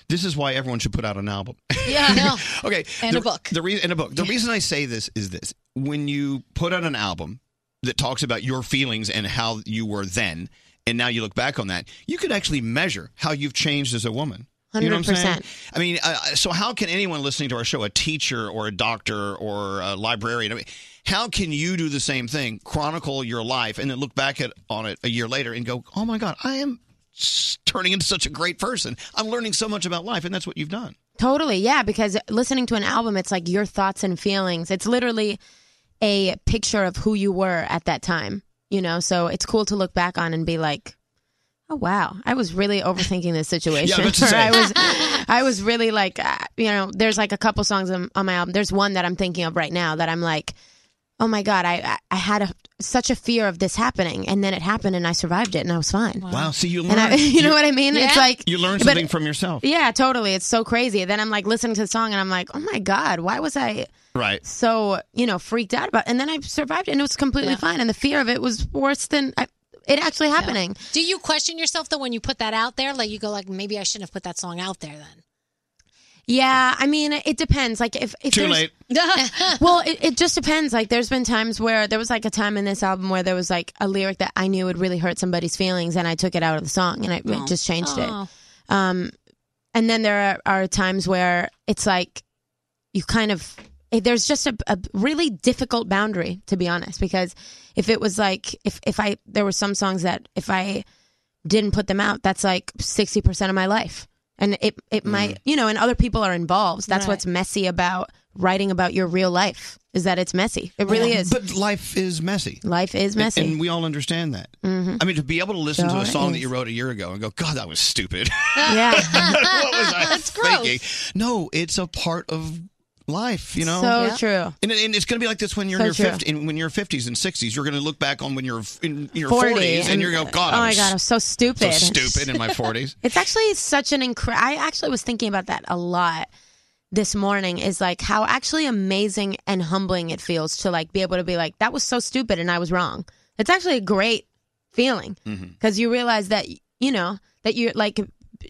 [SPEAKER 3] This is why everyone should put out an album.
[SPEAKER 12] Yeah, no.
[SPEAKER 3] okay.
[SPEAKER 12] And
[SPEAKER 3] the,
[SPEAKER 12] a book.
[SPEAKER 3] The reason and a book. The reason I say this is this: when you put out an album that talks about your feelings and how you were then, and now you look back on that, you could actually measure how you've changed as a woman. You know what I'm saying?
[SPEAKER 16] 100%.
[SPEAKER 3] I mean, uh, so how can anyone listening to our show, a teacher or a doctor or a librarian, I mean, how can you do the same thing, chronicle your life, and then look back at on it a year later and go, "Oh my God, I am s- turning into such a great person. I'm learning so much about life," and that's what you've done.
[SPEAKER 16] Totally, yeah, because listening to an album, it's like your thoughts and feelings. It's literally a picture of who you were at that time, you know? So it's cool to look back on and be like, oh, wow, I was really overthinking this situation.
[SPEAKER 17] Yeah, I was about to
[SPEAKER 16] Or I
[SPEAKER 17] say.
[SPEAKER 16] was I was really like, uh, you know, there's like a couple songs on, on my album. There's one that I'm thinking of right now that I'm like, oh my God, I, I, I had a, such a fear of this happening. And then it happened and I survived it and I was fine.
[SPEAKER 3] Wow. So you learn.
[SPEAKER 16] Uh-huh. And I- you know what I mean? It's like-
[SPEAKER 3] you learn
[SPEAKER 16] but-
[SPEAKER 3] something from yourself.
[SPEAKER 16] Yeah, totally. It's so crazy. Then I'm like listening to the song and I'm like, oh my God, why was I
[SPEAKER 3] Right.
[SPEAKER 16] so, you know, freaked out about And then I survived it and it was completely fine. And the fear of it was worse than I, it actually happening.
[SPEAKER 8] Do you question yourself though when you put that out there? Like you go like maybe I shouldn't have put that song out there then.
[SPEAKER 16] Yeah, I mean, it depends. Like if, if
[SPEAKER 8] Too
[SPEAKER 16] there's- well, it, it just depends. Like there's been times where there was like a time in this album where there was like a lyric that I knew would really hurt somebody's feelings, and I took it out of the song and I
[SPEAKER 17] Oh.
[SPEAKER 16] just changed
[SPEAKER 17] Oh.
[SPEAKER 16] it. Um, and then there are, are times where it's like you kind of it- there's just a, a really difficult boundary to be honest because if it was like if if I there were some songs that if I didn't put them out that's like 60% of my life and it it might you know and other people are involved that's
[SPEAKER 3] Mm. Right.
[SPEAKER 16] what's messy about writing about your real life is that it's messy it really
[SPEAKER 3] Yeah.
[SPEAKER 16] is
[SPEAKER 3] But life is messy.
[SPEAKER 16] life is
[SPEAKER 3] And-
[SPEAKER 16] messy Mm-hmm.
[SPEAKER 3] And, we all understand that. I mean, to be able to listen to
[SPEAKER 16] Sure
[SPEAKER 3] a song that
[SPEAKER 16] is.
[SPEAKER 3] you wrote a year ago and go, God, that was stupid.
[SPEAKER 16] yeah
[SPEAKER 3] what was I thinking? No, it's a part of life, you know?
[SPEAKER 16] So Yeah. true.
[SPEAKER 3] And, and it's going to be like this when you're in your
[SPEAKER 16] So true.
[SPEAKER 3] 50, in, when you're 50s and 60s. You're going to look back on when you're in your
[SPEAKER 16] 40,
[SPEAKER 3] 40s and,
[SPEAKER 16] and-
[SPEAKER 3] you're going, God,
[SPEAKER 16] oh
[SPEAKER 3] I
[SPEAKER 16] my
[SPEAKER 3] was
[SPEAKER 16] God, I was so stupid."
[SPEAKER 3] So stupid in my 40s.
[SPEAKER 16] It's actually such an incredible. I actually was thinking about that a lot this morning. Is like how actually amazing and humbling it feels to like be able to be like that was so stupid and I was wrong. It's actually a great feeling
[SPEAKER 27] Mm-hmm.
[SPEAKER 17] Mhm.
[SPEAKER 16] because you realize that you know that you're like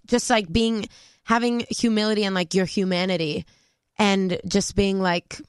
[SPEAKER 16] just like being having humility and like your humanity and just being like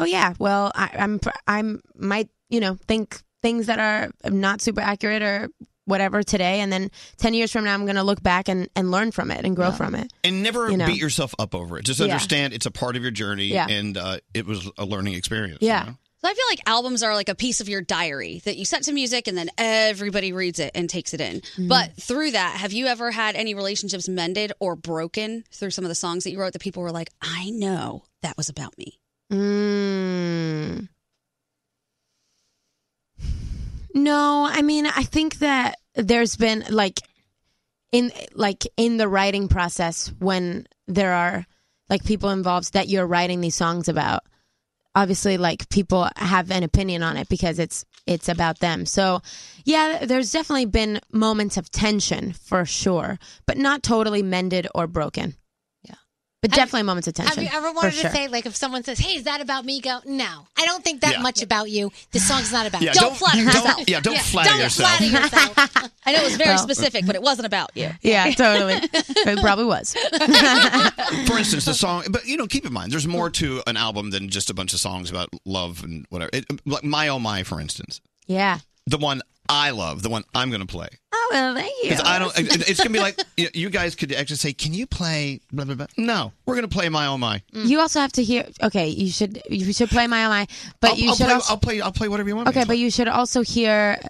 [SPEAKER 16] oh yeah well I, i'm pr- i'm might you know think things that are not super accurate or whatever today and then 10 years from now i'm going to look back and, and learn from it and grow from it
[SPEAKER 3] And never
[SPEAKER 16] You know.
[SPEAKER 3] beat yourself up over it. Just
[SPEAKER 16] Yeah.
[SPEAKER 3] understand it's a part of your journey
[SPEAKER 16] Yeah.
[SPEAKER 3] and uh, it was a learning experience.
[SPEAKER 16] yeah
[SPEAKER 3] know?
[SPEAKER 17] So I feel like albums are like a piece of your diary that you set to music and then everybody reads it and takes it in.
[SPEAKER 18] Mhm.
[SPEAKER 17] But through that, have you ever had any relationships mended or broken through some of the songs that you wrote that people were like, I know that was about me?
[SPEAKER 16] Mm. No, I mean, I think that there's been like in like in the writing process when there are like people involved that you're writing these songs about. Obviously, like people have an opinion on it because it's it's about them. So, yeah, there's definitely been moments of tension for sure, but not totally mended or broken. Yeah, but definitely moments of tension.
[SPEAKER 8] Have you ever
[SPEAKER 16] for
[SPEAKER 8] wanted
[SPEAKER 16] sure.
[SPEAKER 8] to say, like, if someone says, "Hey, is that about me?" Go, no, I don't think that
[SPEAKER 16] Yeah.
[SPEAKER 8] much about you. This song's not about.
[SPEAKER 17] Yeah,
[SPEAKER 8] you.
[SPEAKER 17] Don't don't- flatter don't- yourself.
[SPEAKER 3] yeah, don't flatter
[SPEAKER 8] don't
[SPEAKER 3] yourself.
[SPEAKER 8] flatter yourself.
[SPEAKER 17] I know it was very
[SPEAKER 16] Well-
[SPEAKER 17] specific, but it wasn't about you.
[SPEAKER 16] Yeah, totally. it probably was.
[SPEAKER 3] For instance, the song, but you know, keep in mind, there's more to an album than just a bunch of songs about love and whatever. It, like My Oh My, for instance,
[SPEAKER 16] Yeah.
[SPEAKER 3] the one I love, the one I'm going to play.
[SPEAKER 16] Oh well, thank you.
[SPEAKER 3] Because I don't. it- It's gonna be like you- you guys could actually say, "Can you play?" Blah blah blah. No, we're gonna play my oh my.
[SPEAKER 16] Mm. You also have to hear. Okay, you should you should play my oh my, but
[SPEAKER 3] I'll-
[SPEAKER 16] you
[SPEAKER 3] I'll
[SPEAKER 16] should
[SPEAKER 3] play-
[SPEAKER 16] also
[SPEAKER 3] I'll play I'll play whatever you want. me
[SPEAKER 16] okay, but you should also hear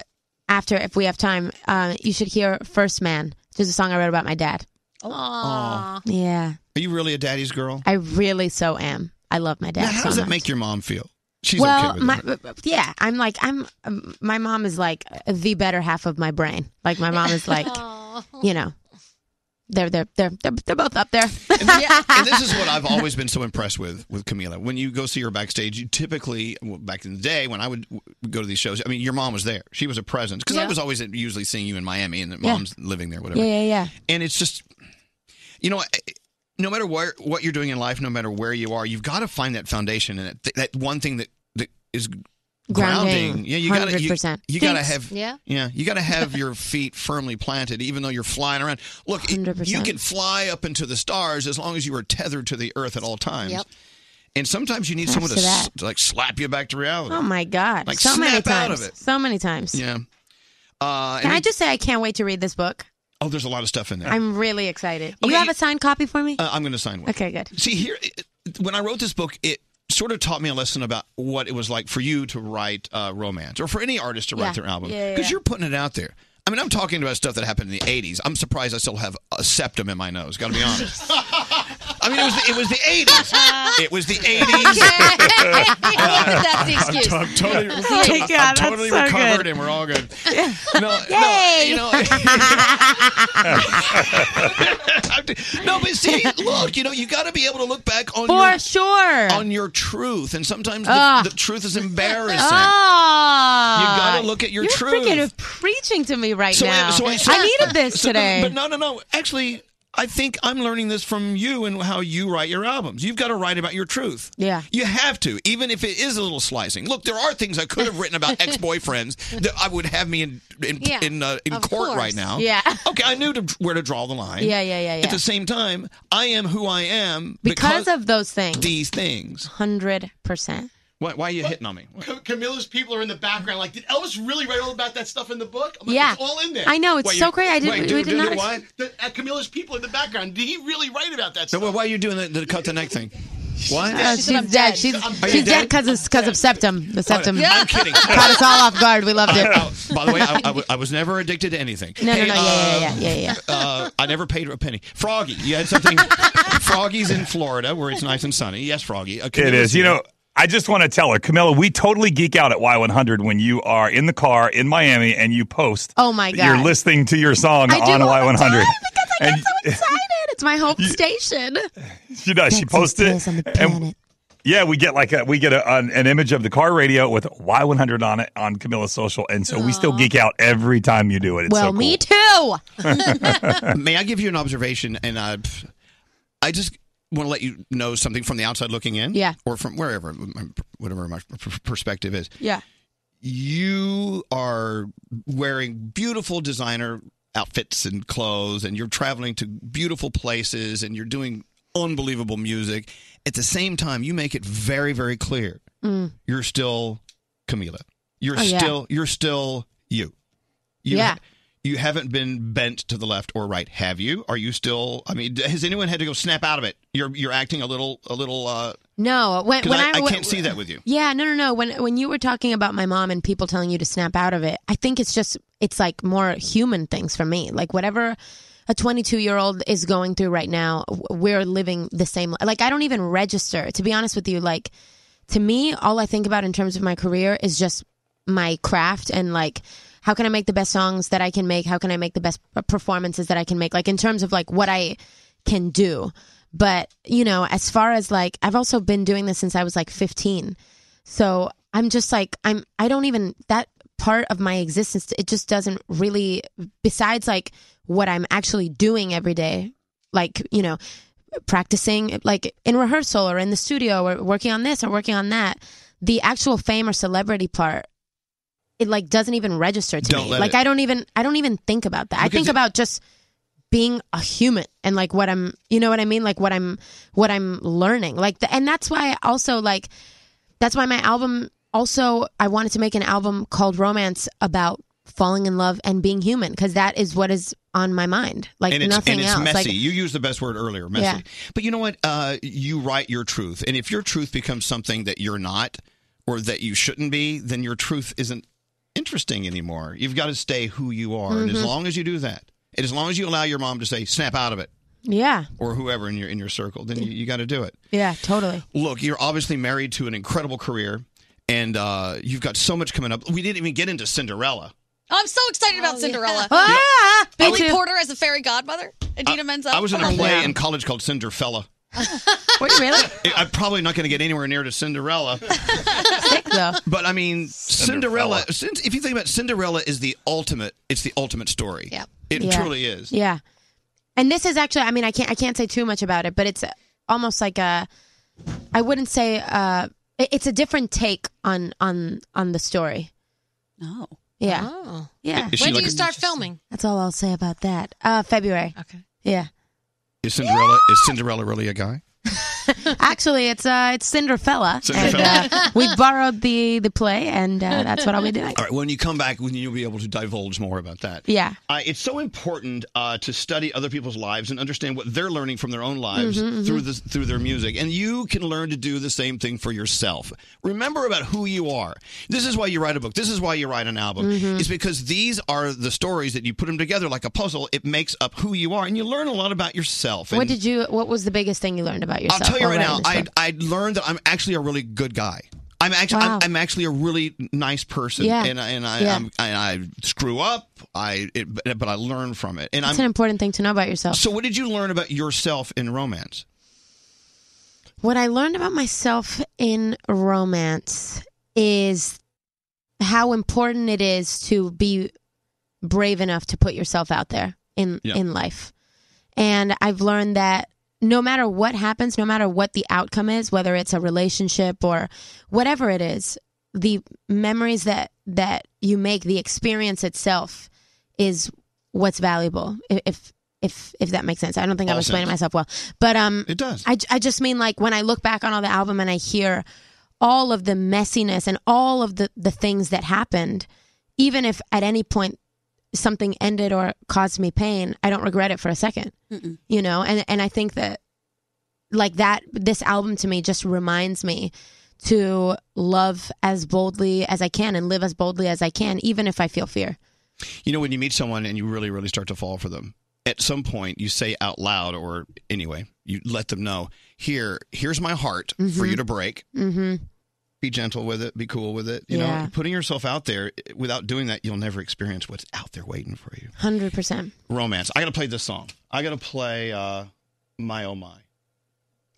[SPEAKER 16] after if we have time. Uh, you should hear First Man, which is a song I wrote about my dad.
[SPEAKER 3] Aw.
[SPEAKER 16] Yeah,
[SPEAKER 3] Oh. Are you really a daddy's girl?
[SPEAKER 16] I really so am. I love my dad.
[SPEAKER 3] Oh. Now, how
[SPEAKER 16] so
[SPEAKER 3] does that
[SPEAKER 16] much.
[SPEAKER 3] make your mom feel? She's
[SPEAKER 16] well,
[SPEAKER 3] okay with
[SPEAKER 16] my,
[SPEAKER 3] it. right?
[SPEAKER 16] yeah, I'm like I'm. um, My mom is like the better half of my brain. Like my mom is like, you know, they're they're they're they're, they're both up there.
[SPEAKER 3] and this is what I've always been so impressed with with Camila. When you go see her backstage, you typically well, back in the day when I would w- go to these shows, I mean, your mom was there. She was a presence because I
[SPEAKER 16] Yeah.
[SPEAKER 3] was always usually seeing you in Miami, and that
[SPEAKER 16] Yeah.
[SPEAKER 3] mom's living there, whatever.
[SPEAKER 16] yeah, yeah, yeah.
[SPEAKER 3] And it's just, you know, no matter where what you're doing in life, no matter where you are, you've got to find that foundation and that, that one thing that that is grounding.
[SPEAKER 16] Grounding,
[SPEAKER 3] Yeah, you got to you,
[SPEAKER 16] 100%.
[SPEAKER 3] you got to
[SPEAKER 16] Thanks.
[SPEAKER 3] have
[SPEAKER 16] Yeah.
[SPEAKER 3] yeah you got to have your feet firmly planted, even though you're flying around. Look, it- you can fly up into the stars as long as you are tethered to the earth at all times.
[SPEAKER 16] Yep.
[SPEAKER 3] And sometimes you need
[SPEAKER 16] Pass
[SPEAKER 3] someone to,
[SPEAKER 16] to
[SPEAKER 3] s-
[SPEAKER 16] that.
[SPEAKER 3] to, like slap you back to reality.
[SPEAKER 16] Oh my god!
[SPEAKER 3] Like,
[SPEAKER 16] so many
[SPEAKER 3] snap out
[SPEAKER 16] times.
[SPEAKER 3] of it.
[SPEAKER 16] So many times.
[SPEAKER 3] Yeah. Uh,
[SPEAKER 16] Can
[SPEAKER 3] and
[SPEAKER 16] I
[SPEAKER 3] it-
[SPEAKER 16] just say I can't wait to read this book?
[SPEAKER 3] oh, there's a lot of stuff in there.
[SPEAKER 16] I'm really excited.
[SPEAKER 3] Okay,
[SPEAKER 16] you have
[SPEAKER 3] you-
[SPEAKER 16] a signed copy for me?
[SPEAKER 3] Uh, I'm going to sign one.
[SPEAKER 16] okay, good.
[SPEAKER 3] See here, it- when I wrote this book, it sort of taught me a lesson about what it was like for you to write uh, romance, or for any artist to write
[SPEAKER 16] Yeah.
[SPEAKER 3] their album,
[SPEAKER 16] Yeah, yeah, yeah.
[SPEAKER 3] you're putting it out there. I mean, I'm talking about stuff that happened in the '80s. I'm surprised I still have a septum in my nose. Got to be honest. I mean, it was the, it was the '80s. It was the '80s.
[SPEAKER 17] I think that's the excuse.
[SPEAKER 3] I'm, I'm totally,
[SPEAKER 17] It's the 80s.
[SPEAKER 3] I'm
[SPEAKER 17] Yeah, that's
[SPEAKER 3] totally
[SPEAKER 17] so
[SPEAKER 3] recovered,
[SPEAKER 17] good.
[SPEAKER 3] and we're all good. No,
[SPEAKER 17] Yay!
[SPEAKER 3] you know, no, but see, look, you know, you got to be able to look back on
[SPEAKER 16] For
[SPEAKER 3] your,
[SPEAKER 16] sure
[SPEAKER 3] on your truth, and sometimes the,
[SPEAKER 16] Ugh.
[SPEAKER 3] the truth is embarrassing.
[SPEAKER 16] Ah,
[SPEAKER 3] You gotta look at your
[SPEAKER 16] Oh. You're
[SPEAKER 3] truth.
[SPEAKER 16] freaking preaching to me right
[SPEAKER 3] So, uh,
[SPEAKER 16] now.
[SPEAKER 3] so I- so-
[SPEAKER 16] I needed this
[SPEAKER 3] so-
[SPEAKER 16] today.
[SPEAKER 3] But no, no, no. Actually, I think I'm learning this from you and how you write your albums. You've got to write about your truth.
[SPEAKER 16] Yeah.
[SPEAKER 3] You have to, even if it is a little slicing. Look, there are things I could have written about ex-boyfriends that I would have me in in
[SPEAKER 16] Yeah,
[SPEAKER 3] in, uh, in
[SPEAKER 16] of
[SPEAKER 3] court
[SPEAKER 16] course.
[SPEAKER 3] right now.
[SPEAKER 16] Yeah.
[SPEAKER 3] Okay, I knew to, where to draw the line.
[SPEAKER 16] Yeah, yeah, yeah,
[SPEAKER 3] At
[SPEAKER 16] yeah.
[SPEAKER 3] the same time, I am who I am
[SPEAKER 16] because, of those things.
[SPEAKER 3] these things.
[SPEAKER 16] Hundred percent.
[SPEAKER 3] Why, why are you hitting on me?
[SPEAKER 11] Ca- Camilla's people are in the background. Like, did Elvis really write all about that stuff in the book? I'm like,
[SPEAKER 16] Yeah.
[SPEAKER 11] it's all in there.
[SPEAKER 16] I know, it's so
[SPEAKER 11] you're-
[SPEAKER 16] great. I didn't- we
[SPEAKER 11] dude,
[SPEAKER 16] did
[SPEAKER 11] dude,
[SPEAKER 16] not
[SPEAKER 11] dude,
[SPEAKER 16] ex-
[SPEAKER 11] why? The- uh, Camilla's people in the background. Did he really write about that
[SPEAKER 3] So
[SPEAKER 11] stuff?
[SPEAKER 3] why- why are you doing the, the cut the neck thing? What?
[SPEAKER 16] Uh, she's dead. She's
[SPEAKER 3] Are you
[SPEAKER 16] she's dead
[SPEAKER 3] dead?
[SPEAKER 16] because of because of septum. The septum.
[SPEAKER 3] Yeah. I'm kidding.
[SPEAKER 16] Caught us all off guard. We loved it.
[SPEAKER 3] I- I- Uh, by the way, I, I w- I was never addicted to anything.
[SPEAKER 16] No, no, no, yeah, yeah, yeah, yeah,
[SPEAKER 3] uh, I never paid a penny. Froggy, you had something. Froggy's in Florida where it's nice and sunny. Yes, Froggy. Okay,
[SPEAKER 9] It is. You know, I just want to tell her, Camilla, we totally geek out at Y100 when you are in the car in Miami and you post.
[SPEAKER 16] Oh my
[SPEAKER 9] that You're
[SPEAKER 16] God.
[SPEAKER 9] listening to your song
[SPEAKER 16] I do
[SPEAKER 9] on
[SPEAKER 16] all the
[SPEAKER 9] Y100. and
[SPEAKER 16] It's my home station.
[SPEAKER 9] she does. She posts it. And yeah, we get like a, we get a, an, an image of the car radio with Y100 on it on Camilla's social, and so we still geek out every time you do it. It's so
[SPEAKER 16] well,
[SPEAKER 9] cool.
[SPEAKER 16] me too.
[SPEAKER 3] May I give you an observation? And I, I just want to let you know something from the outside looking in.
[SPEAKER 16] Yeah.
[SPEAKER 3] Or from wherever, my- whatever my p- perspective is.
[SPEAKER 16] Yeah.
[SPEAKER 3] You are wearing beautiful designer outfits and clothes, and you're traveling to beautiful places, and you're doing unbelievable music. At the same time, you make it very, very clear
[SPEAKER 16] Mm.
[SPEAKER 3] you're still Camila. You're
[SPEAKER 16] Oh, yeah.
[SPEAKER 3] still you're still you. You
[SPEAKER 16] Yeah.
[SPEAKER 3] you haven't been bent to the left or right, have you? Are you still? I mean, has anyone had to go snap out of it? You're you're acting a little a little uh,
[SPEAKER 16] No, when,
[SPEAKER 3] 'Cause
[SPEAKER 16] when
[SPEAKER 3] I,
[SPEAKER 16] I,
[SPEAKER 3] I
[SPEAKER 16] when-
[SPEAKER 3] can't see that with you.
[SPEAKER 16] Yeah, no, no, no. When when you were talking about my mom and people telling you to snap out of it, I think it's just it's like more human things for me. Like whatever a 22 year old is going through right now, w- we're living the same. li- Like I don't even register. To be honest with you, like to me, all I think about in terms of my career is just my craft and like how can I make the best songs that I can make? How can I make the best p- performances that I can make? Like in terms of like what I can do. But, you know, as far as like I've also been doing this since I was like 15. So, I'm just like I'm I don't even that part of my existence it just doesn't really besides like what I'm actually doing every day, like, you know, practicing like in rehearsal or in the studio or working on this or working on that, the actual fame or celebrity part it like doesn't even register to
[SPEAKER 3] Don't
[SPEAKER 16] me.
[SPEAKER 3] let
[SPEAKER 16] Like
[SPEAKER 3] it-
[SPEAKER 16] I don't even I don't even think about that. I think about just being a human and like what I'm you know what I mean? Like what I'm what I'm learning. Like the, and that's why I also like that's why my album also I wanted to make an album called Romance about falling in love and being human because that is what is on my mind. Like
[SPEAKER 3] and it's,
[SPEAKER 16] nothing
[SPEAKER 3] and it's
[SPEAKER 16] else.
[SPEAKER 3] messy.
[SPEAKER 16] Like
[SPEAKER 3] you used the best word earlier, messy.
[SPEAKER 16] Yeah.
[SPEAKER 3] But you know what? Uh, you write your truth, and if your truth becomes something that you're not, or that you shouldn't be, then your truth isn't interesting anymore. You've got to stay who you are, and as
[SPEAKER 16] Mhm.
[SPEAKER 3] long as you do that, and as long as you allow your mom to say "snap out of it"
[SPEAKER 16] Yeah.
[SPEAKER 3] or whoever in your in your circle, then you, you got to do it.
[SPEAKER 16] Yeah, totally.
[SPEAKER 3] Look, you're obviously married to an incredible career, and uh, you've got so much coming up. We didn't even get into Cinderella.
[SPEAKER 17] Oh, I'm so excited about Cinderella.
[SPEAKER 16] Ah,
[SPEAKER 17] Billy Porter as a fairy godmother. Adina Menzel.
[SPEAKER 3] I was in a play in college called Cinderfella.
[SPEAKER 16] Wait, really?
[SPEAKER 3] I- I'm probably not going to get anywhere near to Cinderella.
[SPEAKER 16] though.
[SPEAKER 3] But I mean, Cinderella. since if you think about Cinderella, is the ultimate. It's the ultimate story. Yeah, it
[SPEAKER 16] Yeah.
[SPEAKER 3] truly is.
[SPEAKER 16] Yeah. And this is actually I mean I can't I can't say too much about it, but it's almost like a I wouldn't say uh it- it's a different take on on on the story.
[SPEAKER 17] No.
[SPEAKER 16] Yeah.
[SPEAKER 8] Oh.
[SPEAKER 16] Yeah.
[SPEAKER 3] Is she
[SPEAKER 8] when do
[SPEAKER 3] like
[SPEAKER 8] you
[SPEAKER 3] a-
[SPEAKER 8] start filming?
[SPEAKER 16] That's all I'll say about that. Uh February. Okay. Yeah.
[SPEAKER 3] Is Cinderella? Is Cinderella really a guy?
[SPEAKER 16] Actually it's uh it's Cinderfella.
[SPEAKER 3] Cinderfella.
[SPEAKER 16] And, uh, we borrowed the the play and uh, that's what I'll be doing.
[SPEAKER 3] All right. When you come back, when you'll be able to divulge more about that.
[SPEAKER 16] Yeah.
[SPEAKER 3] Uh, it's so important uh, to study other people's lives and understand what they're learning from their own lives
[SPEAKER 21] Mhm, mhm.
[SPEAKER 3] through the, through their music, and you can learn to do the same thing for yourself. Remember about who you are. This is why you write a book. This is why you write an album.
[SPEAKER 21] Mhm.
[SPEAKER 3] It's because these are the stories that you put them together like a puzzle. It makes up who you are, and you learn a lot about yourself.
[SPEAKER 16] What
[SPEAKER 3] And
[SPEAKER 16] did you what was the biggest thing you learned about yourself?
[SPEAKER 3] I'll tell you
[SPEAKER 16] while
[SPEAKER 3] right now,
[SPEAKER 16] writing this
[SPEAKER 3] I
[SPEAKER 16] book?
[SPEAKER 3] I learned that I'm actually a really good guy. I'm actually
[SPEAKER 16] Wow.
[SPEAKER 3] I'm, I'm actually a really nice person,
[SPEAKER 16] Yeah.
[SPEAKER 3] and I- and I
[SPEAKER 16] Yeah.
[SPEAKER 3] I'm, and I screw up. I it, but but I learn from it, and
[SPEAKER 16] That's
[SPEAKER 3] I'm.
[SPEAKER 16] an important thing to know about yourself.
[SPEAKER 3] so, what did you learn about yourself in romance?
[SPEAKER 16] What I learned about myself in romance is how important it is to be brave enough to put yourself out there in
[SPEAKER 28] Yeah.
[SPEAKER 16] in life. And I've learned that no matter what happens, no matter what the outcome is, whether it's a relationship or whatever it is, the memories that that you make, the experience itself is what's valuable. I- If if if that makes sense. I don't think I'm
[SPEAKER 18] All
[SPEAKER 16] explaining
[SPEAKER 18] sense.
[SPEAKER 16] myself well. But um
[SPEAKER 3] it does.
[SPEAKER 16] I I just mean like when I look back on all the album and I hear all of the messiness and all of the the things that happened, even if at any point something ended or caused me pain, I don't regret it for a 2nd
[SPEAKER 17] Mm-mm.
[SPEAKER 16] You know, and and I think that like that this album to me just reminds me to love as boldly as I can and live as boldly as I can even if I feel fear.
[SPEAKER 3] You know, when you meet someone and you really, really start to fall for them, at some point you say out loud, or anyway, you let them know here, here's my heart for
[SPEAKER 16] Mhm.
[SPEAKER 3] you to break.
[SPEAKER 16] Mhm.
[SPEAKER 3] Be gentle with it. Be cool with it. You
[SPEAKER 16] Yeah.
[SPEAKER 3] know, putting yourself out there eh, without doing that, you'll never experience what's out there waiting for you.
[SPEAKER 16] 100%.
[SPEAKER 3] romance. I got to play this song. I got to play uh, My Oh My.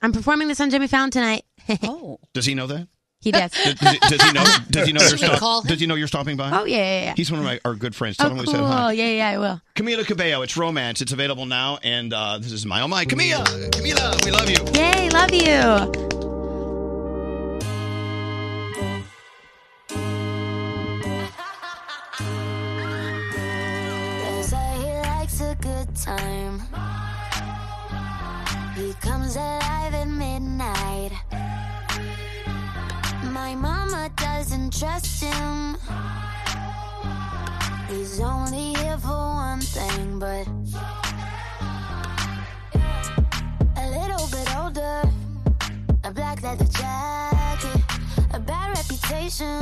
[SPEAKER 16] I'm performing this on Jimmy Fallon tonight.
[SPEAKER 17] oh.
[SPEAKER 3] Does he know that?
[SPEAKER 16] He does.
[SPEAKER 3] Does, does he, does he know? Does he know
[SPEAKER 16] Should
[SPEAKER 3] you're
[SPEAKER 16] we call
[SPEAKER 3] stopping?
[SPEAKER 16] him?
[SPEAKER 3] Does he know you're stopping by?
[SPEAKER 16] Oh, yeah, yeah, yeah.
[SPEAKER 3] He's one of my, our good friends. Tell
[SPEAKER 16] Oh,
[SPEAKER 3] him we
[SPEAKER 16] cool.
[SPEAKER 3] said
[SPEAKER 16] Yeah,
[SPEAKER 3] hi.
[SPEAKER 16] yeah, I will.
[SPEAKER 3] Camila Cabello. It's romance. It's available now, and uh, this is My Oh My. Camila, Camila, we love you.
[SPEAKER 16] Yay, love you.
[SPEAKER 28] They say he likes a good time. He comes alive at midnight. My mama doesn't trust him. He's only here for one thing, but a little bit older, a black leather
[SPEAKER 27] temptation,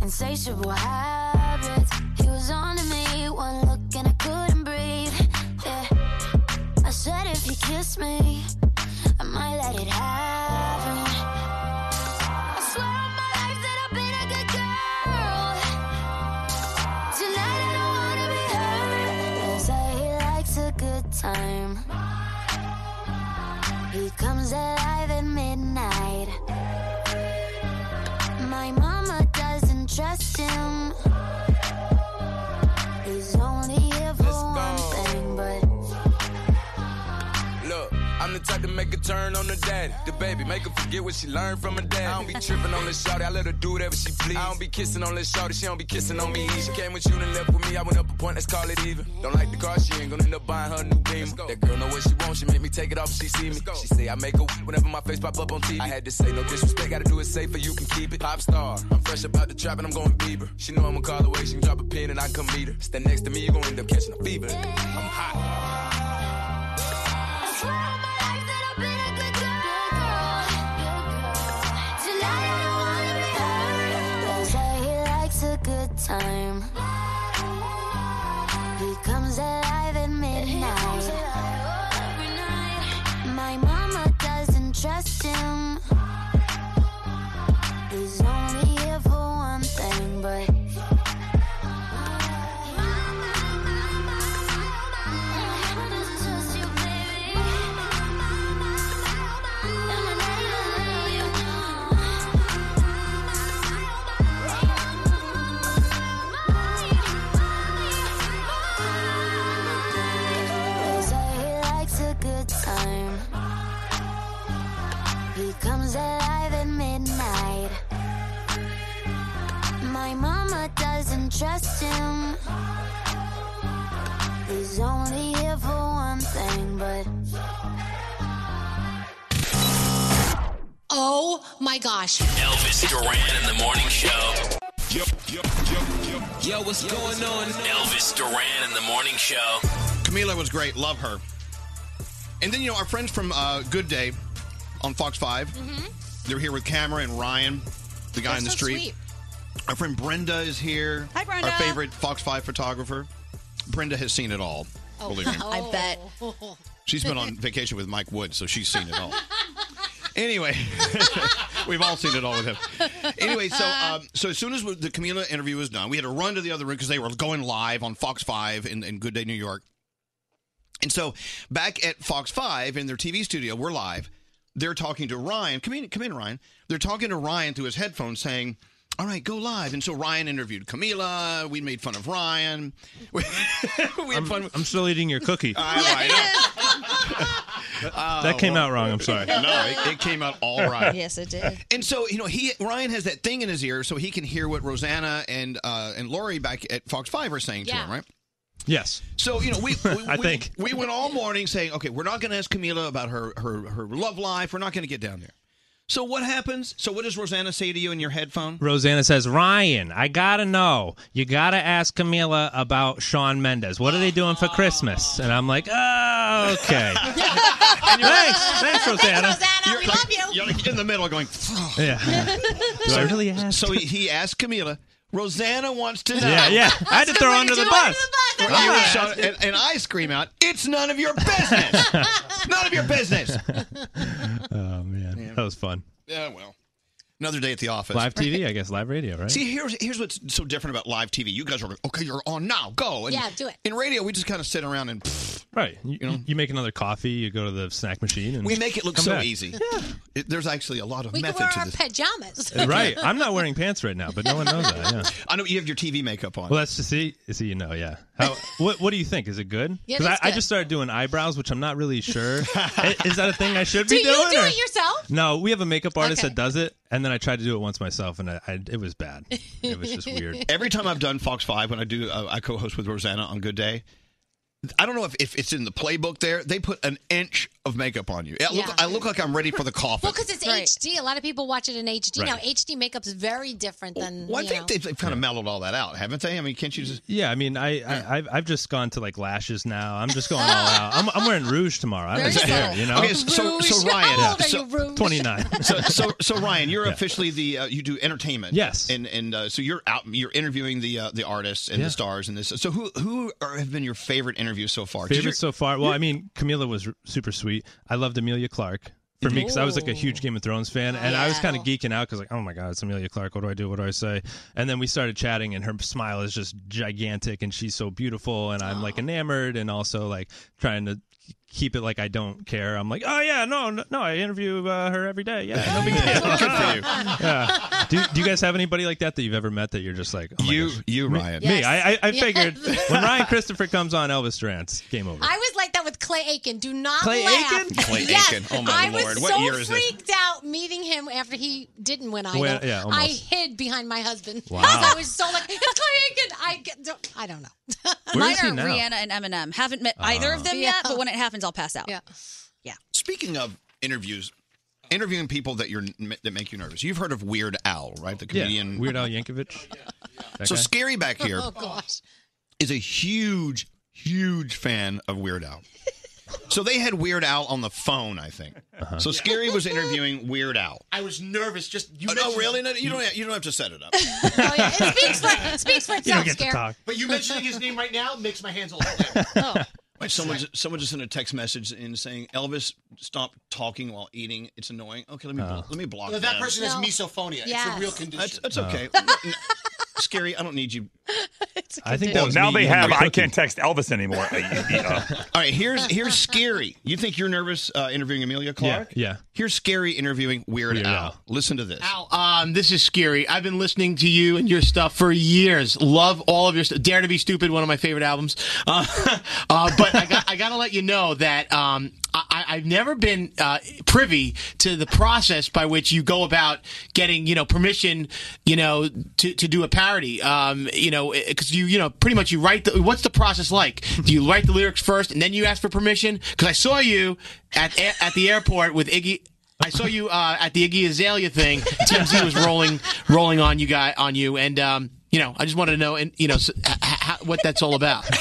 [SPEAKER 27] insatiable habits. He was on to me, one look and I couldn't breathe. Yeah. I said if he kissed me, I might let it happen. I swear on my life that I've been a good girl. Tonight I don't wanna be hurt. They say he likes a good time. He comes alive at midnight. My mama doesn't trust him. He's only here for one thing, but
[SPEAKER 29] Look, I'm the type to make a turn on the daddy, the baby, make her forget what she learned from her dad. I don't be tripping on this shorty, I let her do whatever she please. I don't be kissing on this shorty, she don't be kissing on me. either. She came with you and left with me, I went up a point, let's call it even. Don't like the car, she ain't gonna end up buying her new Beamer. That girl know what she wants, she make me take it off if she see me. She say I make her wet whenever my face pop up on TV. I had to say no disrespect, gotta do it safer, you can keep it. Pop star, I'm fresh about the trap and I'm going Bieber. She know I'ma call away, she can drop a pin and I come meet her. Stand next to me, you gon' end up catching a fever. I'm hot.
[SPEAKER 27] tonight I don't wanna be hurt. They say he likes a good time. He comes alive at midnight. My mama doesn't trust him. He's only here for one thing, but. They say he likes a good time. He comes alive at midnight. My mama doesn't trust him. He's only here for one thing, but
[SPEAKER 8] Oh my gosh.
[SPEAKER 4] Elvis Duran in the morning show. Yo, yo, yo,
[SPEAKER 29] yo. what's going on?
[SPEAKER 4] Elvis Duran in the morning show.
[SPEAKER 3] Camila was great. Love her. And then, you know, our friends from uh, Good Day on Fox 5,
[SPEAKER 16] Mm-hmm.
[SPEAKER 3] they're here with Camera and Ryan, the guy
[SPEAKER 4] They're
[SPEAKER 3] in the
[SPEAKER 4] so
[SPEAKER 3] street.
[SPEAKER 4] sweet.
[SPEAKER 3] Our friend Brenda is here.
[SPEAKER 4] Hi, Brenda.
[SPEAKER 3] Our favorite Fox 5 photographer. Brenda has seen it all.
[SPEAKER 16] Oh,
[SPEAKER 4] Oh.
[SPEAKER 3] Believe me.
[SPEAKER 30] I bet.
[SPEAKER 3] She's been on vacation with Mike Wood, so she's seen it all. anyway, we've all seen it all with him. Anyway, so um, so as soon as the Camila interview was done, we had to run to the other room because they were going live on Fox Five in, in Good Day New York. And so back at Fox Five in their TV studio, we're live. They're talking to Ryan. Come in, come in, Ryan. They're talking to Ryan through his headphones, saying. All right, go live. And so Ryan interviewed Camila. We made fun of Ryan. We, we had fun. With,
[SPEAKER 7] I'm still eating your cookie.
[SPEAKER 3] Oh,
[SPEAKER 7] that came
[SPEAKER 3] well.
[SPEAKER 7] out wrong. I'm sorry.
[SPEAKER 3] No, it, it came out all right.
[SPEAKER 7] Yes,
[SPEAKER 30] it did.
[SPEAKER 3] And so you know, he Ryan has that thing in his ear, so he can hear what Rosanna and uh, and Lori back at Fox Five are saying to
[SPEAKER 7] Yeah.
[SPEAKER 3] him, right?
[SPEAKER 7] Yes.
[SPEAKER 3] So you know, we, we
[SPEAKER 7] I
[SPEAKER 3] we,
[SPEAKER 7] think.
[SPEAKER 3] we went all morning saying, okay, we're not going to ask Camila about her her her love life. We're not going to get down there. So what happens? So what does Rosanna say to you in your headphone?
[SPEAKER 7] Rosanna says, Ryan, I gotta know. You gotta ask Camila about Sean Mendez. What are they doing for Christmas? And I'm like, oh, okay. thanks, thanks, Rosanna.
[SPEAKER 3] You're we love you. You're like in the middle, going.
[SPEAKER 7] Yeah. Do I really ask?
[SPEAKER 3] So he, he asked Camila. Rosanna wants to know.
[SPEAKER 7] Yeah, yeah. I had to That's throw the her way under to the do it, bus. under the bus.
[SPEAKER 3] You
[SPEAKER 7] Yeah.
[SPEAKER 3] shout- and, and I scream out, "It's none of your business! none of your business!"
[SPEAKER 7] oh, man. That was fun.
[SPEAKER 3] Yeah, well, another day at the office.
[SPEAKER 7] Live TV, I guess, live radio, right?
[SPEAKER 3] See, here's here's what's so different about live TV. You guys are like, okay. You're on now. Go. And
[SPEAKER 7] Yeah,
[SPEAKER 3] do it. In radio, we just kind of sit around and pfft.
[SPEAKER 7] Right. You, you, make another coffee, you go to the snack machine, and
[SPEAKER 3] we make it look
[SPEAKER 7] come
[SPEAKER 3] so
[SPEAKER 7] back.
[SPEAKER 3] easy. It- there's actually a lot of
[SPEAKER 8] We can
[SPEAKER 3] method
[SPEAKER 8] wear
[SPEAKER 3] to
[SPEAKER 8] our
[SPEAKER 3] this.
[SPEAKER 8] pajamas.
[SPEAKER 7] Uh, right. I'm not wearing pants right now, but no one knows that. Yeah.
[SPEAKER 3] I know you have your TV makeup on.
[SPEAKER 7] Well, that's just see, see, you know, yeah. How, what What do you think? Is it good?
[SPEAKER 8] Yeah,
[SPEAKER 7] I,
[SPEAKER 8] that's
[SPEAKER 7] I
[SPEAKER 8] good.
[SPEAKER 7] just started doing eyebrows, which I'm not really sure. I- is that a thing I should
[SPEAKER 8] Do
[SPEAKER 7] be
[SPEAKER 8] you do
[SPEAKER 7] doing? or-
[SPEAKER 8] it yourself?
[SPEAKER 7] No, we have a makeup artist
[SPEAKER 8] Okay.
[SPEAKER 7] that does it, and then I tried to do it once myself, and I, I it was bad. It was just weird.
[SPEAKER 3] Every time I've done Fox Five, when I do, uh, I co-host with Rosanna on Good Day. I don't know if, if it's in the playbook there. They put an inch of makeup on you. I look,
[SPEAKER 8] Yeah.
[SPEAKER 3] I look like I'm ready for the coffin.
[SPEAKER 8] Well, because it's HD. A lot of people watch it in HD. Now,
[SPEAKER 3] Right.
[SPEAKER 8] HD makeup's very different than.
[SPEAKER 3] well, I
[SPEAKER 8] you know.
[SPEAKER 3] think they've, they've kind of mellowed all that out, haven't they? I mean, can't you just?
[SPEAKER 7] Yeah, I mean, I, I I've, I've just gone to like lashes now. I'm just going all out. I'm, I'm wearing rouge tomorrow. I don't
[SPEAKER 3] Very
[SPEAKER 7] care,
[SPEAKER 3] subtle.
[SPEAKER 7] you know.
[SPEAKER 3] Okay, so- so Rouge. Ryan- How old are so- you, Rouge?
[SPEAKER 7] twenty nine.
[SPEAKER 3] So, so, so Ryan, you're officially the uh, you do entertainment. Yes, and and uh, so you're out. You're interviewing the uh, the artists and
[SPEAKER 7] Yeah.
[SPEAKER 3] the stars and this. So who who are, have been your favorite interviews so far? 'Cause
[SPEAKER 7] Favorite
[SPEAKER 3] you're-
[SPEAKER 7] so far? Well, I mean, Camila was r- super sweet. I loved Amelia Clark. For me, because I was like a huge Game of Thrones fan, and I was kind of geeking out because, like, oh my God, it's Amelia Clark. What do I do? What do I say? And then we started chatting, and her smile is just gigantic, and she's so beautiful, and I'm like enamored, and also like trying to keep it like I don't care. I'm like, oh yeah, no, no, no I interview uh, her every day. Yeah, no big deal.
[SPEAKER 3] Good for you.
[SPEAKER 7] Yeah. Do, do you guys have anybody like that that you've ever met that you're just like oh you
[SPEAKER 3] you Ryan
[SPEAKER 7] me,
[SPEAKER 8] Yes.
[SPEAKER 7] I I, I
[SPEAKER 8] Yes.
[SPEAKER 7] figured when Ryan Christopher comes on Elvis Durant's game over.
[SPEAKER 8] I was like that with Clay Aiken. Do not
[SPEAKER 7] Clay
[SPEAKER 8] laugh.
[SPEAKER 7] Aiken? Clay
[SPEAKER 8] yes,
[SPEAKER 7] Aiken. Oh, my
[SPEAKER 8] I
[SPEAKER 7] Lord.
[SPEAKER 8] was
[SPEAKER 7] What
[SPEAKER 8] so
[SPEAKER 7] year is this?
[SPEAKER 8] freaked out meeting him after he didn't win Idol.
[SPEAKER 7] Well, yeah, almost.
[SPEAKER 8] I hid behind my husband.
[SPEAKER 7] Wow.
[SPEAKER 8] I was so like, it's Clay Aiken. I get- don't- I don't know.
[SPEAKER 7] Where
[SPEAKER 17] Mine
[SPEAKER 7] is he
[SPEAKER 17] are
[SPEAKER 7] now?
[SPEAKER 17] Rihanna and Eminem. Haven't met either
[SPEAKER 3] Ah.
[SPEAKER 17] of them yet, but when it happens, I'll pass out. Yeah.
[SPEAKER 3] Speaking of interviews, interviewing people that you're that make you nervous. You've heard of Weird Al, right? The comedian
[SPEAKER 7] Weird Al Yankovic. That
[SPEAKER 3] So
[SPEAKER 7] guy?
[SPEAKER 3] scary back here
[SPEAKER 8] Oh gosh.
[SPEAKER 3] is a huge, huge fan of Weird Al. So they had Weird Al on the phone, I think. So Scary was interviewing Weird Al.
[SPEAKER 11] I was nervous. Just you.
[SPEAKER 3] Oh, no,
[SPEAKER 11] mentioned-
[SPEAKER 3] really? No, you don't. Have, you don't have to set it up.
[SPEAKER 8] it speaks for speaks for
[SPEAKER 3] You don't get to talk.
[SPEAKER 11] But you mentioning his name right now makes my hands all.
[SPEAKER 3] Wait, someone, just, someone just sent a text message in saying, "Elvis, stop talking while eating. It's annoying." Okay, let me
[SPEAKER 11] Oh.
[SPEAKER 3] blo- let me block
[SPEAKER 11] No, that person has No. misophonia. It's a Yes. real
[SPEAKER 3] That's,
[SPEAKER 11] condition.
[SPEAKER 3] that's
[SPEAKER 11] Oh.
[SPEAKER 3] okay. Scary, I don't need you.
[SPEAKER 9] I think that was now they
[SPEAKER 3] me eating
[SPEAKER 9] have.
[SPEAKER 3] your
[SPEAKER 9] I can't text Elvis anymore.
[SPEAKER 3] All right, here's here's scary. You think you're nervous uh, interviewing Amelia Clark?
[SPEAKER 7] Yeah.
[SPEAKER 3] Here's scary interviewing Weird, Al. Listen to this.
[SPEAKER 11] Um, this is scary. I've been listening to you and your stuff for years. Love all of your stuff. Dare to be stupid, one of my favorite albums. Uh, uh, but I got, I got to let you know that um, I, I- I've never been uh, privy to the process by which you go about getting, you know, permission, you know, to, to do a parody. Um, you know, because you, you know, pretty much you write the. What's the process like? Do you write the lyrics first and then you ask for permission? Because I saw you at at the airport with Iggy. I saw you uh, at the Iggy Azalea thing. Tim Z was rolling, rolling on you guy on you, and um, you know, I just wanted to know, and you know, s h- h- what that's all about.
[SPEAKER 8] Ryan,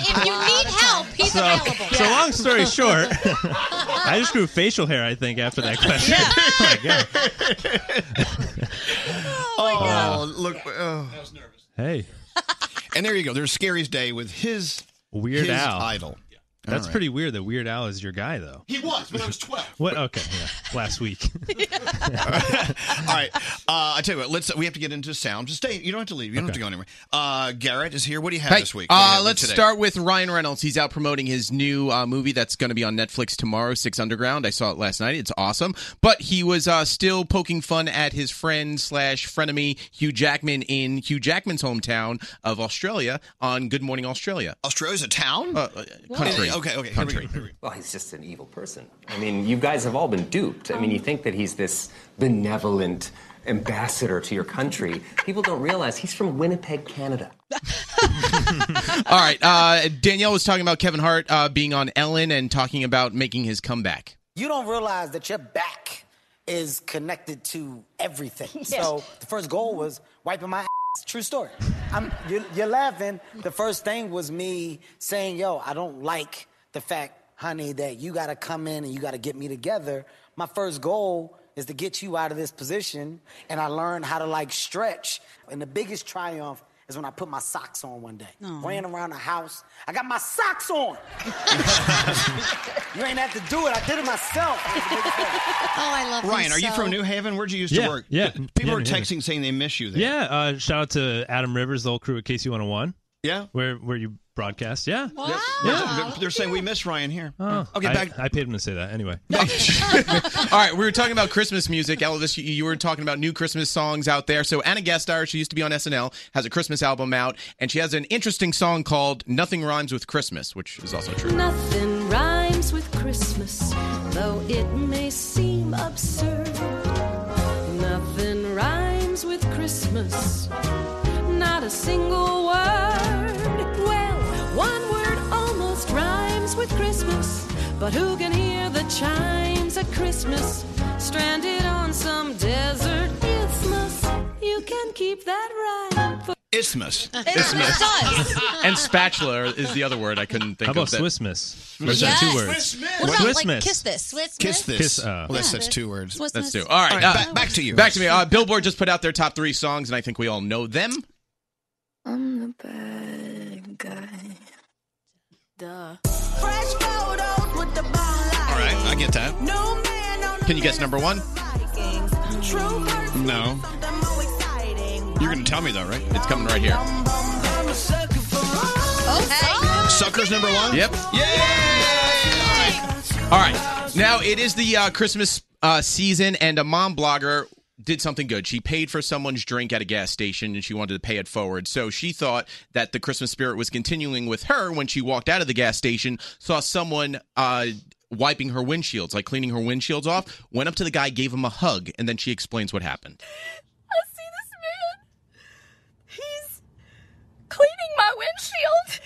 [SPEAKER 8] if you need help, he's
[SPEAKER 7] So,
[SPEAKER 8] available.
[SPEAKER 7] so long story short, I just grew facial hair. I think after that question.
[SPEAKER 3] Oh,
[SPEAKER 7] Wow.
[SPEAKER 3] look. Oh.
[SPEAKER 7] Hey,
[SPEAKER 3] And there you go. There's Scary's Day with his
[SPEAKER 7] Weird
[SPEAKER 3] his
[SPEAKER 7] Al.
[SPEAKER 3] idol.
[SPEAKER 7] That's
[SPEAKER 3] All right.
[SPEAKER 7] pretty weird that Weird Al is your guy though.
[SPEAKER 11] He was when I was twelve.
[SPEAKER 7] What? Okay, yeah. last week.
[SPEAKER 3] All right. Uh, I tell you what. Let's. We have to get into sound. Just stay. You don't have to leave. You don't have to go anywhere. Uh, Garrett is here. What do you have
[SPEAKER 14] Hey,
[SPEAKER 3] this week? What do you
[SPEAKER 14] Uh,
[SPEAKER 3] have
[SPEAKER 14] let's
[SPEAKER 3] today?
[SPEAKER 14] start with Ryan Reynolds. He's out promoting his new uh, movie that's going to be on Netflix tomorrow, Six Underground. I saw it last night. It's awesome. But he was uh, still poking fun at his friend slash frenemy Hugh Jackman in Hugh Jackman's hometown of Australia on Good Morning Australia.
[SPEAKER 3] Australia's a town?
[SPEAKER 14] Uh, country. Country.
[SPEAKER 18] Well, he's just an evil person. I mean, you guys have all been duped. I mean, you think that he's this benevolent ambassador to your country. People don't realize he's from Winnipeg, Canada.
[SPEAKER 14] All right. Uh, Danielle was talking about Kevin Hart uh, being on Ellen and talking about making his comeback.
[SPEAKER 19] You don't realize that your back is connected to everything. So the first goal was wiping my ass. True story. I'm, you're, you're laughing. The first thing was me saying, yo, I don't like the fact, honey, that you got to come in and you got to get me together. My first goal is to get you out of this position. And I learned how to like stretch. And the biggest triumph is when I put my socks on one day.
[SPEAKER 1] Aw.
[SPEAKER 19] Ran around the house. I got my socks on. You ain't have to do it. I did it myself. oh,
[SPEAKER 8] I love
[SPEAKER 3] Ryan, are you from New Haven? Where'd you used
[SPEAKER 7] Yeah,
[SPEAKER 3] to work?
[SPEAKER 7] yeah.
[SPEAKER 3] People
[SPEAKER 7] Yeah,
[SPEAKER 3] are
[SPEAKER 7] New Haven.
[SPEAKER 3] texting saying they miss you there.
[SPEAKER 7] Yeah. Uh, shout out to Adam Rivers, the whole crew at KC One Hundred One.
[SPEAKER 3] Yeah.
[SPEAKER 7] Where where you broadcast? Yeah.
[SPEAKER 3] They're- They're, they're saying we miss Ryan here.
[SPEAKER 7] Oh,
[SPEAKER 3] okay,
[SPEAKER 7] I-
[SPEAKER 3] back
[SPEAKER 7] I paid him to say that anyway.
[SPEAKER 14] All right, we were talking about Christmas music, Elvis. You, you were talking about new Christmas songs out there. So Anna Gasteyer, she used to be on SNL, has a Christmas album out, and she has an interesting song called "Nothing Rhymes with Christmas," which is also true.
[SPEAKER 4] Nothing rhymes with Christmas, though it may seem absurd. Nothing rhymes with Christmas, not a single word. Well, one word almost rhymes with Christmas. But who can hear the chimes at Christmas? Stranded on some desert isthmus. You can keep that rhyme. for-
[SPEAKER 3] Isthmus.
[SPEAKER 14] Isthmus.
[SPEAKER 4] does.
[SPEAKER 14] and spatula is the other word I couldn't think
[SPEAKER 7] How about
[SPEAKER 14] of.
[SPEAKER 7] Swissmas? Or is that two Yes. words? Swissmas. What about, like, kiss
[SPEAKER 5] this?
[SPEAKER 3] Kiss this.
[SPEAKER 7] Kiss, uh,
[SPEAKER 3] well, that's, that's two words.
[SPEAKER 14] That's two. All right.
[SPEAKER 3] All right,
[SPEAKER 14] uh,
[SPEAKER 3] back- back to you.
[SPEAKER 14] Back to me. Uh, Billboard just put out their top three songs, and I think we all know them.
[SPEAKER 4] I'm the bad guy. Duh.
[SPEAKER 1] Fresh photos with the
[SPEAKER 3] All right, I get that.
[SPEAKER 1] No man on
[SPEAKER 14] Can you guess number one?
[SPEAKER 1] Vikings. True person,
[SPEAKER 3] No.
[SPEAKER 1] something more exciting.
[SPEAKER 3] You're going to tell me, though, right?
[SPEAKER 14] It's coming right here.
[SPEAKER 1] I'm a sucker for
[SPEAKER 3] Sucker's number one?
[SPEAKER 14] Yep. All right. Now it is the uh, Christmas uh, season, and a mom blogger did something good. She paid for someone's drink at a gas station, and she wanted to pay it forward. So she thought that the Christmas spirit was continuing with her when she walked out of the gas station, saw someone. Uh, Wiping her windshields, like cleaning her windshields off, went up to the guy, gave him a hug, and then she explains what happened.
[SPEAKER 1] I see this man. He's cleaning my windshield,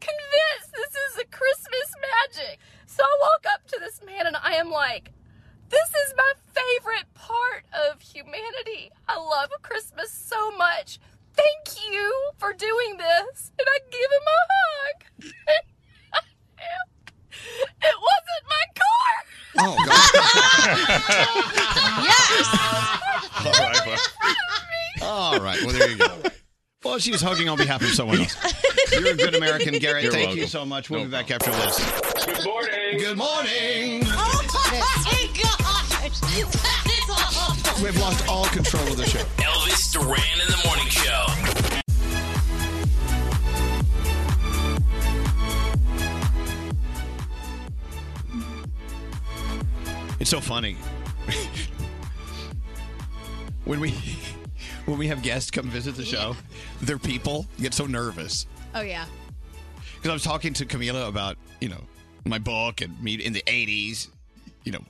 [SPEAKER 1] convinced this is a Christmas magic. So I walk up to this man and I am like, this is my favorite part of humanity. I love Christmas so much. Thank you for doing this. And I give him a hug. it wasn't my car.
[SPEAKER 3] Oh, God.
[SPEAKER 1] Yes.
[SPEAKER 3] All right, well. All right. Well, there you go. Well, she was hugging on behalf of someone else. You're a good American, Garrett.
[SPEAKER 1] You're
[SPEAKER 3] Thank
[SPEAKER 1] welcome.
[SPEAKER 3] you so much. We'll be back after this.
[SPEAKER 1] Good morning.
[SPEAKER 3] Good morning.
[SPEAKER 1] Oh my gosh. That is awful.
[SPEAKER 3] We've lost all control of the show.
[SPEAKER 31] Elvis Duran in the morning show.
[SPEAKER 3] It's so funny. when we when we have guests come visit the show, their people get so nervous.
[SPEAKER 32] Oh yeah.
[SPEAKER 3] Because I was talking to Camila about, you know, my book and me in the 80s. You know,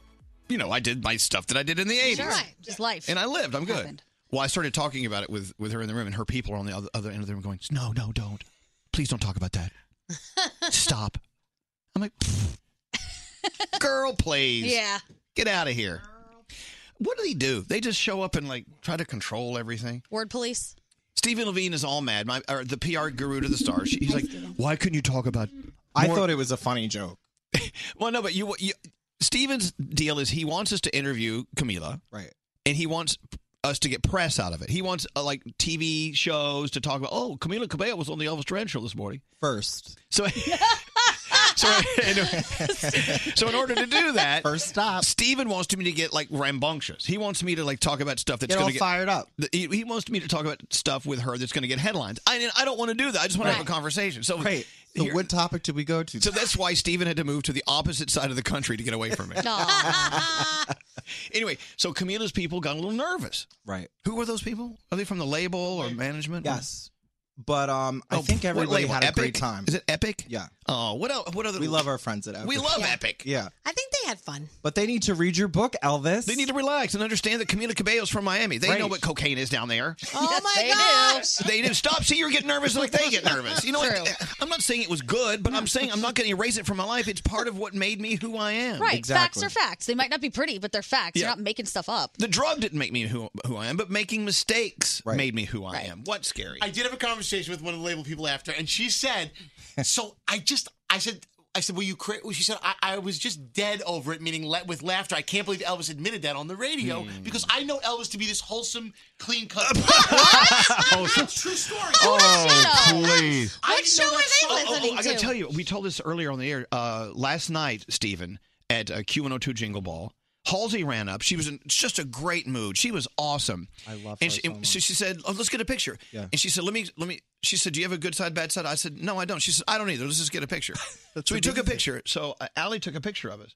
[SPEAKER 3] you know, I did my stuff that I did in the 80s.
[SPEAKER 5] Right, just life.
[SPEAKER 3] And I lived. I'm good.
[SPEAKER 5] Happened.
[SPEAKER 3] Well, I started talking about it with, with her in the room, and her people are on the other, other end of the room going, No, no, don't. Please don't talk about that. Stop. I'm like, "Pfft. Girl, please.
[SPEAKER 1] Yeah.
[SPEAKER 3] Get out of here. What do they do? They just show up and like try to control everything.
[SPEAKER 5] Word police.
[SPEAKER 3] Stephen Levine is all mad. My or the PR guru to the stars. She- He's like, why couldn't you talk about?
[SPEAKER 25] I thought it was a funny joke.
[SPEAKER 3] Well, no, but you, you Steven's deal is he wants us to interview Camila,
[SPEAKER 25] right?
[SPEAKER 3] And he wants us to get press out of it. He wants uh, like TV shows to talk about. Oh, Camila Cabello was on the Elvis Duran show this morning
[SPEAKER 25] first.
[SPEAKER 3] So. So,
[SPEAKER 25] Uh,
[SPEAKER 3] anyway, so in order to do that, first
[SPEAKER 25] stop.
[SPEAKER 3] Steven wants me to get like rambunctious. He wants me to like talk about stuff that's
[SPEAKER 25] Get
[SPEAKER 3] going
[SPEAKER 25] all
[SPEAKER 3] to get
[SPEAKER 25] fired up.
[SPEAKER 3] th- He, he wants me to talk about stuff with her that's going to get headlines. I I don't want to do that. I just want to have a conversation. So
[SPEAKER 25] Right. So what topic did we go to?
[SPEAKER 3] So that's why Steven had to move to the opposite side of the country to get away from it. anyway, so Camila's people got a little nervous.
[SPEAKER 25] Right.
[SPEAKER 3] Who were those people? Are they from the label or management?
[SPEAKER 25] Yes. But um, I
[SPEAKER 3] Oh,
[SPEAKER 25] think
[SPEAKER 3] what
[SPEAKER 25] everybody
[SPEAKER 3] label?
[SPEAKER 25] had a
[SPEAKER 3] Epic?
[SPEAKER 25] great time.
[SPEAKER 3] Is it Epic?
[SPEAKER 25] Yeah.
[SPEAKER 3] Oh, what el- what other?
[SPEAKER 25] We love our friends at Epic.
[SPEAKER 3] We love Epic.
[SPEAKER 25] Yeah.
[SPEAKER 32] I think they had fun.
[SPEAKER 25] But they need to read your book, Elvis.
[SPEAKER 3] They need to relax and understand that Camila Cabello's from Miami. They know
[SPEAKER 25] Right.
[SPEAKER 3] what cocaine is down there.
[SPEAKER 32] Oh my
[SPEAKER 1] they
[SPEAKER 32] gosh.
[SPEAKER 3] They do. Stop. See, you're getting nervous like they get nervous. You know what? I'm not saying it was good, but I'm saying I'm not going to erase it from my life. It's part of what made me who I am.
[SPEAKER 5] Right. Facts are facts. They might not be pretty, but they're facts.
[SPEAKER 3] Yeah.
[SPEAKER 5] You're not making stuff up.
[SPEAKER 3] The drug didn't make me who, who I am, but making mistakes made me who I am. What's scary?
[SPEAKER 11] I did have a conversation with one of the label people after, and she said, "So I just, I said, I said, will you create?" She said, I, "I was just dead over it, meaning le- with laughter. I can't believe Elvis admitted that on the radio
[SPEAKER 3] Hmm.
[SPEAKER 11] because I know Elvis to be this wholesome, clean cut.
[SPEAKER 3] Oh,
[SPEAKER 11] True story.
[SPEAKER 3] please.
[SPEAKER 11] I didn't know that song.
[SPEAKER 3] oh, I got to tell you, we told this earlier on the air. Uh, last night, Stephen, at uh, Q102 Jingle Ball, Halsey ran up. She was in just a great mood. She was awesome. I love and
[SPEAKER 25] her
[SPEAKER 3] she,
[SPEAKER 25] so
[SPEAKER 3] and so she said, oh, let's get a picture.
[SPEAKER 25] Yeah.
[SPEAKER 3] And she said, let me, let me, she said, do you have a good side, bad side? I said, no, I don't. She said, I don't either. Let's just get a picture. so we took a picture. So uh, Allie took a picture of us.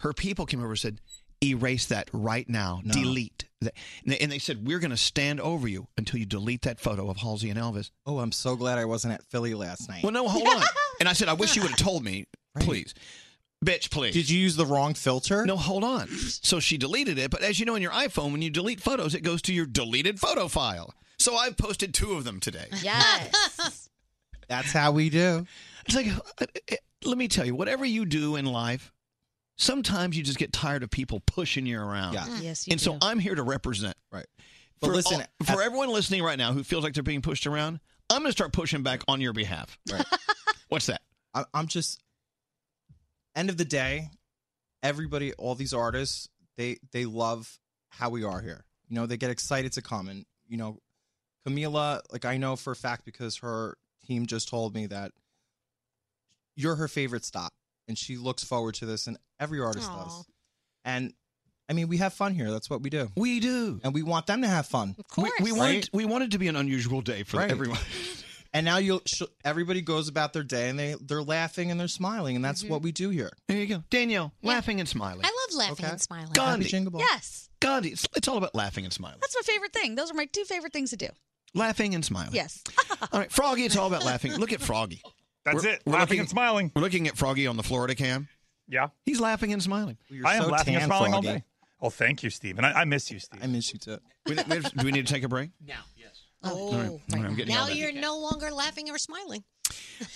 [SPEAKER 3] Her people came over and said, erase that right now. Delete. that." And they- And they said, we're going to stand over you until you delete that photo of Halsey and Elvis.
[SPEAKER 25] Oh, I'm so glad I wasn't at Philly last night.
[SPEAKER 3] Well, no, hold on. And I said, I wish you would have told me, please. Bitch, please.
[SPEAKER 25] Did you use the wrong filter?
[SPEAKER 3] No, hold on. So she deleted it, but as you know in your iPhone, when you delete photos, it goes to your deleted photo file. So I've posted two of them today.
[SPEAKER 5] Yes.
[SPEAKER 25] That's how we do.
[SPEAKER 3] It's like, uh, let me tell you, whatever you do in life, sometimes you just get tired of people pushing you around.
[SPEAKER 25] Yeah. Mm. Yes, you
[SPEAKER 3] And so
[SPEAKER 25] do.
[SPEAKER 3] I'm here to represent. Right.
[SPEAKER 25] But
[SPEAKER 3] for
[SPEAKER 25] listen,
[SPEAKER 3] all- for everyone listening right now who feels like they're being pushed around, I'm going to start pushing back on your behalf. Right. What's that?
[SPEAKER 25] I, I'm just. End of the day, everybody, all these artists, they they love how we are here. You know, they get excited to come, and you know, Camila, like I know for a fact because her team just told me that you're her favorite stop, and she looks forward to this, and every artist
[SPEAKER 33] Aw.
[SPEAKER 25] does. And I mean, we have fun here. That's what we do.
[SPEAKER 3] We do,
[SPEAKER 25] and we want them to have fun. Of
[SPEAKER 3] course, we, want it- we want it to be an unusual day for everyone.
[SPEAKER 25] And now you'll sh- everybody goes about their day and they they're laughing and they're smiling and that's what we do here.
[SPEAKER 3] Mm-hmm. There you go, Danielle, laughing and smiling.
[SPEAKER 8] I love laughing
[SPEAKER 25] Okay.
[SPEAKER 8] and smiling.
[SPEAKER 3] Gandhi.
[SPEAKER 4] Yes.
[SPEAKER 3] Gandhi. It's, it's all about laughing and smiling.
[SPEAKER 4] That's my favorite thing. Those are my two favorite things to do.
[SPEAKER 3] Laughing and smiling.
[SPEAKER 4] Yes.
[SPEAKER 3] All right, Froggy, it's all about laughing. Look at Froggy.
[SPEAKER 9] That's it, laughing
[SPEAKER 3] looking-
[SPEAKER 9] and smiling.
[SPEAKER 3] We're looking at Froggy on the Florida cam.
[SPEAKER 9] Yeah.
[SPEAKER 3] He's laughing and smiling.
[SPEAKER 9] I am laughing and smiling all day. Oh, thank you, Steve. And I, I miss you, Steve. I
[SPEAKER 25] miss you too.
[SPEAKER 3] We, we have- do we need to take a break?
[SPEAKER 8] Oh,
[SPEAKER 3] All right. All right, I'm getting
[SPEAKER 8] now
[SPEAKER 3] yelled at.
[SPEAKER 8] you're no longer laughing or smiling.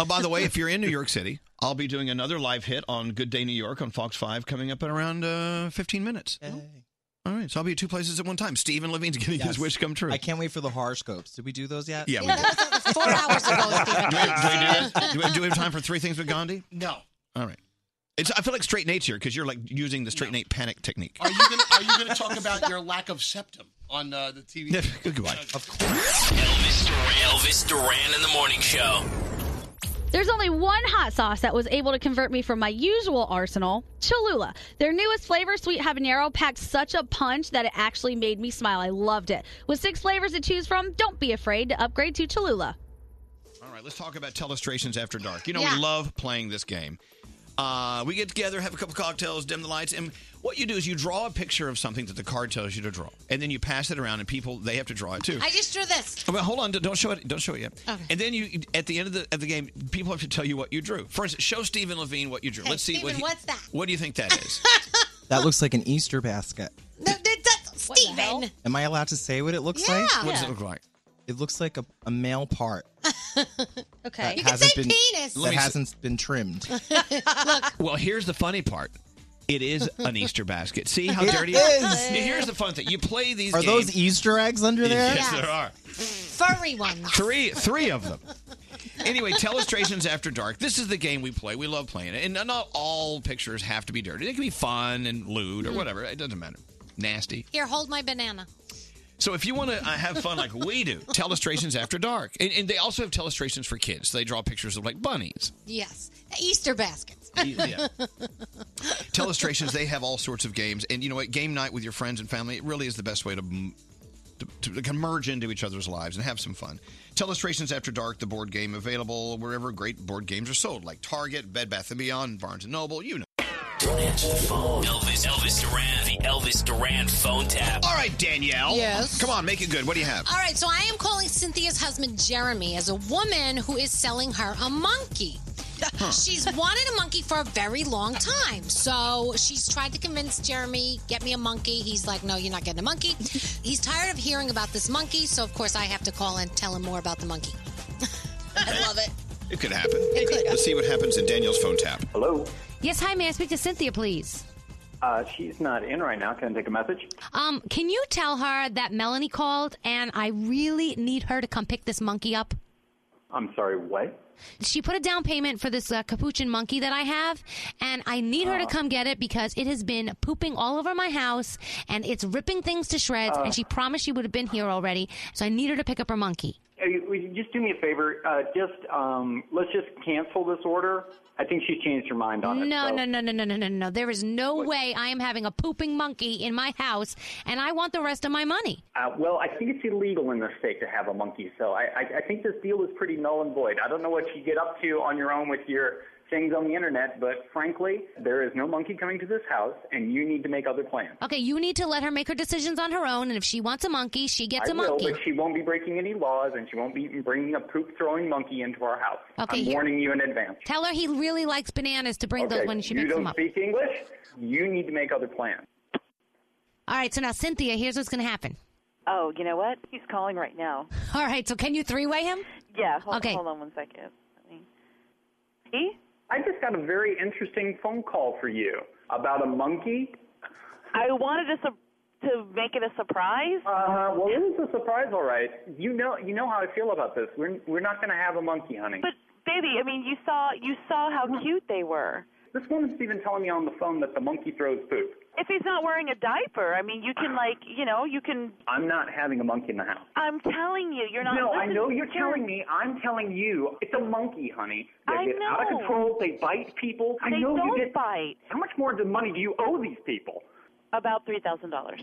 [SPEAKER 3] Oh, by the way, if you're in New York City, I'll be doing another live hit on Good Day New York on Fox 5 coming up in around uh, 15 minutes. All right, so I'll be at two places at one time. Stephen Levine's getting his
[SPEAKER 25] Yes.
[SPEAKER 3] wish come true.
[SPEAKER 25] I can't wait for the horoscopes. Did we do those yet?
[SPEAKER 3] Yeah, we Yeah, did.
[SPEAKER 8] Four hours ago, Stephen.
[SPEAKER 3] do, we, do, we do, that? do, we, do we have time for three things with Gandhi?
[SPEAKER 11] No.
[SPEAKER 3] All right. It's, I feel like straight Nate's here because you're like using the straight Nate panic technique.
[SPEAKER 11] Are you gonna Are you gonna talk about your lack of septum on uh, the TV?
[SPEAKER 3] Goodbye.
[SPEAKER 11] Of course.
[SPEAKER 13] Elvis Duran, Elvis Duran in the morning show.
[SPEAKER 5] There's only one hot sauce that was able to convert me from my usual arsenal Cholula. Their newest flavor, Sweet Habanero, packed such a punch that it actually made me smile. I loved it. With six flavors to choose from, don't be afraid to upgrade to Cholula.
[SPEAKER 3] All right, let's talk about telestrations after dark. You know,
[SPEAKER 5] Yeah.
[SPEAKER 3] we love playing this game. Uh, we get together, have a couple cocktails, dim the lights, and what you do is you draw a picture of something that the card tells you to draw, and then you pass it around, and people they have to draw it too.
[SPEAKER 8] I just drew this.
[SPEAKER 3] Oh, Well, hold on. Don't show it. Don't show it yet. And then you, at the end of the of the game, people have to tell you what you drew. For instance, show Stephen Levine what you drew.
[SPEAKER 8] Hey,
[SPEAKER 3] Let's see what.
[SPEAKER 8] Stephen,
[SPEAKER 3] He,
[SPEAKER 8] what's that?
[SPEAKER 3] What do you think that is?
[SPEAKER 25] That looks like an Easter basket.
[SPEAKER 8] Stephen.
[SPEAKER 25] Am I allowed to say what it looks
[SPEAKER 8] Yeah.
[SPEAKER 25] like?
[SPEAKER 8] What does it Yeah. look
[SPEAKER 3] like?
[SPEAKER 25] It looks like a, a male part.
[SPEAKER 4] Okay.
[SPEAKER 25] That hasn't been,
[SPEAKER 3] Let
[SPEAKER 25] That
[SPEAKER 3] me s-
[SPEAKER 25] hasn't been trimmed.
[SPEAKER 3] Well, here's the funny part. It is an Easter basket. See how
[SPEAKER 25] It
[SPEAKER 3] dirty
[SPEAKER 25] is.
[SPEAKER 3] Here's the fun thing. You play these.
[SPEAKER 25] Are
[SPEAKER 3] games.
[SPEAKER 25] those Easter eggs under there?
[SPEAKER 3] Yes, there are.
[SPEAKER 8] Furry ones.
[SPEAKER 3] Three, three of them. Anyway, Telestrations After Dark. This is the game we play. We love playing it, and not all pictures have to be dirty. They can be fun and lewd or
[SPEAKER 8] Mhm.
[SPEAKER 3] whatever. It doesn't matter. Nasty.
[SPEAKER 8] Here, hold my banana.
[SPEAKER 3] So if you want to uh, have fun like we do, Telestrations After Dark, and, and they also have Telestrations for kids. They draw pictures of like bunnies.
[SPEAKER 8] Yes. Easter baskets.
[SPEAKER 3] E, Yeah. Telestrations. They have all sorts of games, and you know what? Game night with your friends and family. It really is the best way to. m- To, to, to merge into each other's lives and have some fun. Telestrations After Dark, the board game available wherever great board games are sold, like Target, Bed Bath & Beyond, Barnes & Noble, you know.
[SPEAKER 13] Don't answer the phone. Elvis, Elvis Duran, the Elvis Duran phone tap.
[SPEAKER 3] All right, Danielle.
[SPEAKER 8] Yes.
[SPEAKER 3] Come on, make it good. What do you have?
[SPEAKER 8] All right, so I am calling Cynthia's husband Jeremy as a woman who is selling her a monkey.
[SPEAKER 3] Huh.
[SPEAKER 8] She's wanted a monkey for a very long time. So she's tried to convince Jeremy, get me a monkey. He's like, no, you're not getting a monkey. He's tired of hearing about this monkey. So, of course, I have to call and tell him more about the monkey. I love it.
[SPEAKER 3] It could happen.
[SPEAKER 8] It could.
[SPEAKER 3] Let's see what happens in Danielle's phone tap.
[SPEAKER 34] Hello.
[SPEAKER 23] Yes, hi, may I speak to Cynthia, please?
[SPEAKER 34] Uh, she's not in right now. Can I take a message?
[SPEAKER 23] Um, can you tell her that Melanie called and I really need her to come pick this monkey up?
[SPEAKER 34] I'm sorry, what?
[SPEAKER 23] She put a down payment for this uh, capuchin monkey that I have, and I need
[SPEAKER 34] Oh.
[SPEAKER 23] her to come get it because it has been pooping all over my house and it's ripping things to shreds.
[SPEAKER 34] Uh.
[SPEAKER 23] and she promised she would have been here already, so I need her to pick up her monkey.
[SPEAKER 34] Uh, you- will you Just do me a favor. Uh, just um, let's just cancel this order. I think she's changed her mind on it.
[SPEAKER 23] No,
[SPEAKER 34] so-
[SPEAKER 23] no, no, no, no, no, no, no. There is no way I am having a pooping monkey in my house, and I want the rest of my money.
[SPEAKER 34] Uh, well, I think it's illegal in this state to have a monkey, so I, I, I think this deal is pretty null and void. I don't know what you get up to on your own with your things on the internet, but frankly, there is no monkey coming to this house, and you need to make other plans.
[SPEAKER 23] Okay, you need to let her make her decisions on her own, and if she wants a monkey, she gets
[SPEAKER 34] I
[SPEAKER 23] a monkey.
[SPEAKER 34] will, but she won't be breaking any laws, and she won't be bringing a poop-throwing monkey into our house.
[SPEAKER 23] Okay,
[SPEAKER 34] I'm
[SPEAKER 23] here-
[SPEAKER 34] warning you in advance.
[SPEAKER 23] Tell her he really likes bananas to bring those when she
[SPEAKER 34] you
[SPEAKER 23] makes
[SPEAKER 34] don't
[SPEAKER 23] them up.
[SPEAKER 34] speak English. You need to make other plans.
[SPEAKER 23] All right, so now Cynthia, here's what's going to happen.
[SPEAKER 24] Oh, you know what? He's calling right now.
[SPEAKER 23] All right, so can you three-way him?
[SPEAKER 24] Yeah. Hold,
[SPEAKER 23] Okay.
[SPEAKER 24] Hold on one second. Let me- See?
[SPEAKER 22] I just got a very interesting phone call for you about a monkey. I wanted to su- to make it a surprise. Uh
[SPEAKER 34] Uh-huh.
[SPEAKER 22] huh. Well, it is a surprise, all right. You know, you know how I feel about this. We're we're not going to have a monkey, honey. But
[SPEAKER 24] Baby, I mean, you saw you saw how cute they were.
[SPEAKER 22] this woman's even telling me on the phone that the monkey throws poop.
[SPEAKER 24] If he's not wearing a diaper, I mean, you can like, you know, you can.
[SPEAKER 22] I'm not having a monkey in the house.
[SPEAKER 24] I'm telling you, you're not.
[SPEAKER 22] No, I
[SPEAKER 24] listening
[SPEAKER 22] know
[SPEAKER 24] to
[SPEAKER 22] you're
[SPEAKER 24] your
[SPEAKER 22] telling me. I'm telling you. It's a monkey, honey. They
[SPEAKER 24] I
[SPEAKER 22] get out
[SPEAKER 24] know.
[SPEAKER 22] of control. They bite people. I
[SPEAKER 24] They
[SPEAKER 22] know
[SPEAKER 24] don't
[SPEAKER 22] you get, bite. How much more money do you owe these people?
[SPEAKER 24] About three thousand dollars.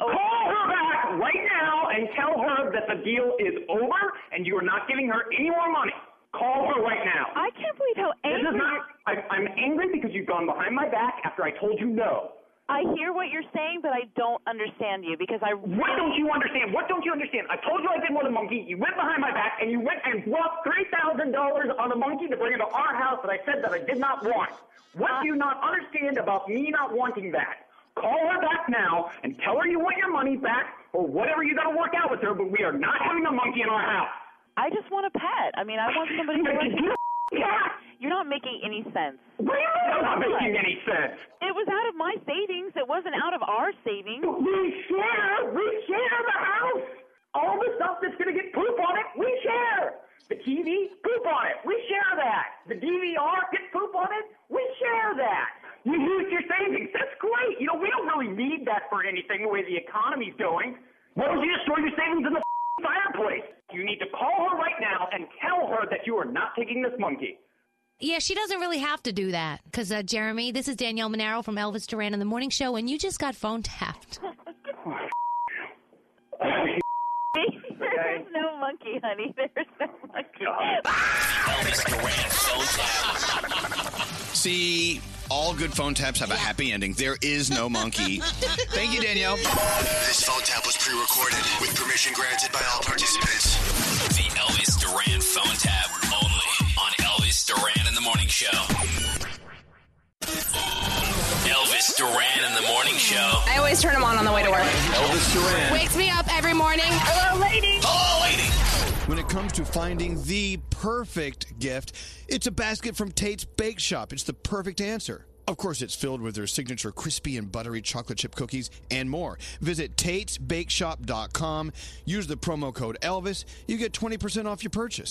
[SPEAKER 24] Oh.
[SPEAKER 22] Call her back right now and tell her that the deal is over and you are not giving her any more money. Call her right now.
[SPEAKER 24] I can't believe how angry.
[SPEAKER 22] This is not. I, I'm angry because you've gone behind my back after I told you no.
[SPEAKER 24] I hear what you're saying, but I don't understand you because I.
[SPEAKER 22] What don't you understand? What don't you understand? I told you I didn't want a monkey. You went behind my back and you went and bought three thousand dollars on a monkey to bring it to our house that I said that I did not want. What do you not understand about me not wanting that? Call her back now and tell her you want your money back or whatever you got to work out with her. But we are not having a monkey in our house.
[SPEAKER 24] I just want a pet. I mean, I want somebody to. You're not making any sense.
[SPEAKER 22] What do you mean I'm not making any sense?
[SPEAKER 24] It was out of my savings. It wasn't out of our savings.
[SPEAKER 22] We share. We share the house. All the stuff that's gonna get poop on it, we share. The TV, poop on it. We share that. The DVR, get poop on it. We share that. You use your savings. That's great. You know we don't really need that for anything the way the economy's going. Why don't you just throw your savings in the fireplace? You need to call her right now and tell her that you are not taking this monkey.
[SPEAKER 23] Yeah, she doesn't really have to do that because uh, Jeremy, this is Danielle Monero from Elvis Duran in the Morning Show, and you just got phone tapped.
[SPEAKER 24] There's no monkey, honey. There's no monkey.
[SPEAKER 3] See, all good phone taps have a happy ending. There is no monkey. Thank you, Danielle.
[SPEAKER 13] This phone tap was pre recorded with permission granted by all participants. The Elvis Duran phone tap only on Elvis Duran in the Morning Show. Elvis Duran in the Morning Show.
[SPEAKER 4] I always turn them on on the way to work.
[SPEAKER 3] Elvis Duran.
[SPEAKER 4] Wakes me up every morning. Hello, lady.
[SPEAKER 3] Hello, lady. When it comes to finding the perfect gift, it's a basket from Tate's Bake Shop. It's the perfect answer. Of course, it's filled with their signature crispy and buttery chocolate chip cookies and more. Visit Tate'sBakeShop.com. Use the promo code Elvis. You get 20% off your purchase.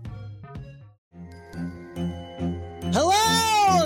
[SPEAKER 17] Hello,